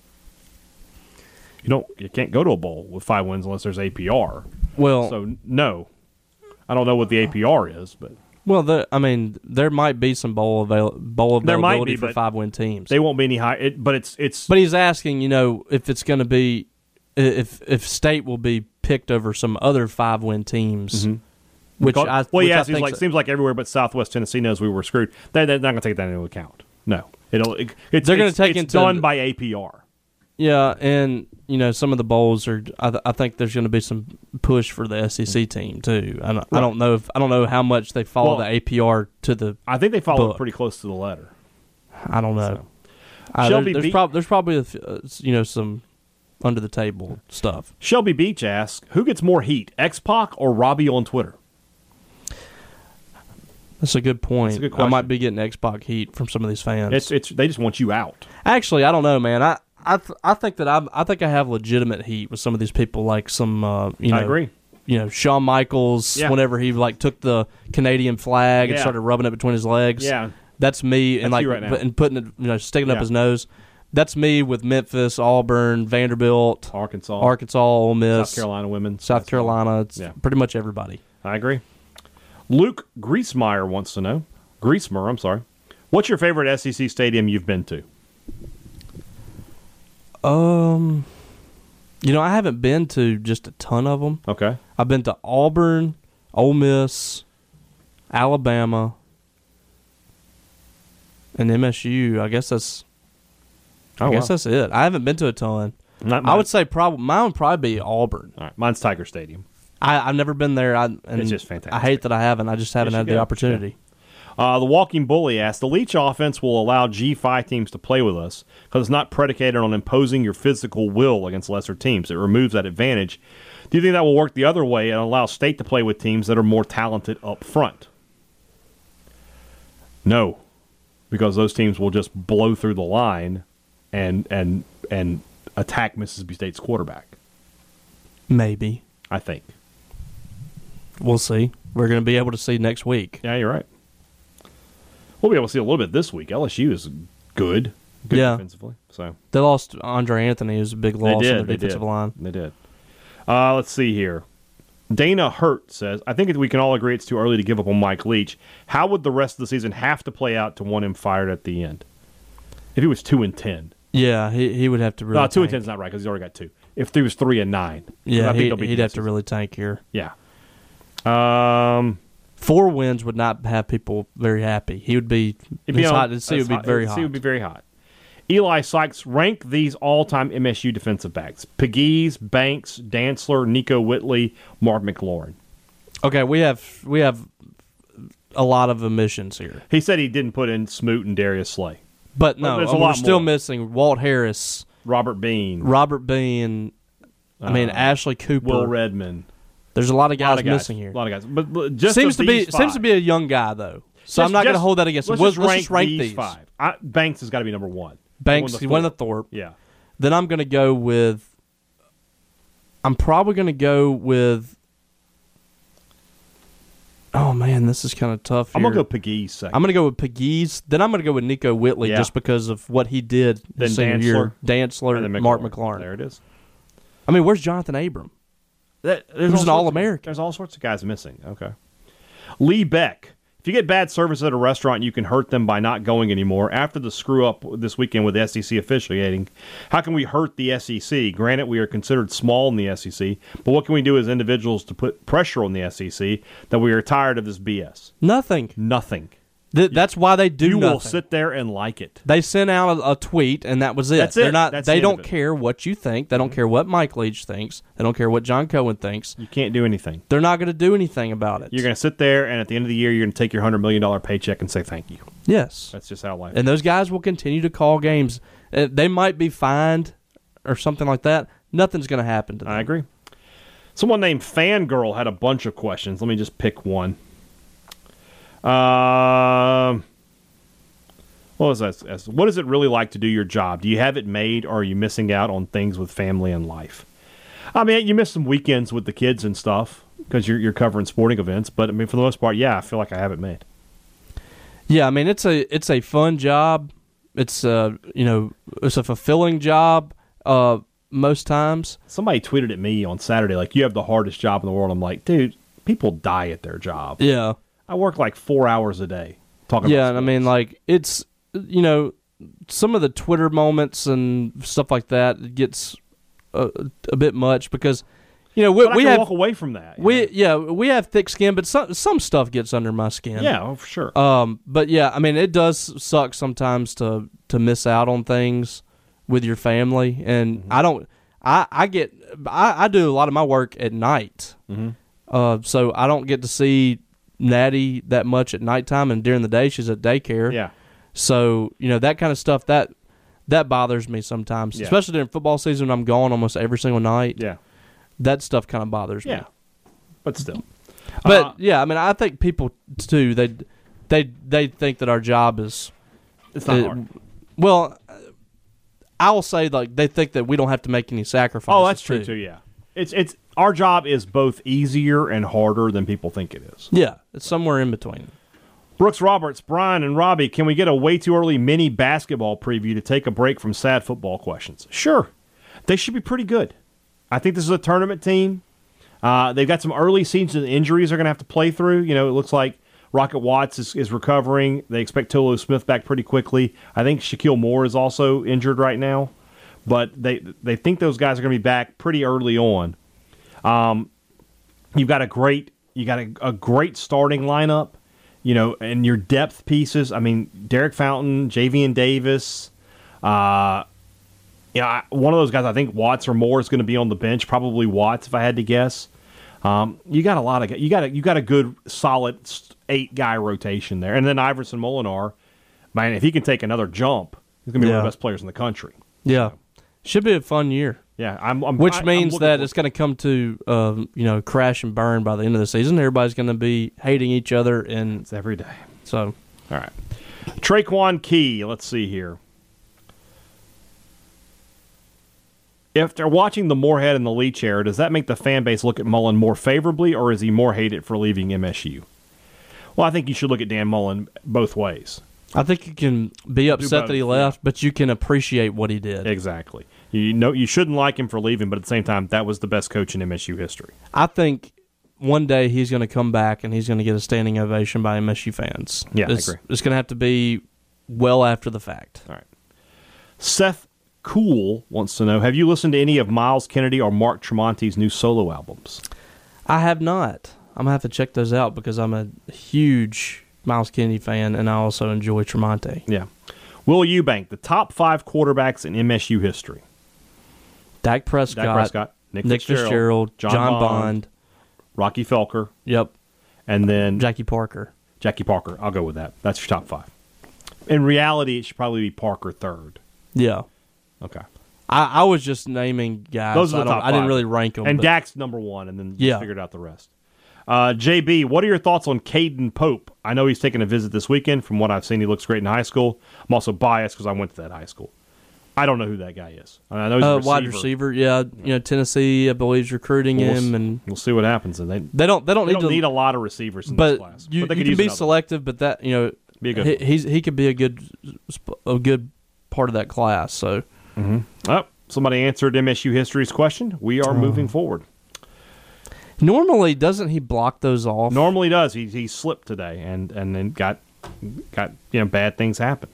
S2: You don't you can't go to a bowl with five wins unless there's APR.
S3: Well,
S2: So n- no. I don't know what the APR is, but
S3: well, the, I mean, there might be some bowl avail- bowl
S2: There might
S3: availability
S2: be,
S3: for
S2: but
S3: five win teams.
S2: they won't be any high it, but it's it's
S3: but he's asking, you know, if it's going to be if if state will be picked over some other five win teams, which
S2: Col-
S3: I
S2: Mm-hmm. well,
S3: which
S2: yeah,
S3: I
S2: it seems
S3: think's-
S2: like seems like everywhere but Southwest Tennessee knows we were screwed. They, they're not going to take that into account. No, it'll. It, it's,
S3: They're gonna
S2: it's-
S3: take
S2: it's
S3: into-
S2: done by APR.
S3: Yeah, and you know some of the bowls are. I, th- I think there's going to be some push for the SEC team too. I don't, I don't know if I don't know how much they follow
S2: Mm-hmm. Well-
S3: the APR to the.
S2: I think they follow
S3: Book.
S2: it pretty close to the letter.
S3: I don't know. Uh,
S2: Shelby
S3: there, there's,
S2: beat-
S3: prob- there's probably a f- uh, s- you know some under the table stuff.
S2: Shelby Beach asks, "Who gets more heat, X Pac or Robbie on Twitter?"
S3: That's a good point.
S2: That's a good
S3: I might
S2: question.
S3: be getting Xbox heat from some of these fans.
S2: It's it's they just want you out.
S3: Actually, I don't know, man. I I, th- I think that I I think I have legitimate heat with some of these people, like some uh, you know,
S2: I agree.
S3: You know, Shawn Michaels,
S2: Yeah.
S3: whenever he like took the Canadian flag and
S2: Yeah.
S3: started rubbing it between his legs.
S2: Yeah.
S3: that's me, and
S2: That's
S3: like
S2: you right now.
S3: put- and putting it, you know, sticking up
S2: Yeah.
S3: his nose. That's me with Memphis, Auburn, Vanderbilt,
S2: Arkansas,
S3: Arkansas, Ole Miss,
S2: South Carolina women,
S3: South Carolina. It's
S2: Yeah.
S3: pretty much everybody.
S2: I agree. Luke Griesmeyer wants to know, Griesmer, I'm sorry, what's your favorite SEC stadium you've been to?
S3: Um, you know, I haven't been to just a ton of them.
S2: Okay,
S3: I've been to Auburn, Ole Miss, Alabama, and MSU. I guess that's I
S2: Oh,
S3: guess
S2: wow.
S3: that's it. I haven't been to a ton.
S2: Not
S3: I
S2: mine.
S3: would say probably mine would probably be Auburn.
S2: All right, mine's Tiger Stadium.
S3: I, I've never been there. I, and
S2: It's just
S3: I
S2: fantastic.
S3: hate that I haven't. I just haven't
S2: you
S3: had the
S2: should.
S3: opportunity.
S2: Uh, the Walking Bully asks, the Leach offense will allow G5 teams to play with us because it's not predicated on imposing your physical will against lesser teams. It removes that advantage. Do you think that will work the other way and allow State to play with teams that are more talented up front? No, because those teams will just blow through the line and and and attack Mississippi State's quarterback.
S3: Maybe
S2: I think.
S3: we'll see. We're going to be able to see next week.
S2: Yeah, you're right. We'll be able to see a little bit this week. LSU is good, good
S3: Yeah.
S2: defensively. So
S3: They lost Andre Anthony, who's a big
S2: They
S3: loss
S2: did.
S3: on
S2: they
S3: their defensive
S2: did.
S3: line.
S2: They did. Uh, let's see here. Dana Hurt says, I think we can all agree it's too early to give up on Mike Leach. How would the rest of the season have to play out to want him fired at the end? If he was two and ten,
S3: Yeah, he, he would have to really.
S2: no, two and ten
S3: tank.
S2: is not right because he's already got two. If he was three and nine, 'cause I
S3: Yeah,
S2: think
S3: he,
S2: they'll be
S3: he'd have to
S2: Tennessee's.
S3: really tank here.
S2: Yeah. Um,
S3: four wins would not have people very happy. He would be,
S2: It'd be
S3: his
S2: on-
S3: hot, his seat
S2: it's
S3: would be very
S2: his
S3: hot.
S2: seat would be very hot. Eli Sykes rank these all-time MSU defensive backs: Pegues, Banks, Dantzler, Nico Whitley, Marv McLaurin.
S3: okay, we have we have a lot of omissions here,
S2: He said he didn't put in Smoot and Darius Slay,
S3: but
S2: Well,
S3: no,
S2: there's a
S3: we're
S2: lot
S3: still
S2: more.
S3: missing Walt Harris,
S2: Robert Bean,
S3: Robert Bean. I mean Ashley Cooper.
S2: Will Redmond.
S3: There's a lot of
S2: A
S3: guys,
S2: Uh, lot of guys,
S3: missing here.
S2: A lot of guys, but, but just
S3: seems
S2: of
S3: to be
S2: these
S3: seems to
S2: five.
S3: be a young guy though, so I'm
S2: Just-
S3: not going to
S2: just-
S3: hold that against him.
S2: Let's,
S3: Let's,
S2: just
S3: let's
S2: rank
S3: just rank
S2: these, five. I, Banks has got to be number one.
S3: Banks,
S2: He
S3: he won the
S2: four.
S3: Thorpe.
S2: Yeah,
S3: Then I'm going to go with. I'm probably going to go with. Oh man, this is kind of tough.
S2: I'm gonna
S3: here.
S2: go Pegues second.
S3: I'm going to go with Pegues. Then I'm going to go with Nico Whitley
S2: Yeah.
S3: just because of what he did
S2: Then
S3: his senior year.
S2: And
S3: Dantzler,
S2: then
S3: Mark
S2: There
S3: McLaurin.
S2: it is.
S3: I mean, where's Jonathan Abram?
S2: That, there's all
S3: Who's an
S2: sorts of-
S3: All-American?
S2: There's all sorts of guys missing. Okay. Lee Beck. If you get bad service at a restaurant, you can hurt them by not going anymore. After the screw up this weekend with the SEC officiating, how can we hurt the SEC? Granted, we are considered small in the SEC, but what can we do as individuals to put pressure on the SEC that we are tired of this BS?
S3: Nothing.
S2: Nothing.
S3: Th- that's why they do
S2: You
S3: nothing.
S2: will sit there and like it.
S3: They sent out a, a tweet, and that was it.
S2: That's it.
S3: They're not.
S2: That's the
S3: they
S2: end of
S3: don't
S2: it. Mm-hmm.
S3: care what you think. They don't care what Mike Leach thinks. They don't care what John Cohen thinks.
S2: You can't do anything.
S3: They're not going to do anything about it.
S2: You're going to sit there, and at the end of the year, you're going to take your $100 million paycheck and say thank you.
S3: yes.
S2: That's just how life is.
S3: and those guys will continue to call games. Uh, They might be fined or something like that. Nothing's going to happen to them.
S2: I agree. Someone named Fangirl had a bunch of questions. Let me just pick one. Um, what was that? that's- What is it really like to do your job? Do you have it made, or are you missing out on things with family and life? I mean, you miss some weekends with the kids and stuff. because you're you're covering sporting events. But I mean, for the most part, yeah, I feel like I have it made.
S3: Yeah, I mean it's a it's a fun job. It's uh you know it's a fulfilling job uh most times.
S2: Somebody tweeted at me on Saturday like, "You have the hardest job in the world." I'm like, dude, people die at their job.
S3: Yeah.
S2: I work like four hours a day talking.
S3: Yeah,
S2: about
S3: and I mean like it's you know some of the Twitter moments and stuff like that it gets a, a bit much because you know we,
S2: But I
S3: we
S2: can
S3: have
S2: walk away from that. you
S3: we
S2: know?
S3: yeah we have thick skin, but some some stuff gets under my skin.
S2: yeah, oh, for sure.
S3: Um, but yeah, I mean, it does suck sometimes to to miss out on things with your family, and
S2: Mm-hmm.
S3: I don't. I I get I, I do a lot of my work at night,
S2: Mm-hmm.
S3: uh, so I don't get to see Natty that much at nighttime, and during the day she's at daycare.
S2: yeah,
S3: So you know that kind of stuff that that bothers me sometimes,
S2: Yeah.
S3: especially during football season. when I'm gone almost every single night.
S2: yeah,
S3: That stuff kind of bothers me.
S2: yeah. But still,
S3: But
S2: Uh,
S3: yeah, I mean, I think people too they they they think that our job is
S2: it's not
S3: uh,
S2: hard.
S3: Well, uh, I'll say like they think that we don't have to make any sacrifices.
S2: Oh, that's true too. Yeah, it's it's our job is both easier and harder than people think it is.
S3: Yeah, it's somewhere in between.
S2: Brooks Roberts, Brian, and Robbie, can we get a way too early mini basketball preview to take a break from sad football questions? Sure, they should be pretty good. I think this is a tournament team. Uh, they've got some early season injuries they're going to have to play through. You know, it looks like Rocket Watts is, is recovering. They expect Tolo Smith back pretty quickly. I think Shaquille Moore is also injured right now, but they they think those guys are going to be back pretty early on. You've got a great you got a, a great starting lineup, you know, and your depth pieces. I mean, Derek Fountain, Javian Davis, uh, yeah, I- one of those guys. I think Watts or Moore is going to be on the bench. Probably Watts, if I had to guess. Um, you got a lot of gu- you got a, you got a good solid eight guy rotation there, and then Iverson Molinar, man, if he can take another jump, he's going to be one of
S3: Yeah.
S2: the best players in the country.
S3: Yeah, should be a fun year,
S2: Yeah, I'm. I'm
S3: which
S2: I- I'm
S3: means
S2: looking
S3: that
S2: forward-
S3: it's going to come to um, you know crash and burn by the end of the season. Everybody's going to be hating each other, and
S2: it's every day.
S3: so
S2: All right. Traquan Key, let's see here. If they're watching the Moorhead and the Lee chair, does that make the fan base look at Mullen more favorably, or is he more hated for leaving MSU? Well, I think you should look at Dan Mullen both ways.
S3: I think you can be upset that he
S2: both,
S3: left, but you can appreciate what he did.
S2: Exactly. You know you shouldn't like him for leaving, but at the same time, that was the best coach in MSU history.
S3: I think one day he's going to come back and he's going to get a standing ovation by MSU fans.
S2: Yeah, I
S3: it's,
S2: agree.
S3: It's going to have to be well after the fact.
S2: All right. Seth Cool wants to know: Have you listened to any of Miles Kennedy or Mark Tremonti's new solo albums?
S3: I have not. I'm gonna have to check those out because I'm a huge Miles Kennedy fan, and I also enjoy Tremonte.
S2: Yeah. Will Eubank, the top five quarterbacks in MSU history.
S3: Dak Prescott,
S2: Dak Prescott, Nick,
S3: Nick, Fitzgerald, John, Bond,
S2: Rocky Felker,
S3: yep,
S2: and then
S3: Jackie Parker.
S2: Jackie Parker. I'll go with that. That's your top five. In reality, it should probably be Parker third.
S3: Yeah,
S2: Okay.
S3: I, I was just naming guys.
S2: Those are the
S3: I, don't-
S2: top
S3: I didn't
S2: five.
S3: really rank them.
S2: And
S3: but
S2: Dak's number one, and then you
S3: Yeah.
S2: figured out the rest. Uh, JB, what are your thoughts on Caden Pope? I know he's taking a visit this weekend. From what I've seen, he looks great in high school. I'm also biased because I went to that high school. I don't know who that guy is. I know he's a
S3: uh, wide receiver. Yeah, you know Tennessee, I believe, is recruiting
S2: We'll
S3: him,
S2: s-
S3: and
S2: We'll see what happens. And they,
S3: they don't they don't
S2: They
S3: need
S2: don't
S3: to
S2: need a lot of receivers in this
S3: but
S2: class.
S3: you,
S2: but they could
S3: you can
S2: use
S3: be
S2: another.
S3: selective, but that you know
S2: Be a good
S3: he,
S2: one.
S3: he's he could be a good sp- a good part of that class. So
S2: Oh, somebody answered MSU history's question. We
S3: Oh.
S2: are moving forward.
S3: normally doesn't he block those off?
S2: Normally does. He he slipped today and and then got got you know bad things happen.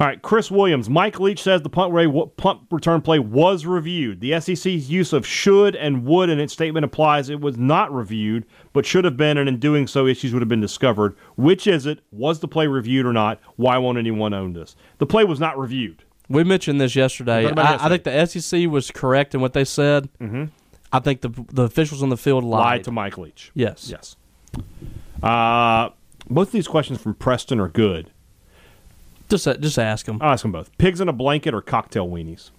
S2: All right, Chris Williams. Mike Leach says the punt, ray, punt return play was reviewed. The SEC's use of should and would in its statement applies it was not reviewed, but should have been, and in doing so, issues would have been discovered. Which is it? Was the play reviewed or not? Why won't anyone own this? The play was not reviewed.
S3: We mentioned this yesterday.
S2: What about
S3: I, I
S2: yesterday?
S3: think the SEC was correct in what they said. Mm-hmm. I think the the officials on the field lied.
S2: lied to Mike Leach.
S3: Yes.
S2: Yes. Uh, both of these questions from Preston are good.
S3: Just a- just ask them.
S2: I'll ask them both. Pigs in a blanket or cocktail weenies?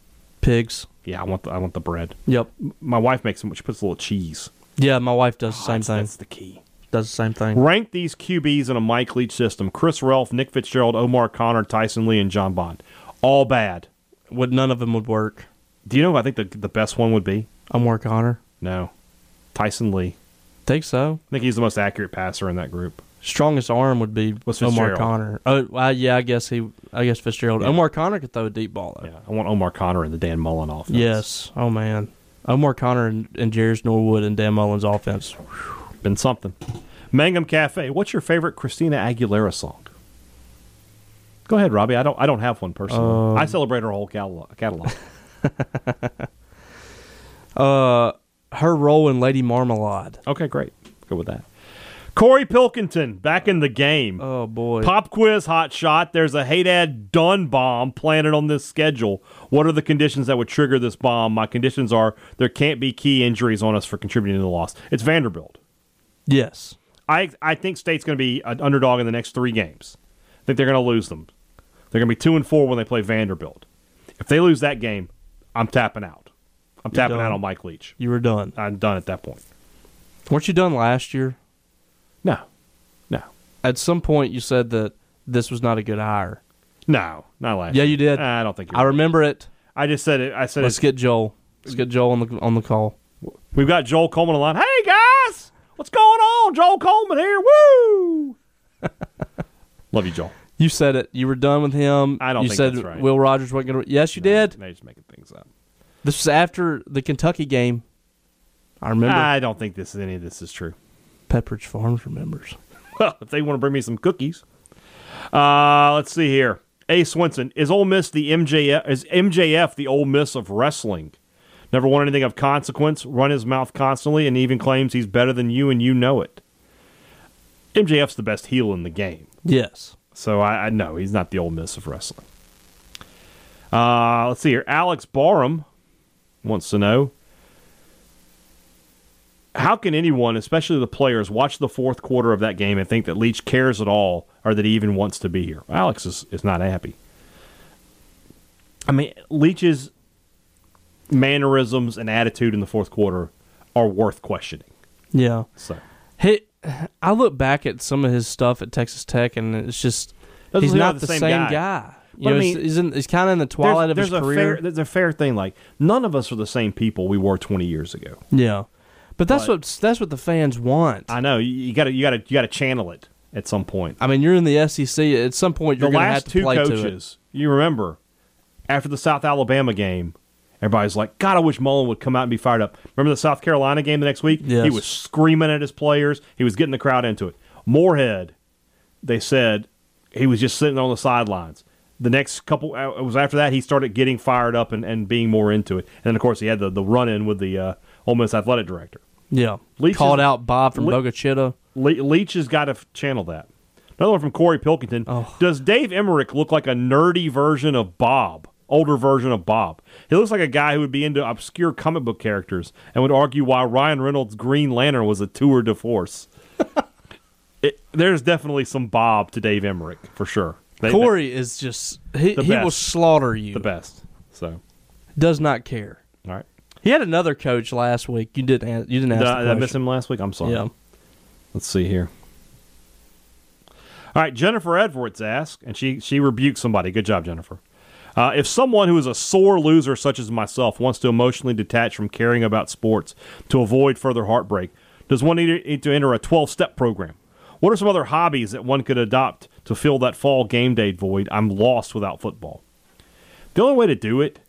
S3: Pigs.
S2: Yeah, I want the, I want the bread.
S3: Yep.
S2: My wife makes them. She puts a little cheese.
S3: Yeah, my wife does the same
S2: Oh, That's,
S3: thing.
S2: that's the key.
S3: does the same thing.
S2: Rank these QBs in a Mike Leach system: Chris Ralph, Nick Fitzgerald, Omar Connor, Tyson Lee, and John Bond. All bad.
S3: Would none of them would work.
S2: Do you know who I think the the best one would be?
S3: I'm work on her.
S2: No, Tyson Lee.
S3: Think so.
S2: I think he's the most accurate passer in that group.
S3: Strongest arm would be
S2: What's
S3: Omar
S2: Fitzgerald?
S3: Connor. Oh, well, yeah, I guess he. I guess Fitzgerald.
S2: Yeah.
S3: Omar Connor could throw a deep ball though.
S2: Yeah, I want Omar Connor and the Dan Mullen offense.
S3: Yes. Oh man. Omar Connor and, and Jairus Norwood and Dan Mullins offense.
S2: been something. Mangum Cafe. What's your favorite Christina Aguilera song? Go ahead, Robbie. I don't. I don't have one personally. I celebrate her whole catalog. catalog.
S3: Uh, her role in Lady Marmalade.
S2: okay, great. Go with that. Corey Pilkington back in the game.
S3: Oh boy.
S2: Pop quiz, hot shot. There's a Haydad Dunn bomb planted on this schedule. What are the conditions that would trigger this bomb? My conditions are there can't be key injuries on us for contributing to the loss. It's Vanderbilt.
S3: yes.
S2: I I think State's going to be an underdog in the next three games. I think they're going to lose them. They're going to be two and four when they play Vanderbilt. If they lose that game, I'm tapping out. I'm tapping
S3: done.
S2: out on Mike Leach.
S3: You were done.
S2: I'm done at that point.
S3: Weren't you done last year?
S2: No, no,
S3: At some point, you said that this was not a good hire.
S2: no, not last.
S3: Yeah,
S2: year.
S3: you did.
S2: I don't think you.
S3: I remember it.
S2: I just said it. I said
S3: Let's
S2: it.
S3: get Joel. Let's get Joel on the on the call.
S2: We've got Joel Coleman on the line. Hey guys, what's going on? Joel Coleman here. Woo! Love you, Joel.
S3: You said it. You were done with him.
S2: I don't
S3: You
S2: think
S3: said
S2: that's right.
S3: Will Rogers wasn't going to. Yes, you did.
S2: They're just making things up.
S3: This was after the Kentucky game. I remember.
S2: I don't think this is any of this is true.
S3: Pepperidge Farms remembers.
S2: Well, if they want to bring me some cookies. Uh, let's see here. A. Swinson is Ole Miss the MJF is MJF the Ole Miss of wrestling. Never won anything of consequence. Run his mouth constantly, and even claims he's better than you, and you know it. MJF's the best heel in the game,
S3: Yes.
S2: so I, I know he's not the Ole Miss of wrestling. Uh, let's see here. Alex Barham wants to know how can anyone, especially the players, watch the fourth quarter of that game and think that Leach cares at all or that he even wants to be here? Alex is, is not happy. I mean, Leach's mannerisms and attitude in the fourth quarter are worth questioning.
S3: Yeah.
S2: So
S3: He, I look back at some of his stuff at Texas Tech, and it's just
S2: Doesn't
S3: he's
S2: look
S3: not
S2: like
S3: the same, guy. You
S2: But I
S3: know,
S2: mean,
S3: he's, he's, in, he's kind of in the twilight of his
S2: a
S3: career.
S2: fair, there's a fair thing. Like none of us are the same people we were 20 years ago.
S3: yeah, but that's
S2: But-
S3: what that's what the fans want. I,
S2: I know you- you got to you got to you got to channel it at some point.
S3: mean, you're in the SEC. At some point, you're
S2: the
S3: going to have
S2: last
S3: to
S2: two
S3: play to it.
S2: coaches, you remember, after the South Alabama game, everybody's like, God, I wish Mullen would come out and be fired up. Remember the South Carolina game the next week?
S3: Yes.
S2: He was screaming at his players, he was getting the crowd into it. Moorhead, they said he was just sitting on the sidelines. The next couple, uh, it was after that, he started getting fired up and, and being more into it. And then, of course, he had the, the run in with the uh, Ole Miss athletic director.
S3: Yeah,
S2: Leach
S3: called
S2: is-
S3: out Bob from
S2: Le-
S3: Bogachita.
S2: Le- Leach has got to f- channel that. Another one from Corey Pilkington.
S3: Oh.
S2: Does Dave Emmerich look like a nerdy version of Bob? Older version of Bob. He looks like a guy who would be into obscure comic book characters and would argue why Ryan Reynolds' Green Lantern was a tour de force. it, there's definitely some Bob to Dave Emmerich for sure. They-
S3: Corey is just he,
S2: The
S3: he will
S2: best.
S3: slaughter you.
S2: the best. So,
S3: Does not care.
S2: all right.
S3: He had another coach last week. You didn't ask, you didn't ask.
S2: Did
S3: the
S2: I, did I
S3: question.
S2: miss him last week? I'm sorry.
S3: Yeah.
S2: Let's see here. All right, Jennifer Edwards asks, and she she rebukes somebody. Good job, Jennifer. Uh, if someone who is a sore loser such as myself wants to emotionally detach from caring about sports to avoid further heartbreak, does one need to, need to enter a 12-step program? What are some other hobbies that one could adopt to fill that fall game day void? I'm lost without football. The only way to do it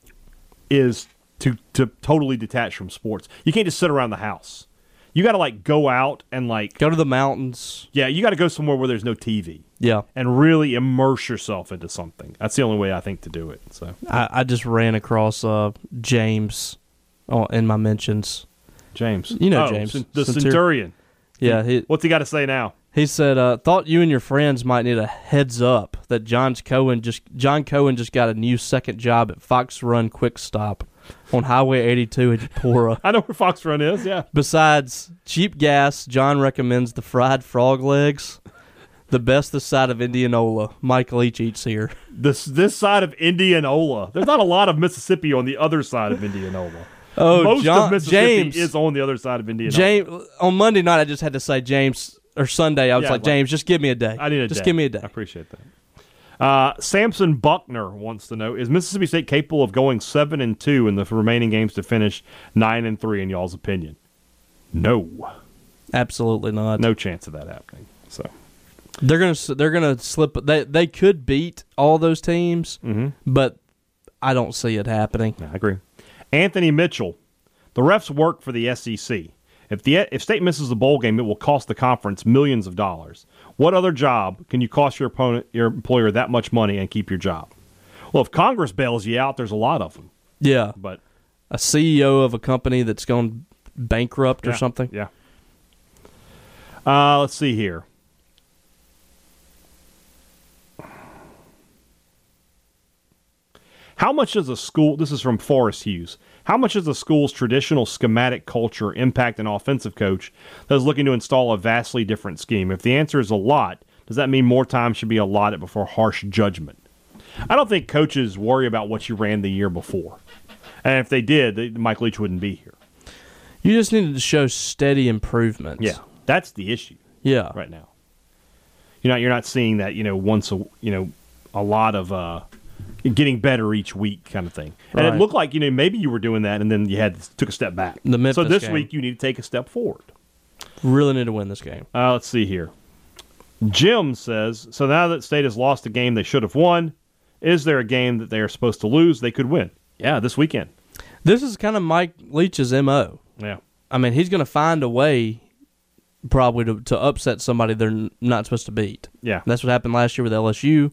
S2: is to to totally detach from sports. You can't just sit around the house. You got to like go out and like
S3: Go to the mountains.
S2: yeah, you got to go somewhere where there's no TV
S3: Yeah.
S2: and really immerse yourself into something. That's the only way I think to do it. So
S3: I, I just ran across uh, James uh, in my mentions.
S2: James,
S3: You know
S2: Oh,
S3: James.
S2: cen- the
S3: Centur-
S2: centurion.
S3: Yeah, he
S2: What's he got to say now?
S3: he said uh, thought you and your friends might need a heads up that John's Cohen just John Cohen just got a new second job at Fox Run Quick Stop on Highway 82 in Pora.
S2: I know where Fox Run is. Yeah,
S3: Besides cheap gas, John recommends the fried frog legs, the best this side of Indianola. Mike Leach eats here.
S2: this this side of Indianola. There's not a lot of Mississippi on the other side of Indianola.
S3: Oh,
S2: Most
S3: John-
S2: of Mississippi
S3: James.
S2: is on the other side of Indianola.
S3: James on Monday night I just had to say James or Sunday I was
S2: Yeah,
S3: like
S2: like-
S3: James just give me a day.
S2: I need a
S3: just
S2: day.
S3: give me a day.
S2: I appreciate that. Uh, Samson Buckner wants to know: Is Mississippi State capable of going seven and two in the remaining games to finish nine and three? In y'all's opinion, No,
S3: Absolutely not.
S2: no chance of that happening. So
S3: They're gonna s- they're gonna slip. They they could beat all those teams,
S2: Mm-hmm.
S3: but I don't see it happening.
S2: Yeah, I agree. Anthony Mitchell, the refs work for the SEC. If the if state misses the bowl game, it will cost the conference millions of dollars. What other job can you cost your opponent, your employer, that much money and keep your job? Well, if Congress bails you out, there's a lot of them.
S3: Yeah,
S2: But
S3: a CEO of a company that's gone bankrupt or
S2: Yeah,
S3: something.
S2: Yeah. Uh, let's see here. How much does a school? This is from Forrest Hughes. How much does a school's traditional schematic culture impact an offensive coach that is looking to install a vastly different scheme? If the answer is a lot, does that mean more time should be allotted before harsh judgment? I don't think coaches worry about what you ran the year before, and if they did, they, Mike Leach wouldn't be here.
S3: You just needed to show steady improvements.
S2: Yeah, that's the issue
S3: yeah.
S2: right now. You're not you're not seeing that you know once a you know a lot of uh, getting better each week kind of thing. And
S3: Right.
S2: it looked like you know maybe you were doing that and then you had took a step back.
S3: The Memphis
S2: so this
S3: game.
S2: week you need to take a step forward.
S3: Really need to win this game.
S2: Uh, let's see here. Jim says so now that State has lost a game they should have won. Is there a game that they are supposed to lose they could win? Yeah, this weekend.
S3: This is kind of Mike Leach's mo.
S2: Yeah.
S3: I mean, he's going to find a way probably to, to upset somebody they're n- not supposed to beat.
S2: Yeah.
S3: That's what happened last year with LSU,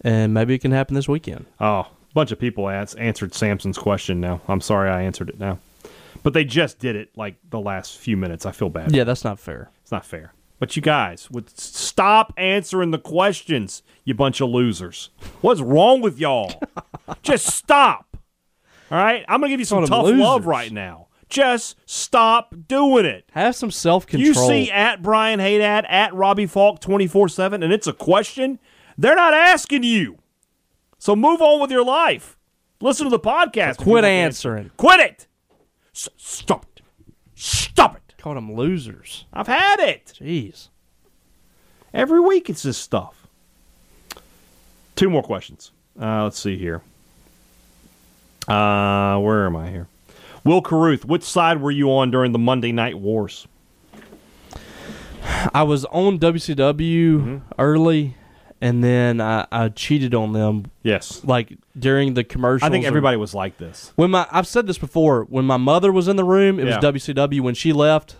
S3: and maybe it can happen this weekend.
S2: Oh, a bunch of people ans- answered Samson's question now. I'm sorry I answered it now. But they just did it like the last few minutes. I feel bad.
S3: Yeah, that's not fair.
S2: It's not fair. But you guys would s- stop answering the questions, you bunch of losers. What's wrong with y'all? just stop. All right? I'm going to give you some
S3: Call them
S2: tough love
S3: losers.
S2: right now. Just stop doing it.
S3: Have some self
S2: You
S3: control.
S2: see at Brian Haydad, at Robbie Falk 24 7, and it's a question, they're not asking you. So move on with your life. Listen to the podcast. if you want
S3: Quit
S2: to
S3: answering.
S2: answer. Quit it. S- stop it. Stop it.
S3: Called them losers.
S2: I've had it.
S3: Jeez.
S2: Every week it's this stuff. Two more questions. Uh, let's see here. Uh, where am I here? Will Caruth, which side were you on during the Monday Night Wars?
S3: I was on WCW
S2: Mm-hmm.
S3: early, and then I, I cheated on them
S2: Yes.
S3: like during the commercials.
S2: I think
S3: and-
S2: everybody was like this.
S3: When my I've said this before. When my mother was in the room, it
S2: Yeah.
S3: was WCW. When she left,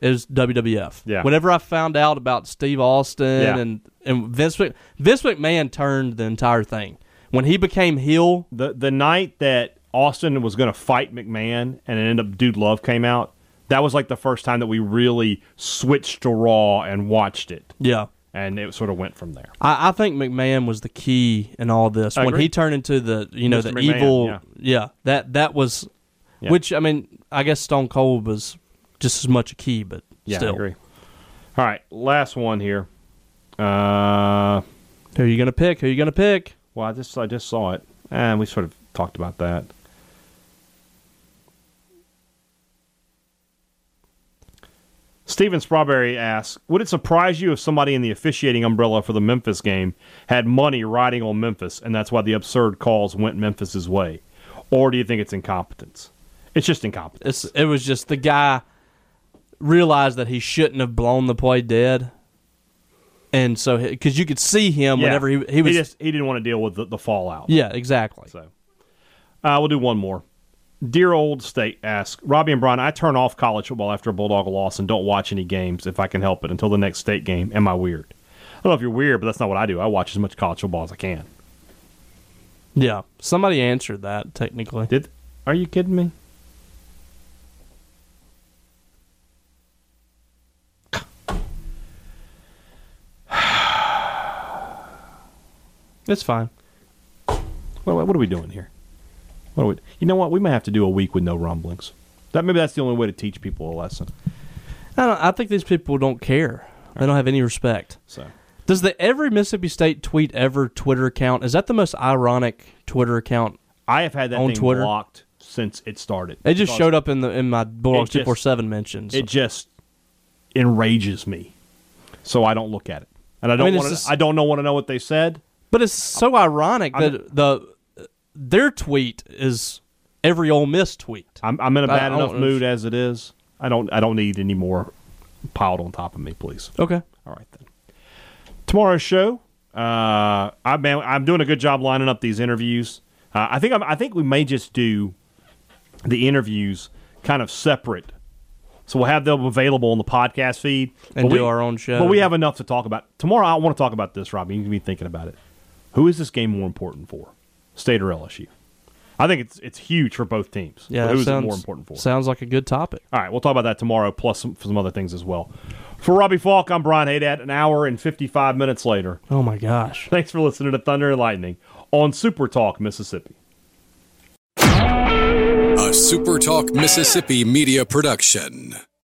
S3: it was WWF.
S2: Yeah.
S3: Whenever I found out about Steve Austin
S2: Yeah.
S3: and and Vince Mc, Vince McMahon turned the entire thing when he became heel.
S2: the the night that Austin was going to fight McMahon and it ended up Dude Love came out. That was like the first time that we really switched to Raw and watched it,
S3: Yeah.
S2: and it sort of went from there.
S3: I, I think McMahon was the key in all this.
S2: I
S3: when
S2: agree.
S3: he turned into the you know
S2: Mr.
S3: the
S2: McMahon,
S3: evil,
S2: yeah.
S3: yeah. that that was,
S2: Yeah.
S3: which I mean, I guess Stone Cold was just as much a key, but
S2: Yeah,
S3: still,
S2: I agree. All right, last one here. Uh,
S3: who are you gonna pick? Who are you gonna pick?
S2: well, I just I just saw it, and we sort of talked about that. Steven Strawberry asks, "Would it surprise you if somebody in the officiating umbrella for the Memphis game had money riding on Memphis, and that's why the absurd calls went Memphis's way, or do you think it's incompetence? It's just incompetence.
S3: It's it was just the guy realized that he shouldn't have blown the play dead, and so because you could see him
S2: Yeah.
S3: whenever he he was
S2: just he didn't want to deal with the, the fallout.
S3: yeah exactly
S2: So uh, we'll do one more. Dear old state asks Robbie and Brian, I turn off college football after a Bulldog loss and don't watch any games if I can help it until the next state game. Am I weird? I don't know if you're weird, but that's not what I do. I watch as much college football as I can.
S3: yeah somebody answered that technically
S2: Did are you kidding me?
S3: it's fine
S2: What, what are we doing here? What are we, you know what? We may have to do a week with no rumblings. That maybe that's the only way to teach people a lesson.
S3: I don't I think these people don't care they don't have any respect.
S2: So
S3: Does the every Mississippi State tweet ever Twitter account? Is that the most ironic Twitter account?
S2: I have had that
S3: On
S2: thing
S3: Twitter?
S2: blocked since it started.
S3: It just
S2: Because
S3: showed up in the in my Bulldogs
S2: It
S3: two
S2: just-
S3: four seven mentions.
S2: it just enrages me. So I don't look at it, and I don't
S3: mean, it's
S2: want to.
S3: just-
S2: I don't want to know what they said.
S3: but it's so ironic that the their tweet is every Ole Miss tweet.
S2: I'm, I'm in a
S3: I-
S2: bad
S3: I
S2: enough
S3: don't-
S2: mood as it is I don't I don't need any more piled on top of me, please.
S3: Okay.
S2: All right then. Tomorrow's show. Uh, I'm I'm doing a good job lining up these interviews. Uh, I think I'm, I think we may just do the interviews kind of separate. So we'll have them available on the podcast feed
S3: And
S2: But we-
S3: do our own show.
S2: But we have enough to talk about tomorrow. I want to talk about this, Robbie. You can be thinking about it. Who is this game more important for, State or LSU? I think it's it's huge for both teams.
S3: Yeah,
S2: but
S3: that
S2: who is
S3: sounds,
S2: it more important for?
S3: Sounds like a good topic.
S2: All right, we'll talk about that tomorrow, plus some, some other things as well. For Robbie Falk, I'm Brian Haydad, an hour and 55 minutes later.
S3: Oh my gosh.
S2: Thanks for listening to Thunder and Lightning on Super Talk, Mississippi.
S1: A SuperTalk Mississippi media production.